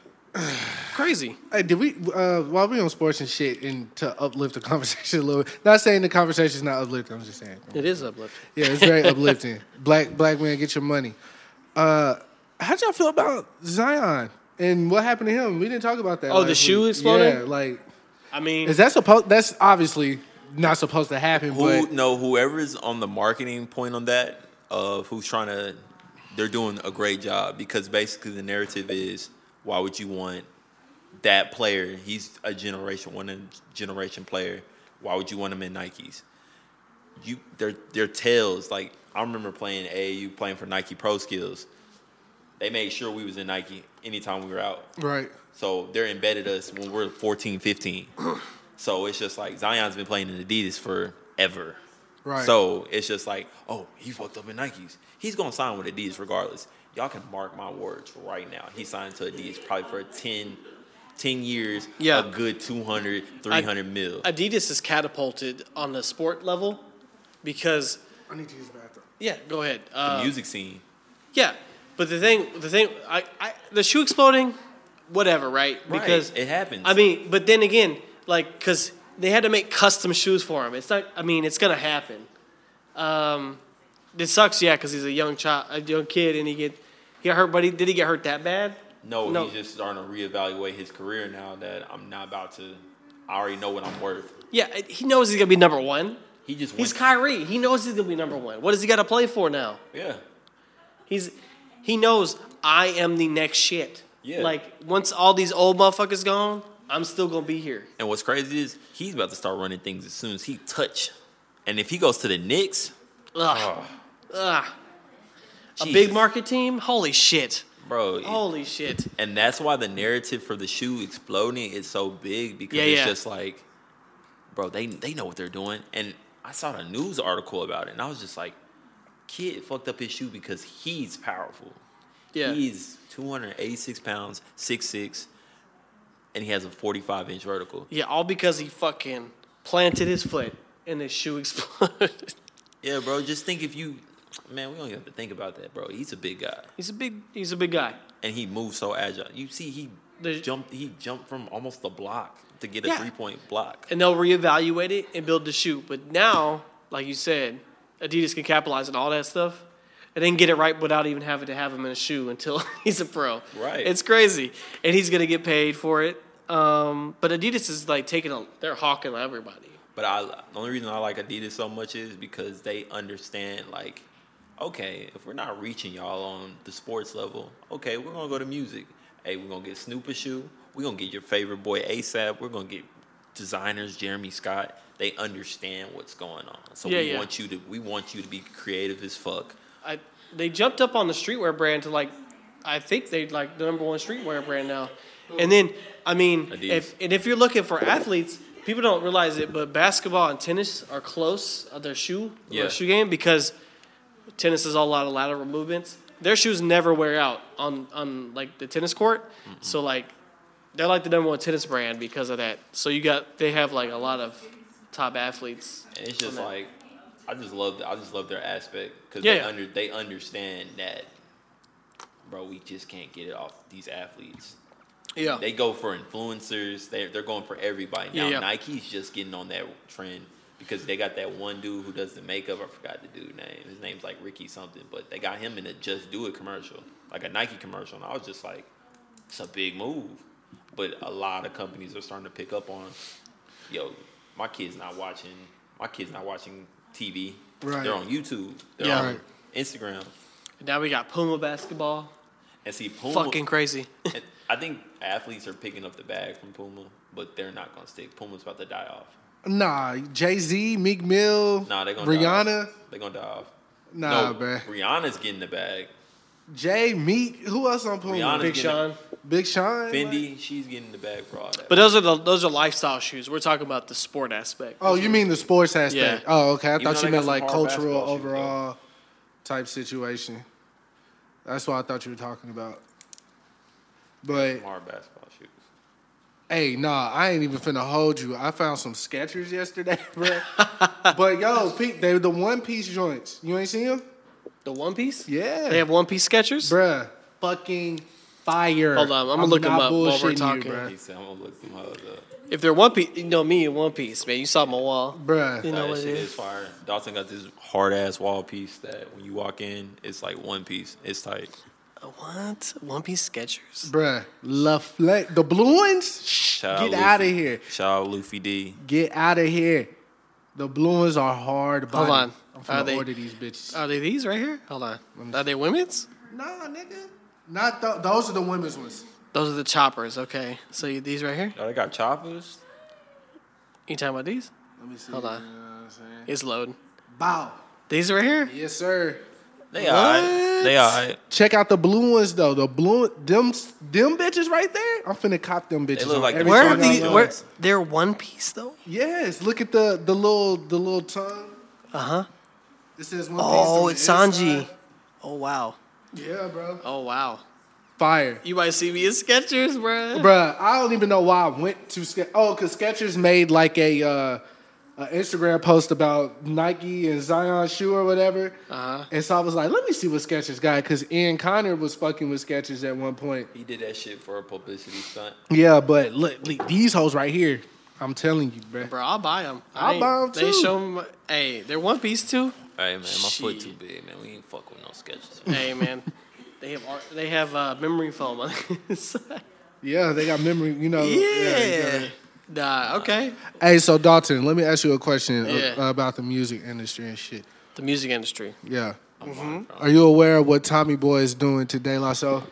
S5: Crazy.
S4: Hey, did we uh, while we on sports and shit and to uplift the conversation a little? Not saying the conversation's not uplifting. I'm just saying.
S5: It is uplifting.
S4: Yeah, it's very uplifting. Black black man, get your money. Uh, how'd y'all feel about Zion and what happened to him? We didn't talk about that.
S5: Oh, the
S4: last
S5: shoe
S4: week.
S5: exploding?
S4: Yeah, like
S5: I mean,
S4: is that supposed? That's obviously not supposed to happen.
S3: Who
S4: but
S3: no, whoever's on the marketing point on that of who's trying to, they're doing a great job because basically the narrative is why would you want that player? He's a generation one and generation player. Why would you want him in Nikes? You their their tails like I remember playing AAU playing for Nike Pro Skills. They made sure we was in Nike anytime we were out.
S4: right,
S3: So they're embedded us when we're 14, 15. so it's just like Zion's been playing in Adidas forever.
S4: right.
S3: So it's just like, oh, he fucked up in Nikes. He's gonna sign with Adidas regardless. Y'all can mark my words right now. He signed to Adidas probably for 10, 10 years,
S5: Yeah.
S3: a good 200, 300 mil.
S5: Adidas is catapulted on the sport level because
S4: I need to use the bathroom.
S5: yeah, go ahead. Uh,
S3: the music scene.
S5: yeah, but the thing, the thing, I, I, the shoe exploding, whatever, right? Because
S3: Right, it happens.
S5: I mean, but then again, like, cause they had to make custom shoes for him. It's not. I mean, it's gonna happen. Um, it sucks, yeah, cause he's a young child, a young kid, and he get he got hurt. But he, did he get hurt that bad?
S3: no,
S5: no.
S3: he's just starting to reevaluate his career now that I'm not about to. I already know what I'm worth.
S5: Yeah, it- he knows he's gonna be number one.
S3: He just
S5: He's
S3: went-
S5: Kyrie. He knows he's gonna be number one. What does he got to play for now?
S3: yeah.
S5: He's he knows I am the next shit.
S3: Yeah.
S5: Like once all these old motherfuckers gone, I'm still gonna be here.
S3: And what's crazy is he's about to start running things as soon as he touch. And if he goes to the Knicks, oh,
S5: Ugh. Ugh. A big
S3: Jesus.
S5: market team? Holy shit.
S3: bro,
S5: Holy shit.
S3: and that's why the narrative for the shoe exploding is so big because
S5: Yeah,
S3: it's
S5: yeah.
S3: just like bro, they they know what they're doing. And I saw the news article about it, and I was just like, kid fucked up his shoe because he's powerful.
S5: Yeah.
S3: He's 286 pounds, 6'6", and he has a 45 inch vertical.
S5: Yeah, all because he fucking planted his foot and his shoe exploded.
S3: Yeah, bro. Just think if you, man, we don't even have to think about that, bro. He's a big guy,
S5: he's a big he's a big guy.
S3: and he moves so agile. You see, he
S5: There's-
S3: jumped. He jumped from almost the block to get a
S5: Yeah.
S3: three point block.
S5: And they'll reevaluate it and build the shoe. But now, like you said, Adidas can capitalize on all that stuff and then get it right without even having to have him in a shoe until he's a pro.
S3: Right.
S5: It's crazy. And he's gonna get paid for it. Um, but Adidas is like taking a they're hawking everybody.
S3: But I, the only reason I like Adidas so much is because they understand, like, okay, if we're not reaching y'all on the sports level, okay, we're gonna go to music. Hey, we're gonna get Snoop a shoe. We're gonna get your favorite boy ASAP. We're gonna get designers Jeremy Scott. They understand what's going on, so
S5: Yeah,
S3: we
S5: yeah.
S3: want you to we want you to be creative as fuck.
S5: I they jumped up on the streetwear brand to like I think they like the number one streetwear brand now. And then I mean
S3: Adidas.
S5: if and if you're looking for athletes, people don't realize it, but basketball and tennis are close of their shoe
S3: Yeah.
S5: their shoe game because tennis is all a lot of lateral movements. Their shoes never wear out on on like the tennis court. So like they're like the number one tennis brand because of that. So you got they have like a lot of top athletes.
S3: And it's just like I just love I just love their aspect because
S5: Yeah,
S3: they
S5: yeah.
S3: under they understand that, bro. We just can't get it off these athletes.
S5: Yeah.
S3: They go for influencers. They they're going for everybody now.
S5: Yeah, yeah.
S3: Nike's just getting on that trend because they got that one dude who does the makeup. I forgot the dude name. His name's like Ricky something, but they got him in a Just Do It commercial, like a Nike commercial, and I was just like, it's a big move. But a lot of companies are starting to pick up on, yo, my kid's not watching. My kid's not watching TV.
S4: Right.
S3: They're on YouTube. They're
S5: Yeah.
S3: on
S4: Right.
S3: Instagram.
S5: now we got Puma basketball.
S3: And see, Puma.
S5: Fucking crazy.
S3: And I think athletes are picking up the bag from Puma, but they're not gonna stick. Puma's about to die off.
S4: Nah, Jay Z, Meek Mill,
S3: Nah, they're gonna Die
S4: Rihanna.
S3: off. They're gonna die off.
S4: Nah,
S3: no,
S4: bruh.
S3: Rihanna's getting the bag.
S4: Jay, Meek, who else on Puma?
S3: Rihanna's
S5: Big
S3: getting the-
S5: Sean.
S4: Big Sean, like-
S3: Fendi, she's getting the bag for all that.
S5: But those are the those are lifestyle shoes. We're talking about the sport aspect.
S4: Oh, you mean the sports aspect?
S5: Yeah.
S4: Oh, okay. I
S3: Even though
S4: thought
S3: they
S4: you
S3: got
S4: meant
S3: some
S4: like
S3: hard
S4: cultural
S3: basketball shoes, though.
S4: overall type situation. That's what I thought you were talking about. But
S3: hard basketball shoes.
S4: Hey, nah, I ain't even finna hold you. I found some Skechers yesterday, bro. but yo, Pete, they the one piece joints. You ain't seen them?
S5: The One Piece?
S4: Yeah.
S5: They have One Piece Skechers?
S4: Bruh, fucking fire.
S5: Hold on, I'm gonna look 'em
S4: not
S5: up while we're
S4: bullshitting
S5: talking.
S3: He said, "I'm gonna look them hoes up."
S5: If they're One Piece, you know me and One Piece, man. You saw my wall.
S4: bruh.
S5: You
S4: Bruh.
S5: know
S3: Nah,
S5: what
S3: that
S5: it
S3: shit
S5: is.
S3: is fire. Dawson got this hard ass wall piece that when you walk in, it's like one piece. It's tight.
S5: Uh, What? One Piece Skechers?
S4: Bruh. La Fle- the blue ones? Shh,
S3: Shout out
S4: Get
S3: Luffy.
S4: out of here.
S3: Shout out Luffy D.
S4: Get out of here. The blue ones are hard body.
S5: on.
S4: I'm
S5: Are
S4: finna
S5: they- uh,
S4: order these bitches.
S5: Are they these right here? Hold on. Are they women's?
S4: nah, nigga. Not th- those are the women's ones.
S5: Those are the choppers. Okay. So you, these right here?
S3: Oh, they got choppers.
S5: You talking about these?
S4: Let me see.
S5: Hold on.
S4: You know what I'm saying?
S5: It's loading.
S4: Bow.
S5: These right here?
S4: Yes, sir.
S3: They alright. They alright.
S4: Check out the blue ones though. The blue them them bitches right there. I'm finna cop them bitches.
S3: They look
S4: on
S3: like the
S4: every
S5: Where are
S4: song
S3: Jordan
S5: these?
S4: I know.
S5: Where?
S3: ones.
S5: They're One Piece though.
S4: Yes, look at the the little the little tongue.
S5: Uh huh.
S4: It says one
S5: Oh,
S4: piece
S5: it's
S4: on the
S5: Sanji.
S4: inside.
S5: Oh wow.
S4: Yeah, bro.
S5: Oh wow.
S4: Fire.
S5: You might see me in Skechers, bruh.
S4: Bruh, I don't even know why I went to Ske- Oh, cause Skechers made like a uh an Instagram post about Nike and Zion shoe or whatever. Uh-huh. And so I was like, let me see what Skechers got, cause Ian Connor was fucking with Skechers at one point.
S3: He did that shit for a publicity stunt.
S4: Yeah, but look, look these hoes right here. I'm telling you, bruh.
S5: Bro, I'll buy them.
S4: I'll buy 'em
S5: They
S4: too.
S5: show 'em- Hey, they're One Piece too.
S3: Hey man, my foot too
S5: Shit.
S3: big, man. We ain't fuck with no sketches.
S5: Hey man, they have art, they have uh, memory foam on the side.
S4: Yeah, they got memory. You know. you
S5: Yeah.
S4: gotta-
S5: Nah. Okay.
S4: Hey, so Dalton, let me ask you a question a-
S5: Yeah.
S4: about the music industry and shit.
S5: The music industry.
S4: Yeah. Are you aware of what Tommy Boy is doing to De La Soul?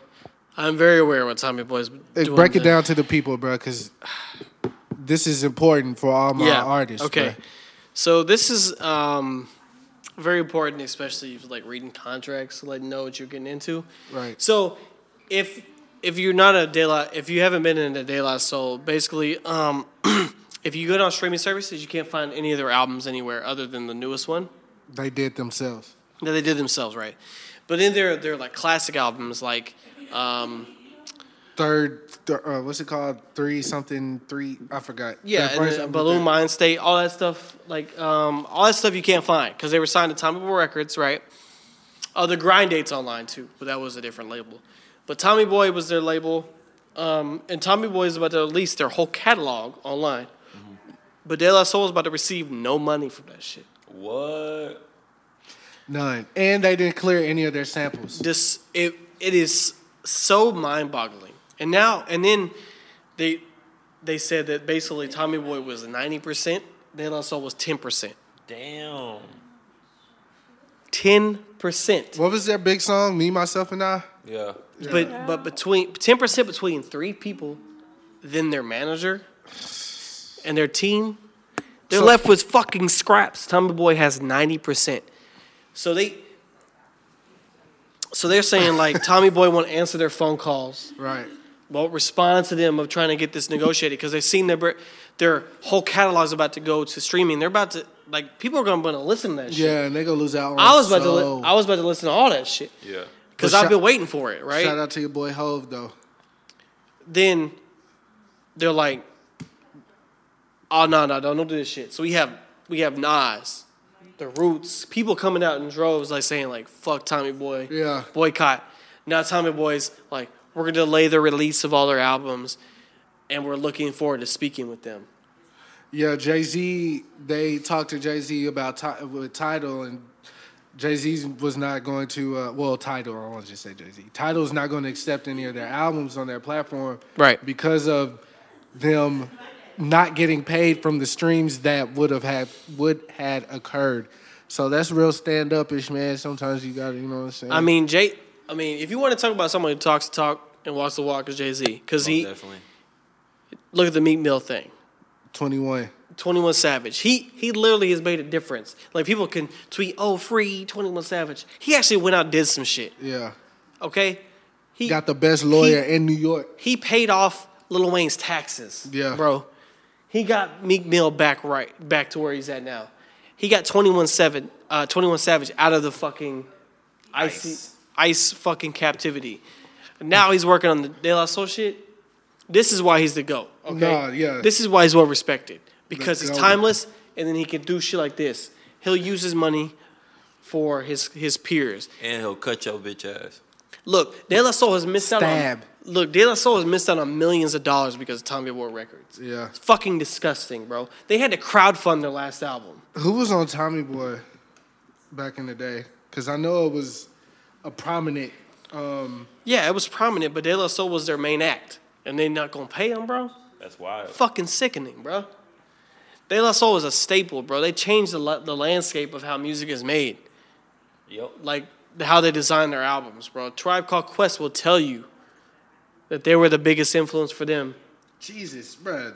S5: I'm very aware of what Tommy Boy's
S4: Hey,
S5: doing.
S4: break it
S5: to-
S4: down to the people, bro, because this is important for all my artists.
S5: Okay.
S4: bruh.
S5: So this is um, very important, especially if like reading contracts, letting know what you're getting into.
S4: Right.
S5: So if if you're not a De La, if you haven't been in a De La Soul, basically um, If you go on streaming services, you can't find any of their albums anywhere other than the newest one.
S4: They did themselves.
S5: No, they did themselves right. But in their their like classic albums, like um,
S4: Third, th- uh, what's it called? Three something, three, I forgot.
S5: yeah,
S4: That
S5: and
S4: first
S5: the
S4: album
S5: Balloon
S4: that-
S5: Mind State, all that stuff, like um, all that stuff you can't find because they were signed to Tommy Boy Records, right? Oh, the Grind Dates online too, but that was a different label. But Tommy Boy was their label, um, and Tommy Boy is about to release their whole catalog online. But De La Soul is about to receive no money from that shit.
S3: What?
S4: None. And they didn't clear any of their samples.
S5: this it it is so mind boggling. And now and then they they said that basically Tommy Boy was ninety percent, De La Soul was ten percent.
S3: Damn.
S5: Ten percent.
S4: What was their big song? Me, myself, and I.
S3: Yeah.
S5: But but between ten percent between three people, then their manager and their team, they're
S4: So-
S5: left with fucking scraps. Tommy Boy has ninety percent. So they so they're saying like Tommy Boy won't answer their phone calls.
S4: Right. Yeah, and they gonna lose out on.
S5: I was about to
S4: so-
S5: li- I was about to listen to all that shit
S3: Yeah.
S5: because
S4: But
S5: I've
S4: shout-
S5: been waiting for it. Right
S4: Shout out to your boy Hove though.
S5: then, they're like, "Oh no no don't don't do this shit." So we have we have Nas, the Roots, people coming out in droves like saying like "fuck Tommy Boy."
S4: Yeah.
S5: boycott. Now Tommy Boy's like, we're gonna delay the release of all their albums, and we're looking forward to speaking with them.
S4: Yeah, Jay Z. They talked to Jay Z about ti- with title, and Jay Z was not going to. Uh, well, title. I want to just say Jay Z. Title's not going to accept any of their albums on their platform,
S5: Right.
S4: Because of them not getting paid from the streams that would have had would had occurred. So that's real stand up ish, man. Sometimes you got to, you know what I'm saying.
S5: I mean, Jay. I mean, if you want to talk about someone who talks the talk and walks the walk, is Jay Z. Because he
S3: Oh, Definitely.
S5: look at the Meat Mill thing.
S4: 21.
S5: Twenty One Savage. He he literally has made a difference. Like people can tweet, "Oh, free Twenty One Savage." He actually went out and did some shit.
S4: Yeah,
S5: Okay. He
S4: got the best lawyer
S5: He-
S4: in New York.
S5: he paid off Lil Wayne's taxes.
S4: Yeah.
S5: Bro. He got Meek Mill back right back to where he's at now. He got 21 7 uh 21 Savage out of the fucking icy ice, fucking captivity. Now he's working on the De La Soul shit. This is why he's the GOAT. Okay.
S4: Nah, yeah.
S5: This is why he's well respected. Because he's
S4: GOAT.
S5: timeless and then he can do shit like this. He'll use his money for his his peers.
S3: And he'll cut your bitch ass.
S5: Look, De La Soul has missed
S4: Stab.
S5: out on. Look, De La Soul has missed out on millions of dollars because of Tommy Boy Records.
S4: Yeah.
S5: It's fucking disgusting, bro. They had to crowdfund their last album.
S4: Who was on Tommy Boy back in the day? Because I know it was a prominent. Um,
S5: Yeah, it was prominent, but De La Soul was their main act, and they not gonna pay them, bro.
S3: That's wild.
S5: Fucking sickening, bro. De La Soul is a staple, bro. They changed the la- the landscape of how music is made,
S3: Yup.
S5: like how they design their albums, bro. Tribe Called Quest will tell you that they were the biggest influence for them.
S4: Jesus, bruh.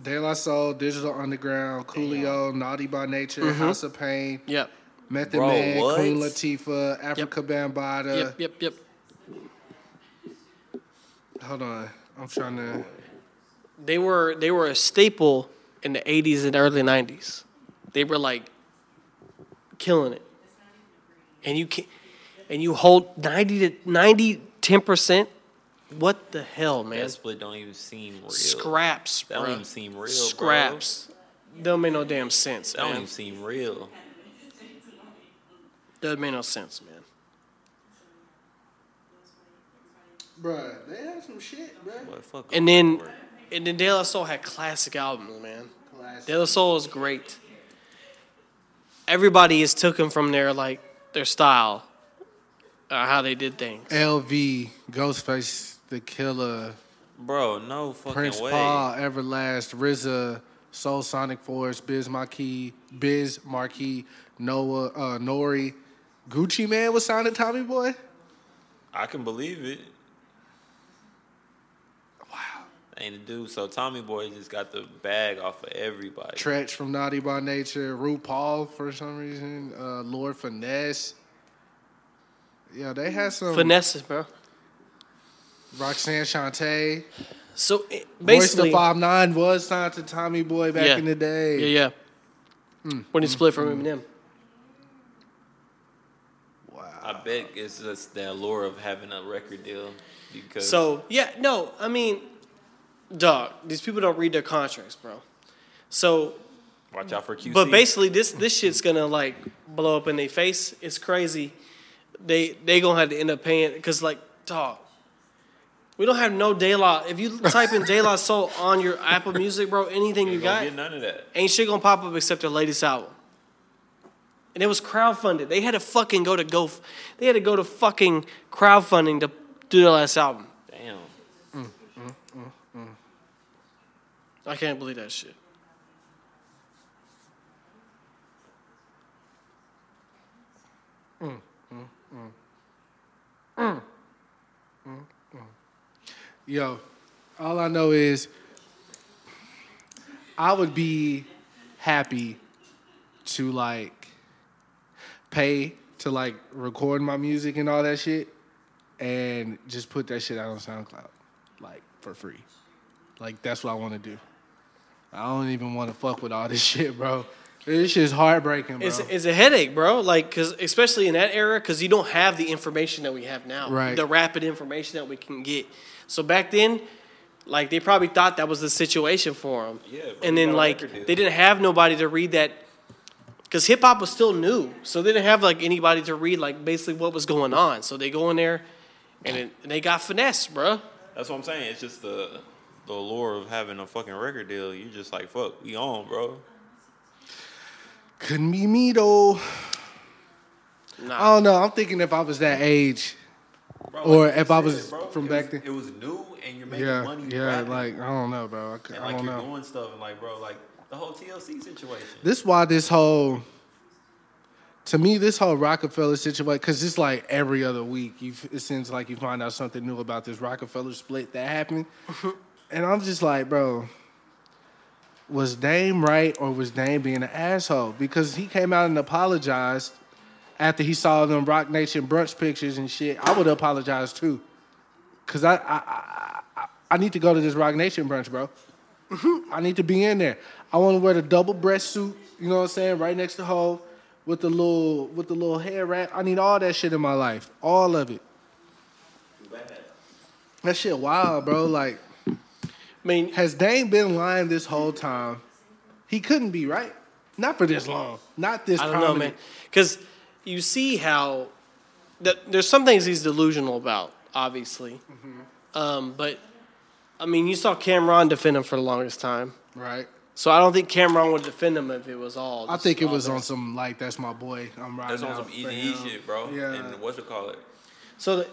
S4: De La Soul, Digital Underground, Coolio, Naughty by Nature, House of Pain,
S5: Yep.
S4: Method
S3: Mm-hmm. Bro,
S4: Man,
S3: what?
S4: Queen Latifah, Africa Bambaataa.
S5: Yep. Yep. Yep.
S4: Hold on, I'm trying to.
S5: they were they were a staple in the 80s and early 90s. They were like killing it. And you can and you hold 90 to 90 10%. What the hell, man?
S3: That split don't even seem real.
S5: Scraps,
S3: That
S5: bro.
S3: don't even seem real, bro.
S5: Scraps. Don't make no damn sense,
S3: That don't
S5: man.
S3: even seem real.
S5: Doesn't make no sense, man.
S4: Bruh, they had some shit, bruh.
S3: But fuck
S5: And
S3: all
S5: then
S3: that work.
S5: and then De La Soul had classic albums, man.
S4: Classic.
S5: De La Soul is great. Everybody has took him from their like their style, uh, how they did things.
S4: LV, Ghostface, The Killer,
S3: Bro, no fucking
S4: Prince
S3: way.
S4: Paul, Everlast, RZA, Soul Sonic Force, Biz Marquee, Biz Marquee, Noah, uh, Nori, Gucci Man was signed to Tommy Boy.
S3: I can believe it. Wow. Ain't a dude. So Tommy Boy just got the bag off of everybody.
S4: Tretch from Naughty by Nature, RuPaul for some reason, uh, Lord Finesse. Yeah, they had some
S5: Finesse, bro.
S4: Roxanne Shante.
S5: So it-
S4: Royce
S5: basically,
S4: the Five Nine was signed to Tommy Boy back
S5: Yeah.
S4: in the day. Mm.
S5: yeah, yeah. When he split from Eminem,
S3: I bet it's just the allure of having a record deal because
S5: So yeah, no, I mean, dog, these people don't read their contracts, bro. So,
S3: watch out for QC.
S5: but basically, this this shit's gonna like blow up in their face. It's crazy. They they gonna have to end up paying because like dog, we don't have no De La. If you type in De La Soul on your Apple Music, bro, anything you
S3: you don't
S5: got,
S3: get none of that.
S5: ain't shit gonna pop up except their latest album. And it was crowdfunded. They had to fucking go to go. They had to go to fucking crowdfunding to do their last album.
S3: Damn.
S5: I can't believe that shit.
S4: Yo, all I know is I would be happy to like pay to like record my music and all that shit and just put that shit out on SoundCloud like for free. Like that's what I want to do. I don't even want to fuck with all this shit, bro. This shit's heartbreaking, bro.
S5: It's, it's a headache, bro. Like, cause especially in that era, cause you don't have the information that we have now.
S4: Right.
S5: The rapid information that we can get. So back then, like they probably thought that was the situation for them.
S3: Yeah, bro,
S5: And
S3: you
S5: then
S3: got a
S5: like
S3: record deal.
S5: they didn't have nobody to read that, cause hip hop was still new. So they didn't have like anybody to read like basically what was going on. So they go in there, and, it, and they got finesse, bro.
S3: That's what I'm saying. It's just the the allure of having a fucking record deal. You're just like, fuck, we on, bro.
S4: Couldn't be me though. I
S5: Nah.
S4: don't know. I'm thinking if I was that age,
S3: Bro,
S4: Or
S3: like you
S4: if I was from
S3: it
S4: back
S3: was-
S4: then.
S3: It was new and you're making
S4: yeah,
S3: money.
S4: yeah.
S3: rapping.
S4: Like I don't know, bro. I, c-
S3: and
S4: I
S3: like
S4: don't
S3: you're
S4: know.
S3: doing stuff and like bro, like the whole TLC situation.
S4: This why this whole to me this whole Rockefeller situation because it's like every other week you f- it seems like you find out something new about this Rockefeller split that happened, and I'm just like, bro, was Dame right or was Dame being an asshole because he came out and apologized after he saw them Rock Nation brunch pictures and shit. I would apologize too, cause I I I, I, I need to go to this Rock Nation brunch, bro. I need to be in there. I want to wear the double breast suit. You know what I'm saying? Right next to Hov, with the little with the little hair wrap. I need all that shit in my life, all of it. That shit wild, bro. Like,
S5: I mean,
S4: has Dane been lying this whole time? He couldn't be right. Not for this long. Not this.
S5: I don't know, man.
S4: prominent.
S5: Because you see how th- there's some things he's delusional about, obviously.
S4: Mm-hmm.
S5: Um, but I mean, you saw Cameron defend him for the longest time,
S4: Right.
S5: so I don't think Cameron would defend him if it was all.
S4: I
S5: just
S4: think it
S5: all
S4: was
S5: there.
S4: on some like that's my boy. I'm riding.
S3: That's on
S4: out
S3: some
S4: for
S3: easy
S4: him.
S3: shit, bro.
S4: Yeah.
S3: And what you call it?
S5: So, the,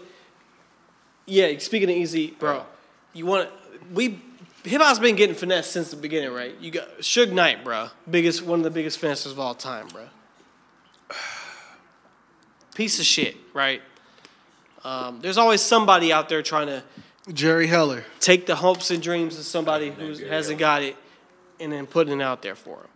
S5: yeah. Speaking of easy, bro, you want we hip hop's been getting finessed since the beginning, right? You got Suge Knight, bro, biggest one of the biggest finessers of all time, bro. Piece of shit, right? Um, there's always somebody out there trying to
S4: Jerry Heller.
S5: take the hopes and dreams of somebody who hasn't got it and then putting it out there for them.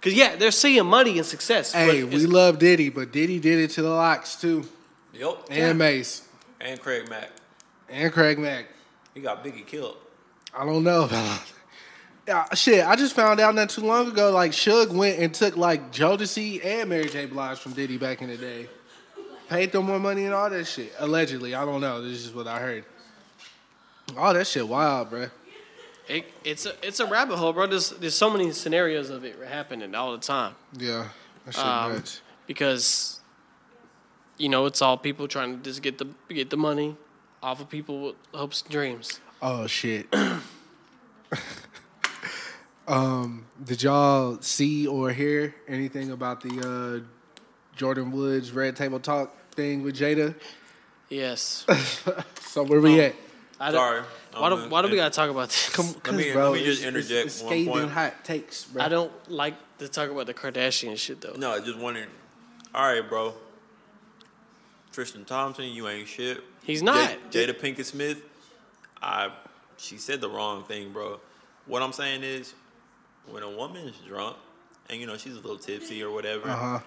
S5: Cause yeah, they're seeing money and success. but
S4: Hey,
S5: it's-
S4: we love Diddy, but Diddy did it to the locks too,
S3: Yup.
S4: and Mace,
S3: And Craig Mack.
S4: and Craig Mack.
S3: He got Biggie killed.
S4: I don't know about Yeah, shit, I just found out not too long ago, like Suge went and took like Jodeci and Mary J. Blige from Diddy back in the day. Paid them more money and all that shit. Allegedly. I don't know. This is what I heard. All that shit wild, bruh.
S5: It, it's a it's a rabbit hole, bro. There's there's so many scenarios of it happening all the time
S4: Yeah. That shit nuts.
S5: because you know it's all people trying to just get the get the money off of people with hopes and dreams.
S4: Oh shit. um, did y'all see or hear anything about the uh, Jordan Woods Red Table Talk thing with Jada?
S5: Yes.
S4: So where we at?
S5: I don't-
S3: Sorry.
S5: Why do
S3: I'm-
S5: why do we gotta talk about this?
S3: Let me-
S4: 'Cause,
S3: let me just
S4: it's- it's-
S3: interject
S4: it's
S3: one
S4: scathing
S3: point.
S4: hot takes, bro.
S5: I don't like to talk about the Kardashian shit though.
S3: No, I just wondering. All right, bro. Tristan Thompson, you ain't shit.
S5: He's
S3: Ja-
S5: not.
S3: Jada Pinkett Smith. I. She said the wrong thing, bro. What I'm saying is, when a woman's drunk, and you know she's a little tipsy or whatever,
S4: Uh-huh.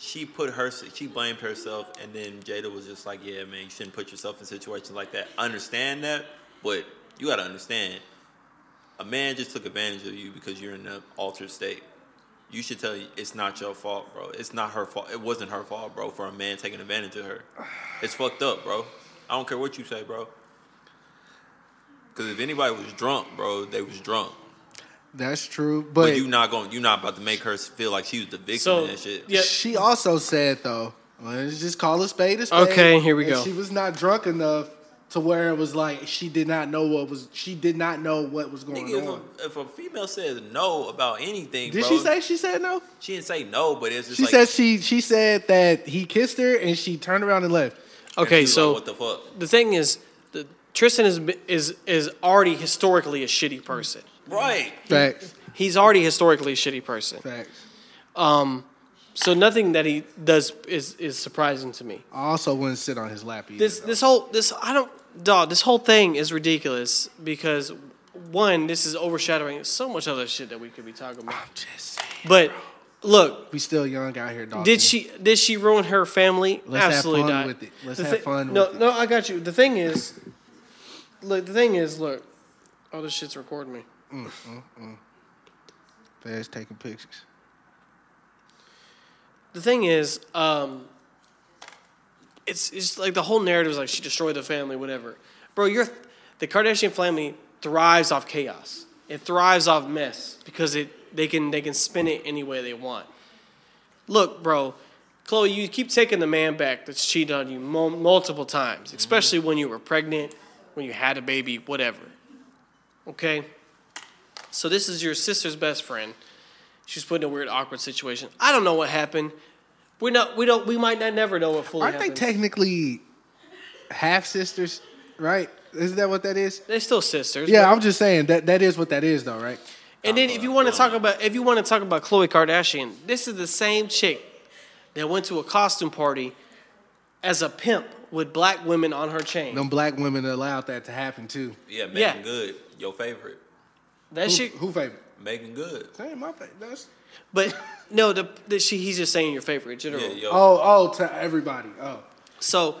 S3: she put her. She blamed herself, and then Jada was just like, "Yeah, man, you shouldn't put yourself in situations like that. I understand that, but you got to understand, a man just took advantage of you because you're in an altered state. You should tell you it's not your fault, bro. It's not her fault. It wasn't her fault, bro, for a man taking advantage of her. It's fucked up, bro. I don't care what you say, bro. Because if anybody was drunk, bro, they was drunk.
S4: That's true,
S3: But,
S4: but
S3: you not going, to you not about to make her feel like she was the victim
S5: So
S3: and that shit.
S5: yeah,
S4: she also said though, let's just call a spade a spade.
S5: Okay, here we
S4: And
S5: go.
S4: She was not drunk enough to where it was like she did not know what was she did not know what was going
S3: Nigga, if
S4: on.
S3: a, if a female says no about anything,
S4: Did
S3: bro,
S4: she say she said no?
S3: she didn't say no? But it's just
S4: She
S3: like,
S4: said she she said that he kissed her and she turned around and left.
S5: okay.
S3: she's
S5: So
S3: like, what the fuck?
S5: the thing is, the, Tristan is is is already historically a shitty person.
S3: Right.
S4: Facts.
S5: He's already historically a shitty person. Um,
S4: Facts.
S5: So nothing that he does is is surprising to me.
S4: I also wouldn't sit on his lap either.
S5: This
S4: though.
S5: this whole this I don't dog. This whole thing is ridiculous because one, this is overshadowing so much other shit that we could be talking about.
S4: Just saying.
S5: But look,
S4: we still young out here, dog.
S5: did she did she ruin her family?
S4: Let's have
S5: Absolutely
S4: fun
S5: not.
S4: with it. Let's
S5: The
S4: have
S5: thi-
S4: fun
S5: No,
S4: with it.
S5: no, I got you. The thing is, look. The thing is, look. Oh, this shit's recording me.
S4: Fast taking pictures.
S5: the thing is, um, it's it's like the whole narrative is like she destroyed the family, whatever. Bro, you're the Kardashian family thrives off chaos. It thrives off mess because it they can they can spin it any way they want. Look, bro, Chloe, you keep taking the man back that's cheated on you mul- multiple
S4: Mm-hmm.
S5: times, especially when you were pregnant, when you had a baby, whatever. Okay. So this is your sister's best friend. She's put in a weird, awkward situation. I don't know what happened. We not. We don't. We might not never know what fully
S4: Aren't they
S5: happened.
S4: technically half sisters? Right? Isn't that what that is?
S5: They're still sisters.
S4: Yeah,
S5: but-
S4: I'm just saying that that is what that is, though, right?
S5: and then if you
S3: Oh,
S5: want to talk about if you want to talk about Khloe Kardashian, this is the same chick that went to a costume party as a pimp with black women on her chain.
S4: Them black women allowed that to happen too.
S3: Yeah, Megan
S5: Yeah.
S3: Good, your favorite.
S5: that
S4: Who,
S5: shit.
S4: who favorite?
S3: Megan Good.
S4: Dang, my favorite. That's-
S5: But no, the, the she. He's just saying your favorite in general.
S3: Yeah, yo.
S4: Oh, oh, to everybody. Oh,
S5: So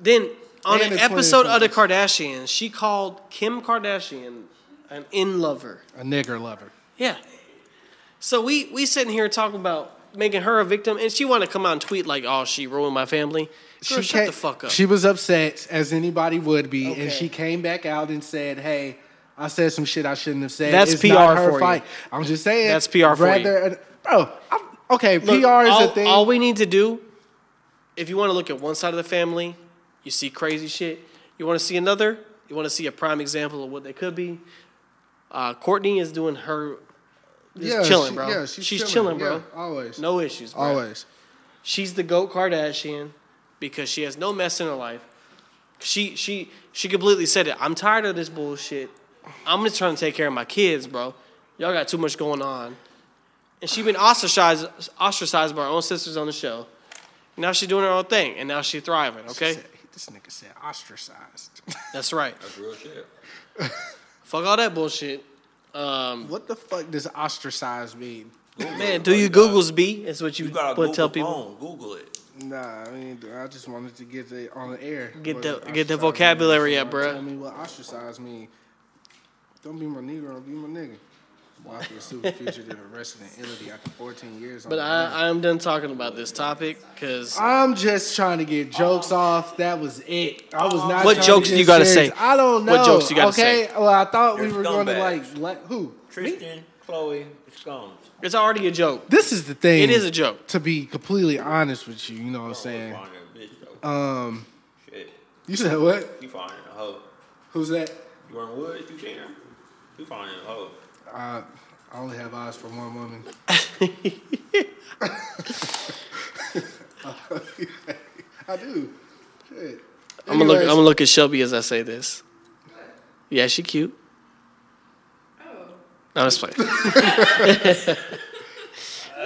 S5: then on
S4: And
S5: an
S4: the twins
S5: episode of the
S4: something.
S5: Kardashians, she called Kim Kardashian an in lover.
S4: a nigger lover.
S5: Yeah. So we we sitting here talking about making her a victim, and she want to come out and tweet like, "Oh, she ruined my family." Girl, shut
S4: ca-
S5: the fuck up.
S4: She was upset as anybody would be,
S5: Okay.
S4: and she came back out and said, "Hey, I said some shit I shouldn't have said."
S5: That's
S4: It's not
S5: PR
S4: her
S5: for you.
S4: fight. I'm just saying.
S5: That's PR for you.
S4: rather, Bro, I'm, okay,
S5: Look,
S4: PR is
S5: all,
S4: a thing.
S5: All we need to do, if you want to look at one side of the family, you see crazy shit. You want to see another, you want to see a prime example of what they could be. Uh, Courtney is doing her, just
S4: Yeah,
S5: chilling,
S4: she-
S5: bro.
S4: yeah, she's
S5: chilling,
S4: chilling,
S5: bro.
S4: yeah, always.
S5: no issues, bro.
S4: Always.
S5: She's the goat Kardashian because she has no mess in her life. She she she completely said it. I'm tired of this bullshit. I'm just trying to take care of my kids, bro. Y'all got too much going on. And she been ostracized ostracized by her own sisters on the show. Now she's doing her own thing, and now she thriving.
S4: She
S5: Okay,
S4: said- this nigga said ostracized.
S5: that's right.
S3: Real shit.
S5: Fuck all that bullshit. Um,
S4: what the fuck does ostracized mean?
S5: man, do you Google's B? Is what you,
S3: You got a
S5: would
S3: Google
S5: tell people.
S3: phone. Google it.
S4: Nah, I mean, I just wanted to get the on the air.
S5: Get
S4: What
S5: the-
S4: does
S5: get the
S4: ostracize
S5: vocabulary
S4: mean?
S5: up, bruh.
S4: Tell me what ostracize mean. Don't be my Negro, be my nigga. Walker super featured in arrested in Italy after 14 years. on
S5: But
S4: the run.
S5: I, I'm done talking about this topic because
S4: I'm just trying to get jokes off. That was it. I was not.
S5: Oh. What
S4: trying to
S5: jokes
S4: get
S5: you gotta
S4: serious.
S5: say?
S4: I don't know.
S5: What jokes you gotta
S4: okay? Well, I thought we
S3: You're
S4: were going to like
S3: scumbags.
S4: let who?
S3: Tristan, Chloe, Scones.
S5: it's already a joke.
S4: This is the thing.
S5: It is a joke.
S4: To be completely honest with you, you know what I'm saying. Uh.
S3: Um. Shit.
S4: You said what?
S3: You finding a hoe.
S4: Who's that?
S3: You wearing wood? You can't. You finding a hoe.
S4: I I only have eyes for one woman. I do. Shit.
S5: I'm gonna look. I'm
S4: Anyways,
S5: gonna look at Shelby as I say this. Yeah, she cute. Oh. No, I'm just playing.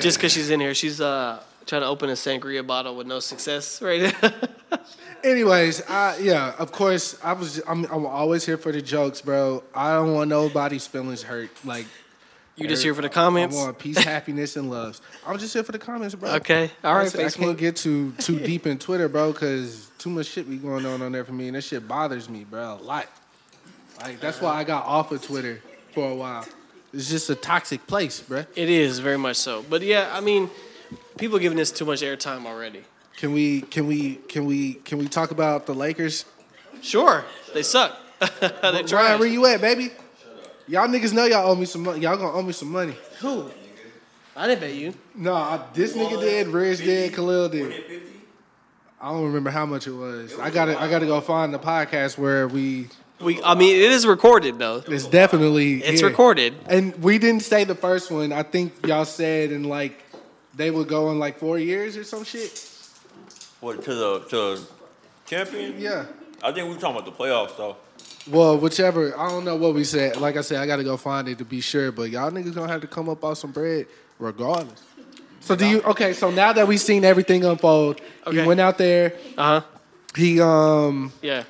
S5: just because she's in here, she's uh trying to open a sangria bottle with no success right now.
S4: Anyways, I, yeah, of course, I was. I'm, I'm always here for the jokes, bro. I don't want nobody's feelings hurt. Like
S5: you just here for the
S4: I
S5: comments.
S4: want peace, happiness, and loves. I'm just here for the comments, bro.
S5: Okay. All right,
S4: Listen, I
S5: Facebook.
S4: can't get too too deep in Twitter, bro, because too much shit be going on on there for me, and that shit bothers me, bro, a lot. Like that's why I got off of Twitter for a while. It's just a toxic place, bruh.
S5: It is very much so. But yeah, I mean, people giving this too much airtime already.
S4: Can we can we can we can we talk about the Lakers?
S5: Sure, they suck. they
S4: Brian, where
S5: try.
S4: you at, baby? Y'all niggas know y'all owe me some money. Y'all gonna owe me some money.
S5: Who? I didn't bet you.
S4: No, I, this nigga did, Riz did, Khalil did. I don't remember how much it was. I gotta I gotta go find the podcast where we
S5: We. I mean, it is recorded though.
S4: it's definitely
S5: It's
S4: here.
S5: recorded.
S4: And we didn't say the first one. I think y'all said in like they would go in like four years or some shit.
S3: What to the to the champion?
S4: Yeah.
S3: I think we were talking about the playoffs though.
S4: Well, whichever. I don't know what we said. Like I said, I gotta go find it to be sure. But y'all niggas gonna have to come up off some bread regardless. So do you? Okay. So now that we've seen everything unfold, he
S5: Okay.
S4: went out there.
S5: Uh huh.
S4: He um
S5: Yeah.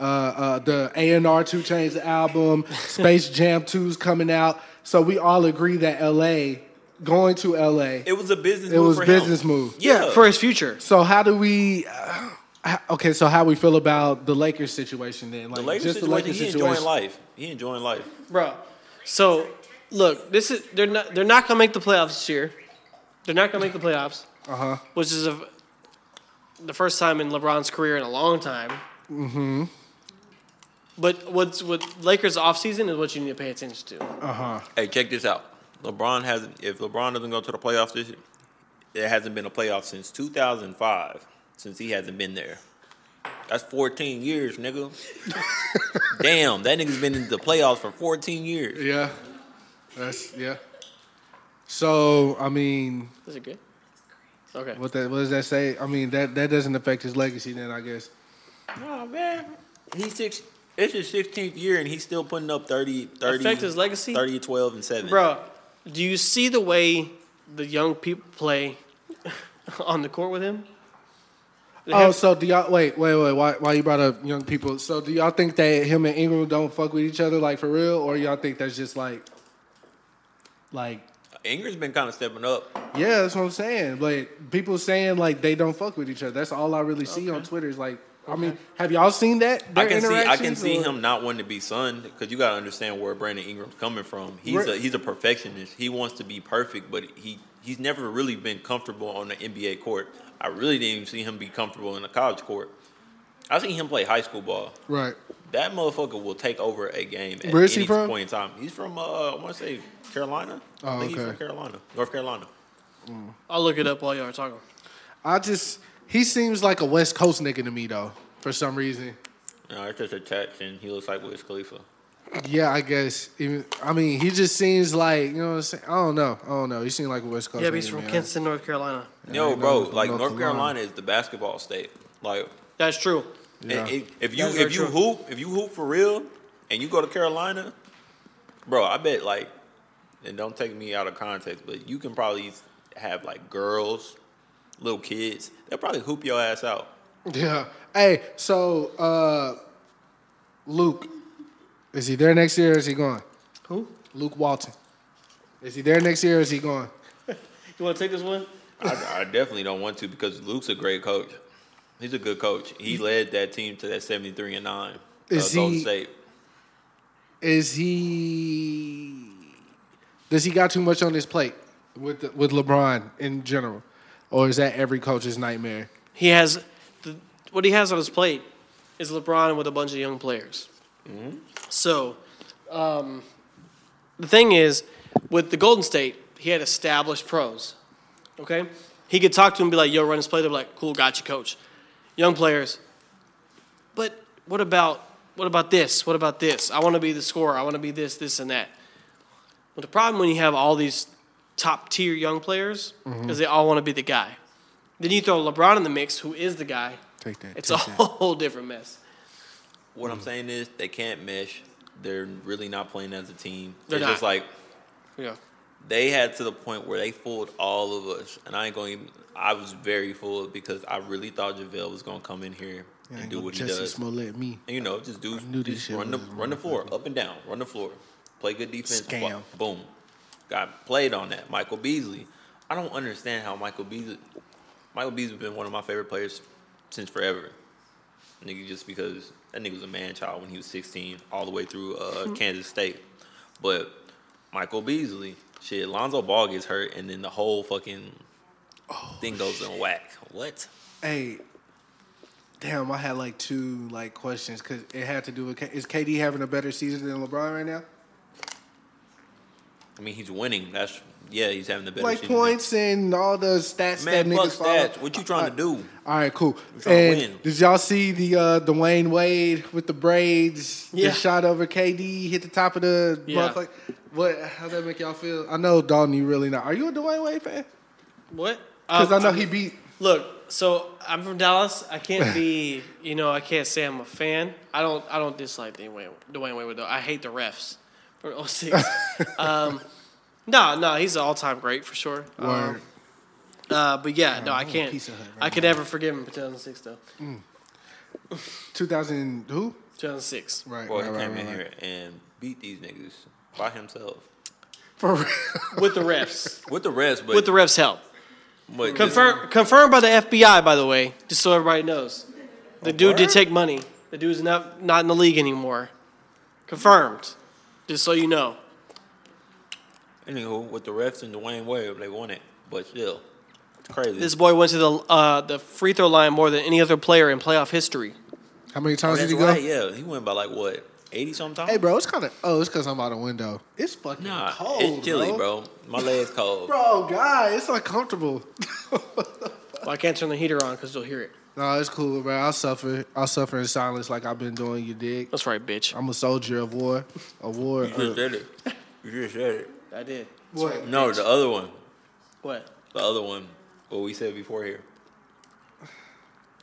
S4: uh, uh the A and R Two Chains album, Space Jam 2's coming out. So we all agree that L.A. going to L.A.
S3: It was a business.
S4: It
S3: move
S4: was
S3: for
S4: business
S3: him.
S4: move.
S3: Yeah.
S5: For his future.
S4: So how do we? Uh, h- okay, so how we feel about the Lakers situation then? Like
S3: the Lakers
S4: just the
S3: situation.
S4: Lakers
S3: he
S4: situation.
S3: enjoying life. He enjoying life.
S5: bro. So, look, this is they're not they're not gonna make the playoffs this year. They're not gonna make the playoffs. Uh huh. Which is a, the first time in LeBron's career in a long time. Mm-hmm. But what's what Lakers offseason is what you need to pay attention to.
S4: Uh-huh.
S3: Hey, check this out. LeBron hasn't. If LeBron doesn't go to the playoffs this year, it hasn't been a playoff since 2005. Since he hasn't been there, that's 14 years, nigga. Damn, that nigga's been in the playoffs for 14 years.
S4: Yeah, that's yeah. So I mean,
S5: Is it good? Okay.
S4: what that what does that say? I mean that that doesn't affect his legacy then, I guess.
S3: Oh man, he's six. It's his 16th year and he's still putting up 30, 30
S5: Affect his legacy?
S3: 30, 12, and seven.
S5: Bro, do you see the way the young people play on the court with him? They
S4: Oh,
S5: have-
S4: so do y'all wait wait wait why why you brought up young people? So do y'all think that him and Ingram don't fuck with each other like for real, or y'all think that's just like like
S3: Ingram's been kind of stepping up.
S4: Yeah, that's what I'm saying. Like people saying like they don't fuck with each other. That's all I really see on Twitter is like I mean, have y'all seen that?
S3: I
S4: Their
S3: can see. I can
S4: interactions,
S3: see
S4: or-
S3: him not wanting to be son because you gotta understand where Brandon Ingram's coming from. He's
S4: Where-
S3: a he's a perfectionist. He wants to be perfect, but he he's never really been comfortable on the NBA court. I really didn't even see him be comfortable in the college court. I seen him play high school ball.
S4: Right.
S3: That motherfucker will take over a game at
S4: Where is he
S3: any
S4: from?
S3: point in time. He's from uh, I want to say Carolina.
S4: Oh,
S3: I think he's
S4: okay.
S3: from Carolina, North Carolina.
S5: I'll look it up while y'all are talking.
S4: I just he seems like a West Coast nigga to me though, for some reason.
S3: No, it's just a touch, and he looks like Wiz Khalifa.
S4: Yeah, I guess. Even I mean, he just seems like you know what I'm saying. I don't know. I don't know. He seems like a West Coast.
S5: Yeah,
S4: nigga
S5: but he's
S4: to
S5: from
S4: me.
S5: Kinston, North Carolina.
S3: Yo,
S4: ain't
S3: bro,
S4: nothing from
S3: like
S4: North
S3: North
S4: Carolina.
S3: Carolina is the basketball state. Like
S5: That's true.
S3: And
S4: Yeah.
S3: if- if you
S5: That's very
S3: if you
S5: true.
S3: hoop if you hoop for real and you go to Carolina, bro, I bet like, and don't take me out of context, but you can probably have like girls, little kids. They'll probably hoop your ass out.
S4: Yeah. Hey, so uh, Luke, is he there next year? or Is he gone?
S5: Who?
S4: Luke Walton, is he there next year? or Is he gone?
S5: You want to take this one?
S3: I, I definitely don't want to because Luke's a great coach. He's a good coach. He led that team to that seventy three and nine. uh,
S4: Is
S3: Golden
S4: he-
S3: State.
S4: Is he? Does he got too much on his plate with the, with LeBron in general, or is that every coach's nightmare?
S5: He has the, what he has on his plate is LeBron with a bunch of young players. So, um, the thing is, with the Golden State, he had established pros. Okay, he could talk to him and be like, "Yo, run this play." They're like, "Cool, got you, coach." Young players, but what about what about this? What about this? I want to be the scorer. I want to be this, this, and that. But the problem when you have all these top tier young players is they all want to be the guy. Then you throw LeBron in the mix, who is the guy.
S4: Take that.
S5: It's a
S4: take that.
S5: whole different mess.
S3: What
S4: Mm.
S3: I'm saying is they can't mesh. They're really not playing as a team.
S5: They're
S3: it's just
S5: not.
S3: like
S5: Yeah.
S3: they had to the point where they fooled all of us, and I ain't going. to I was very fooled because I really thought Javale was gonna come in here and do what he
S4: Jesse
S3: does.
S4: Smollett, me.
S3: And, you know, just do
S4: knew this
S3: just
S4: shit
S3: run the
S4: was a
S3: run the floor up and down, run the floor, play good defense.
S4: Scam.
S3: bu- Boom, got played on that. Michael Beasley. I don't understand how Michael Beasley. Michael Beasley's been one of my favorite players since forever. nigga, just because that nigga was a man child when he was 16, all the way through uh, Kansas State. But Michael Beasley, shit, Lonzo Ball gets hurt, and then the whole fucking
S4: Oh,
S3: thing goes in whack. What?
S4: Hey, damn! I had like two like questions because it had to do with K- is KD having a better season than LeBron right now?
S3: I mean, he's winning. That's yeah, he's having the better
S4: like
S3: season.
S4: points and all the stats
S3: Man,
S4: that
S3: fuck
S4: niggas follow.
S3: stats. What you trying to do?
S4: All right, cool.
S3: trying to
S4: And
S3: win.
S4: did y'all see the uh, Dwayne Wade with the braids?
S5: Yeah.
S4: The shot over KD hit the top of the
S5: Yeah.
S4: motherfucker. What? How that make y'all feel? I know Dalton, you really not. Are you a Dwayne Wade fan?
S5: What?
S3: Uh,
S4: Because
S5: Um,
S4: I know he beat.
S5: Look, so I'm from Dallas. I can't be, you know, I can't say I'm a fan. I don't, I don't dislike Dwayne Dwayne Wade though. I hate the refs for 06. um, no, no, he's an all-time great for sure. Um,
S4: Word.
S5: uh, but yeah, no, I
S4: want a
S5: can't.
S4: piece of that right
S5: I could never forgive him for 2006 though.
S4: 2000 who?
S5: 2006.
S4: Right,
S3: Boy,
S4: right,
S3: he
S4: right,
S3: came
S4: right,
S3: in
S4: right.
S3: here and beat these niggas by himself
S4: For real.
S5: With the refs.
S3: with the rest. But
S5: With the refs' help.
S3: but this-
S5: Confirm, confirmed by the FBI, by the way, just so everybody knows. The dude did take money. The dude's not not in the league anymore. Confirmed. Just so you know.
S3: Anywho, with the refs and Dwayne Wade, they won it. But still, it's crazy.
S5: This boy went to the uh, the free throw line more than any other player in playoff history.
S4: How many times
S3: That's
S4: did he go?
S3: right, yeah. He went by like what, 80 sometimes?
S4: Hey, bro, it's kind of. Oh, it's because I'm out a window. It's fucking
S3: Nah,
S4: cold.
S3: it's chilly,
S4: bro.
S3: bro. My leg's cold.
S4: Bro, God, it's uncomfortable.
S5: Well, I can't turn the heater on because you'll hear it.
S4: no, it's cool, bro. I'll suffer. I'll suffer in silence like I've been doing, you dig?
S5: That's right, bitch.
S4: I'm a soldier of war. A war.
S3: You just
S4: of
S3: said it. You just said it.
S5: I did.
S4: what?
S3: No, the other one.
S5: What?
S3: The other one. What we said before here. It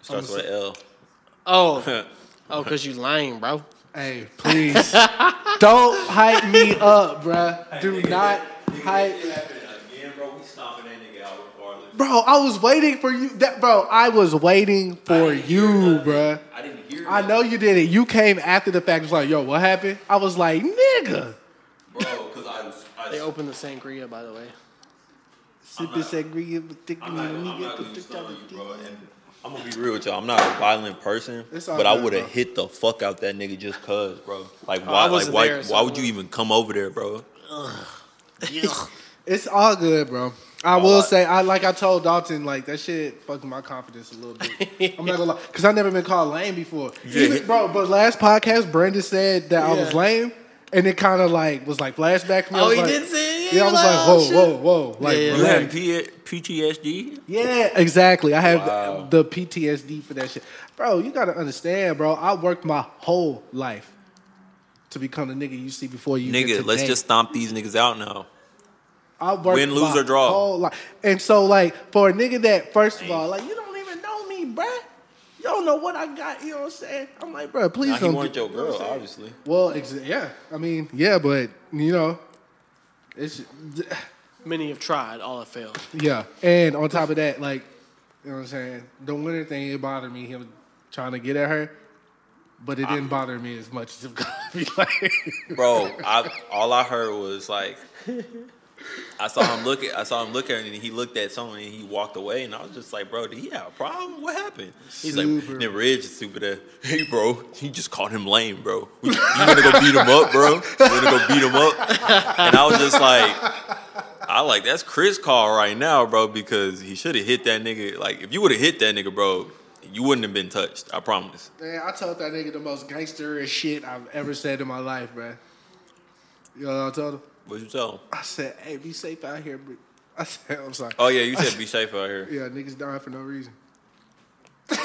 S3: starts with an L.
S5: Oh, oh, because you lying, bro.
S4: Hey, please. Don't hype me up, bro. Do not hype.
S3: Again, bro, we stomping that nigga out regardless.
S4: Bro, I was waiting for you. That, bro, I was waiting for you, bro.
S3: I didn't hear
S4: I know you did it. You came after the fact. It was like, yo, what happened? I was like, nigga.
S3: Bro, because I was. I,
S5: They opened the sangria, by the way.
S4: Sipping sangria, but thinking
S3: I'm not,
S4: we
S3: I'm
S4: get
S3: not
S4: the
S3: gonna
S4: dick out
S3: stun
S4: of
S3: you,
S4: the-
S3: bro. And I'm gonna be real with y'all. I'm not a violent person,
S4: It's all
S3: but I
S4: good,
S3: would have
S4: bro.
S3: hit the fuck out that nigga just cause, bro. Like
S5: I
S3: why? like
S5: wasn't
S3: why?
S5: there, so
S3: why
S5: I
S3: would you even come over there, bro?
S4: It's all good, bro. I
S3: All
S4: will
S3: right.
S4: say, I like I told Dalton, like that shit fucked my confidence a little bit. I'm not gonna lie, cause I've never been called lame before,
S3: Yeah.
S4: Even- bro. But last podcast, Brandon said that I was
S5: Yeah.
S4: lame, and it kind of like was like flashback. For me. I
S5: Oh,
S4: was
S5: he
S4: like-
S5: did say it?
S4: Yeah, I was
S5: You're
S4: like,
S5: like, oh,
S4: whoa,
S5: shit.
S4: whow, whoa, like
S5: Yeah, yeah.
S3: You
S4: relax.
S3: have P- PTSD?
S4: Yeah, exactly. I have
S3: Wow.
S4: the PTSD for that shit. Bro, you gotta understand, bro. I worked my whole life to become the nigga you see before you. get
S3: Nigga,
S4: to
S3: let's
S4: today.
S3: just stomp these niggas out now.
S4: I worked
S3: Win, lose,
S4: my
S3: or draw.
S4: whole life. And so, like, for a nigga that, first of all, like, you don't even know me, bruh. You don't know what I got. You know what I'm saying? I'm like, bruh, please
S3: Now, he
S4: don't.
S3: wanted
S4: do-
S3: your
S4: you know what
S3: girl,
S4: I'm saying?
S3: obviously.
S4: Well, ex- yeah. I mean, yeah, but, you know, it's,
S5: Many have tried, all have failed.
S4: yeah. And on top of that, like, you know what I'm saying? The winter thing, it bothered me, him trying to get at her. But it didn't bother me as much as it got me like.
S3: Bro, I all I heard was like I saw him look at I saw him look at her and he looked at someone and he walked away and I was just like, bro, did he have a problem? What happened? He's
S4: Super.
S3: like, then Ridge is stupid. ass. Hey, bro, he just called him lame, bro. You wanna go beat him up, bro? You wanna go beat him up? And I was just like, I like that's Chris call right now, bro, because he should have hit that nigga. Like if you would have hit that nigga, bro, you wouldn't have been touched. I promise.
S4: Man, I told that nigga the most gangsterish shit I've ever said in my life, bruh. You know what I told him?
S3: What'd you tell him?
S4: I said, hey, be safe out here. But I said, I'm sorry.
S3: Oh yeah, you said be safe out here.
S4: Yeah, niggas dying for no reason.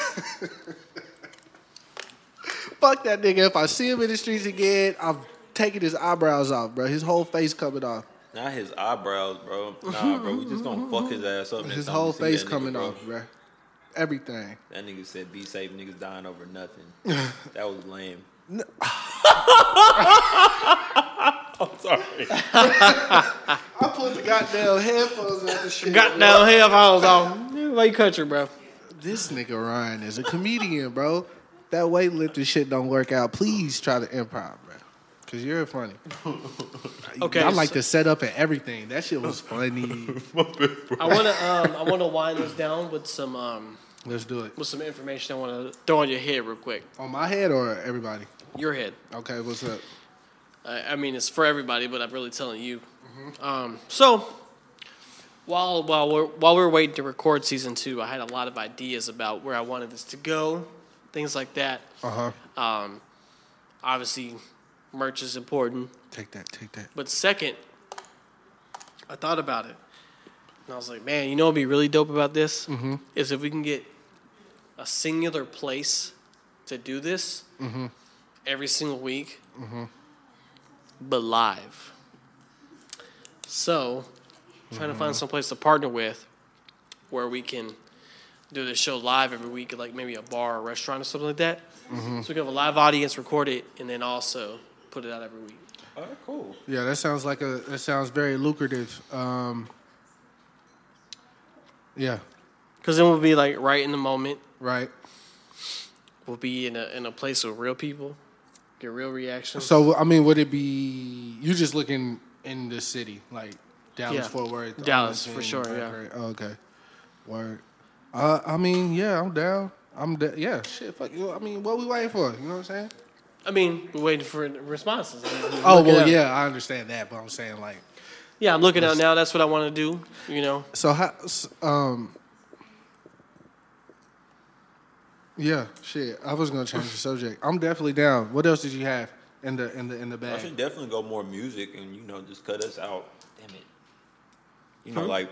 S4: Fuck that nigga. If I see him in the streets again, I'm taking his eyebrows off, bro. His whole face coming off.
S3: Not his eyebrows, bro. Nah, bro, we just gonna fuck his ass up. next
S4: His
S3: time we
S4: whole
S3: see
S4: face
S3: that nigga,
S4: coming
S3: bro.
S4: off, bro. Everything.
S3: That nigga said, "Be safe, niggas dying over nothing." that was lame. I'm sorry.
S4: I put the goddamn headphones on the shit.
S5: Goddamn headphones on. um, Why you cut your bro?
S4: This nigga Ryan is a comedian, bro. That weightlifting shit don't work out. Please try to improv, bro. Cause you're funny.
S5: Okay,
S4: I like
S5: so-
S4: the setup and everything. That shit was funny.
S5: I want to um, I want to wind this down with some um,
S4: Let's do it.
S5: with some information I want to throw on your head real quick.
S4: On my head or everybody?
S5: Your head.
S4: Okay, what's up?
S5: I, I mean, it's for everybody, but I'm really telling you. Um, so, while while we're while we're waiting to record season two, I had a lot of ideas about where I wanted this to go, things like that. Um,
S4: Uh huh.
S5: Obviously, merch is important,
S4: Take that. Take that.
S5: but second, I thought about it, and I was like, man, you know, what'd be really dope about this is if we can get a singular place to do this every single week, but live. So, trying to find some place to partner with where we can do the show live every week, at, like maybe a bar or restaurant or something like that. So we can have a live audience, record it, and then also put it out every week.
S3: All right, cool.
S4: Yeah, that sounds like a. That sounds very lucrative. Um. Yeah.
S5: Because then we'll be like right in the moment.
S4: Right.
S5: We'll be in a in a place with real people, get real reactions.
S4: So I mean, would it be you just looking in the city like Dallas,
S5: Yeah.
S4: Fort Worth,
S5: Dallas,
S4: Arlington,
S5: for sure,
S4: Grand
S5: yeah.
S4: Prairie. Oh, okay. Word. Uh, I mean, yeah, I'm down. I'm da- yeah. Shit, fuck you. I mean, what we waiting for? You know what I'm saying?
S5: I mean, we're waiting for responses. I mean,
S4: Oh
S5: look it
S4: well,
S5: up.
S4: yeah, I understand that, but I'm saying like,
S5: yeah. I'm looking out now. That's what I want to do. You know,
S4: so how? s- Um. Yeah, shit. I was gonna change the subject. I'm definitely down. What else did you have in the in the in the
S3: I
S4: bag?
S3: should definitely go more music and you know just cut us out. Damn it. You know, like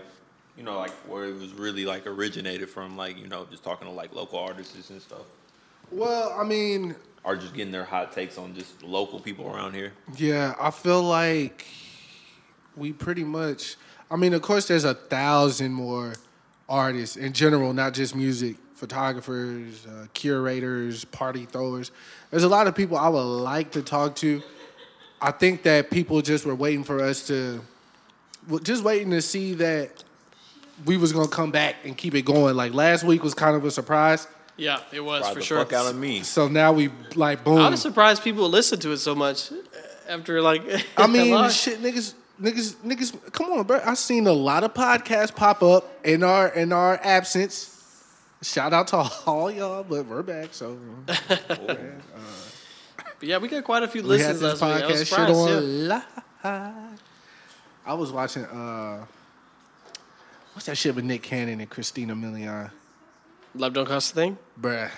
S3: you know, like where it was really like originated from, like you know, just talking to like local artists and stuff,
S4: Well, I mean,
S3: or just getting their hot takes on just local people around here.
S4: Yeah, I feel like we pretty much. I mean, of course, there's a thousand more artists in general, not just music, photographers, uh, curators, party throwers. There's a lot of people I would like to talk to. I think that people just were waiting for us to, well, just waiting to see that we was gonna come back and keep it going. Like last week was kind of a surprise,
S5: yeah. It was
S3: Ride
S5: for
S3: the
S5: sure.
S3: fuck out of me.
S4: so now we like boom.
S5: I was surprised people listened to it so much uh, after like.
S4: I mean,
S5: long.
S4: shit, niggas, niggas, niggas. Come on, bro. I seen a lot of podcasts pop up in our in our absence. Shout out to all y'all, but we're back. So
S5: But yeah, we got quite a few
S4: we had
S5: listens
S4: this
S5: last week. I was
S4: podcast shit
S5: surprised. yeah.
S4: on live. I was watching uh, what's that shit with Nick Cannon and Christina Milian,
S5: Love don't cost a thing.
S4: bruh.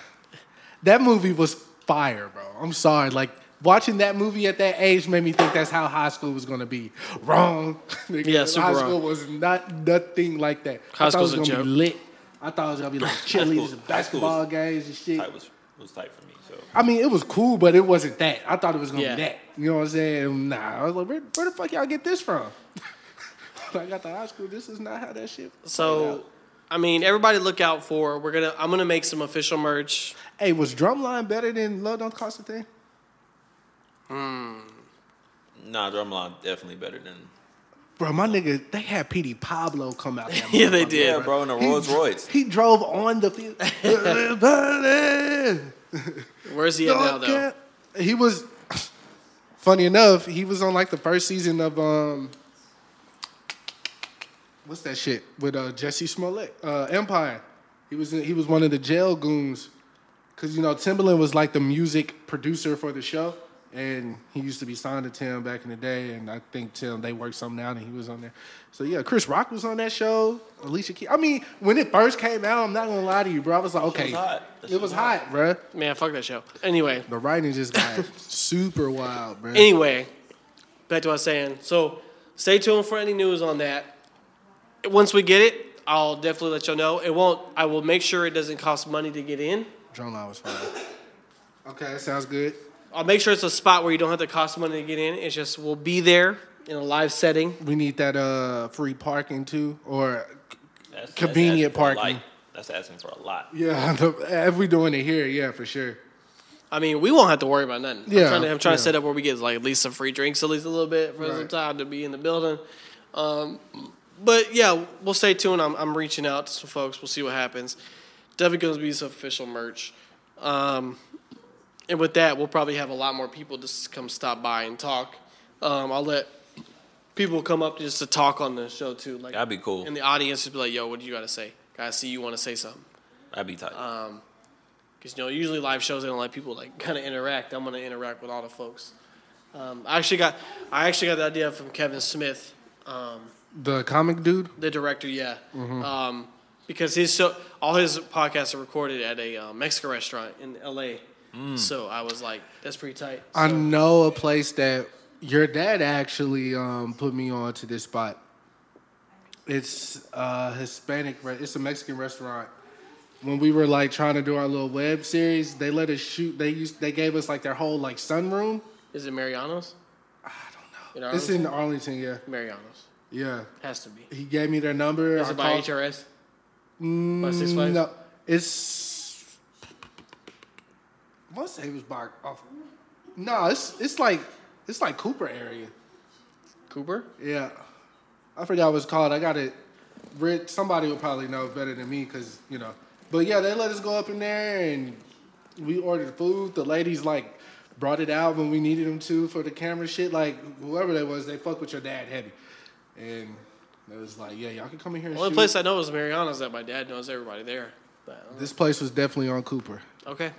S4: That movie was fire, bro. I'm sorry, like. Watching that movie at that age made me think that's how high school was gonna be. Wrong. Nigga,
S5: Yeah, super
S4: high
S5: wrong.
S4: school was not nothing like that.
S5: High
S4: I thought it was
S5: school's a
S4: gonna be
S5: joke.
S4: lit. I thought it was gonna be like cheerleaders and
S3: high school
S4: basketball
S3: was-
S4: games and shit.
S3: Tight was was tight for me. So
S4: I mean, it was cool, but it wasn't that. I thought it was gonna
S5: Yeah.
S4: be that. You know what I'm saying? Nah, I was like, where, where the fuck y'all get this from? I got to high school. This is not how that shit. played
S5: So,
S4: out.
S5: I mean, everybody look out for. We're gonna. I'm gonna make some official merch.
S4: hey, was Drumline better than Love Don't Cost a Thing?
S3: nah, drumline definitely better than
S4: Bro, my nigga, they had Petey Pablo come out. That
S5: Yeah, they
S4: motherfucker,
S5: did.
S3: yeah, bro. In a Rolls Royce.
S4: He drove on the field. Everybody.
S5: Where's he at now, though?
S4: Okay. He was funny enough, he was on like the first season of um what's that shit with uh Jesse Smollett, uh Empire. He was in, he was one of the jail goons cuz you know Timberland was like the music producer for the show and he used to be signed to Tim back in the day and I think Tim they worked something out and he was on there. So yeah, Chris Rock was on that show. Alicia Keys. I mean, when it first came out, I'm not going to lie to you, bro. I was like, okay.
S3: was hot. That
S4: It
S3: shit
S4: was
S3: was
S4: hot, bruh.
S5: Man, fuck that show. Anyway,
S4: The writing just got super wild, bro.
S5: anyway, back to what I was saying. So, stay tuned for any news on that. Once we get it, I'll definitely let y'all know. It won't. I will make sure it doesn't cost money to get in.
S4: Drum line was fine. Okay, that sounds good.
S5: I'll make sure it's a spot where you don't have to cost money to get in. It's just we'll be there in a live setting.
S4: We need that uh free parking too, or
S3: That's, that's
S4: Convenient
S3: asking for a
S4: parking.
S3: lot. That's asking for a lot.
S4: yeah, if we doing it here, yeah, for sure.
S5: I mean, we won't have to worry about nothing. I'm
S4: Yeah,
S5: trying to, I'm trying to
S4: yeah.
S5: set up where we get like at least some free drinks, at least a little bit for some
S4: Right.
S5: time to be in the building. Um, but yeah, we'll stay tuned. I'm, I'm reaching out to some folks. We'll see what happens. Definitely going to be some official merch. Um, and with that, we'll probably have a lot more people just come stop by and talk. Um, I'll let people come up just to talk on the show too. Like
S3: That'd be cool.
S5: In the audience, just be like, "Yo, what do you got to say? I see you want to say something."
S3: That'd be tight.
S5: Because you know, usually live shows they don't let people like kind of interact. I'm gonna interact with all the folks. Um, I actually got I actually got the idea from Kevin Smith, um,
S4: The comic dude.
S5: the director. Yeah, um, because his so all his podcasts are recorded at a uh, Mexican restaurant in L.A. So I was like, that's pretty tight.
S4: I know a place that your dad actually um, put me on to this spot. It's uh, Hispanic. Re- it's a Mexican restaurant. When we were like trying to do our little web series, they let us shoot. They used. They gave us like their whole like sunroom.
S5: Is it Mariano's? I don't know.
S4: It's in Arlington. Yeah,
S5: Mariano's.
S4: yeah.
S5: Has to be.
S4: He gave me their number.
S5: Is
S4: I
S5: it by
S4: called-
S5: HRS? by Six Flags?
S4: No, it's. I want to say it was by. Off. No, it's it's like it's like Cooper area.
S5: Cooper?
S4: Yeah, I forgot what it's called. I got it. Rich, somebody will probably know better than me because you know. But yeah, they let us go up in there and we ordered food. The ladies like brought it out when we needed them to for the camera shit. Like whoever that was, they fuck with your dad heavy, and it was like, yeah, y'all can come in here. And
S5: The only
S4: shoot.
S5: place I know is Mariano's that my dad knows everybody there. But,
S4: this place was definitely on Cooper.
S5: okay.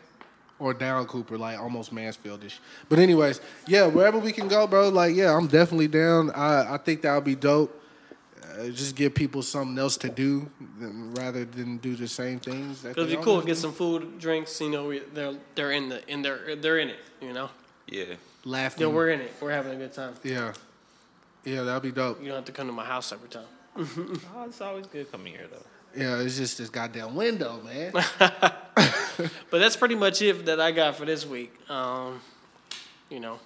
S4: or down Cooper, like almost Mansfieldish. But anyways, yeah, wherever we can go, bro. Like, yeah, I'm definitely down. I I think that'll be dope. Uh, just give people something else to do than, rather than do the same things. that
S5: It'll
S4: they
S5: be cool.
S4: always
S5: Get
S4: do.
S5: some food, drinks. You know, we, they're they're in the in their they're in it. You know,
S3: yeah.
S4: laughing.
S5: yo, we're in it. We're having a good time.
S4: yeah, yeah, that'll be dope.
S5: You don't have to come to my house every time.
S3: Oh, it's always good coming here though.
S4: Yeah, it's just this goddamn window, man.
S5: But that's pretty much it that I got for this week. Um, you know,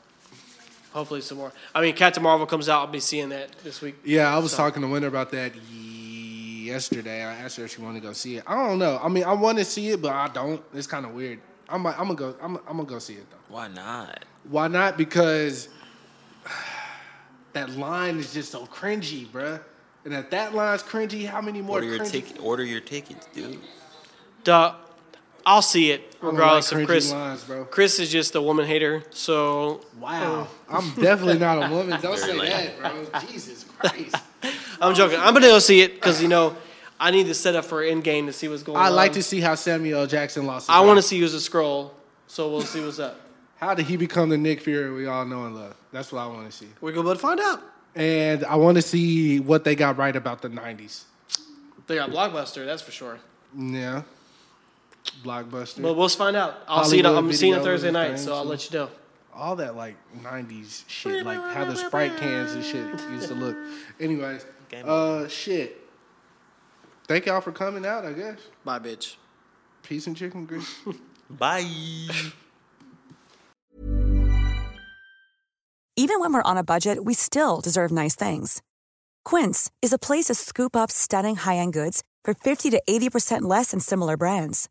S5: hopefully some more. I mean, Captain Marvel comes out. I'll be seeing that this week.
S4: Yeah, I was talking to Winter about that yesterday. I asked her if she wanted to go see it. I don't know. I mean, I want to see it, but I don't. It's kind of weird. I'm I'm gonna go. I'm I'm gonna go see it though.
S3: Why not?
S4: Why not? Because that line is just so cringy, bruh. And if that line's cringy, how many more
S3: Order your
S4: cringy?
S3: ticket. Order your tickets, dude.
S5: Duh, I'll see it
S4: I don't
S5: regardless
S4: like
S5: of
S4: cringy
S5: Chris.
S4: lines, bro.
S5: Chris is just a woman hater. So
S4: Wow,
S5: Oh.
S4: I'm definitely not a woman. Don't
S3: Very
S4: say
S3: lame.
S4: that, bro. Jesus Christ.
S5: I'm joking. I'm gonna go see it because you know I need to set up for end game to see what's going
S4: I
S5: on.
S4: like to see how Samuel L. Jackson lost. His
S5: um, I want to
S4: to.
S5: see who's a scroll. So we'll see what's up.
S4: How did he become the Nick Fury we all know and love? That's what I want to see.
S5: We're gonna be able to find out.
S4: And I want to see what they got right about the '90s.
S5: They got blockbuster. That's for sure.
S4: Yeah, blockbuster.
S5: But we'll find out. I'll see it. I'm
S4: Hollywood
S5: seeing it
S4: video
S5: Thursday
S4: and
S5: night,
S4: things,
S5: so I'll
S4: and-
S5: let you know.
S4: all that like '90s shit, like how the Sprite cans and shit used to look. Anyways, uh, shit. Thank y'all for coming out. I guess
S5: Bye, bitch.
S4: peace and chicken grease.
S3: Bye.
S7: Even when we're on a budget, we still deserve nice things. Quince is a place to scoop up stunning high-end goods for 50 to 80% less than similar brands.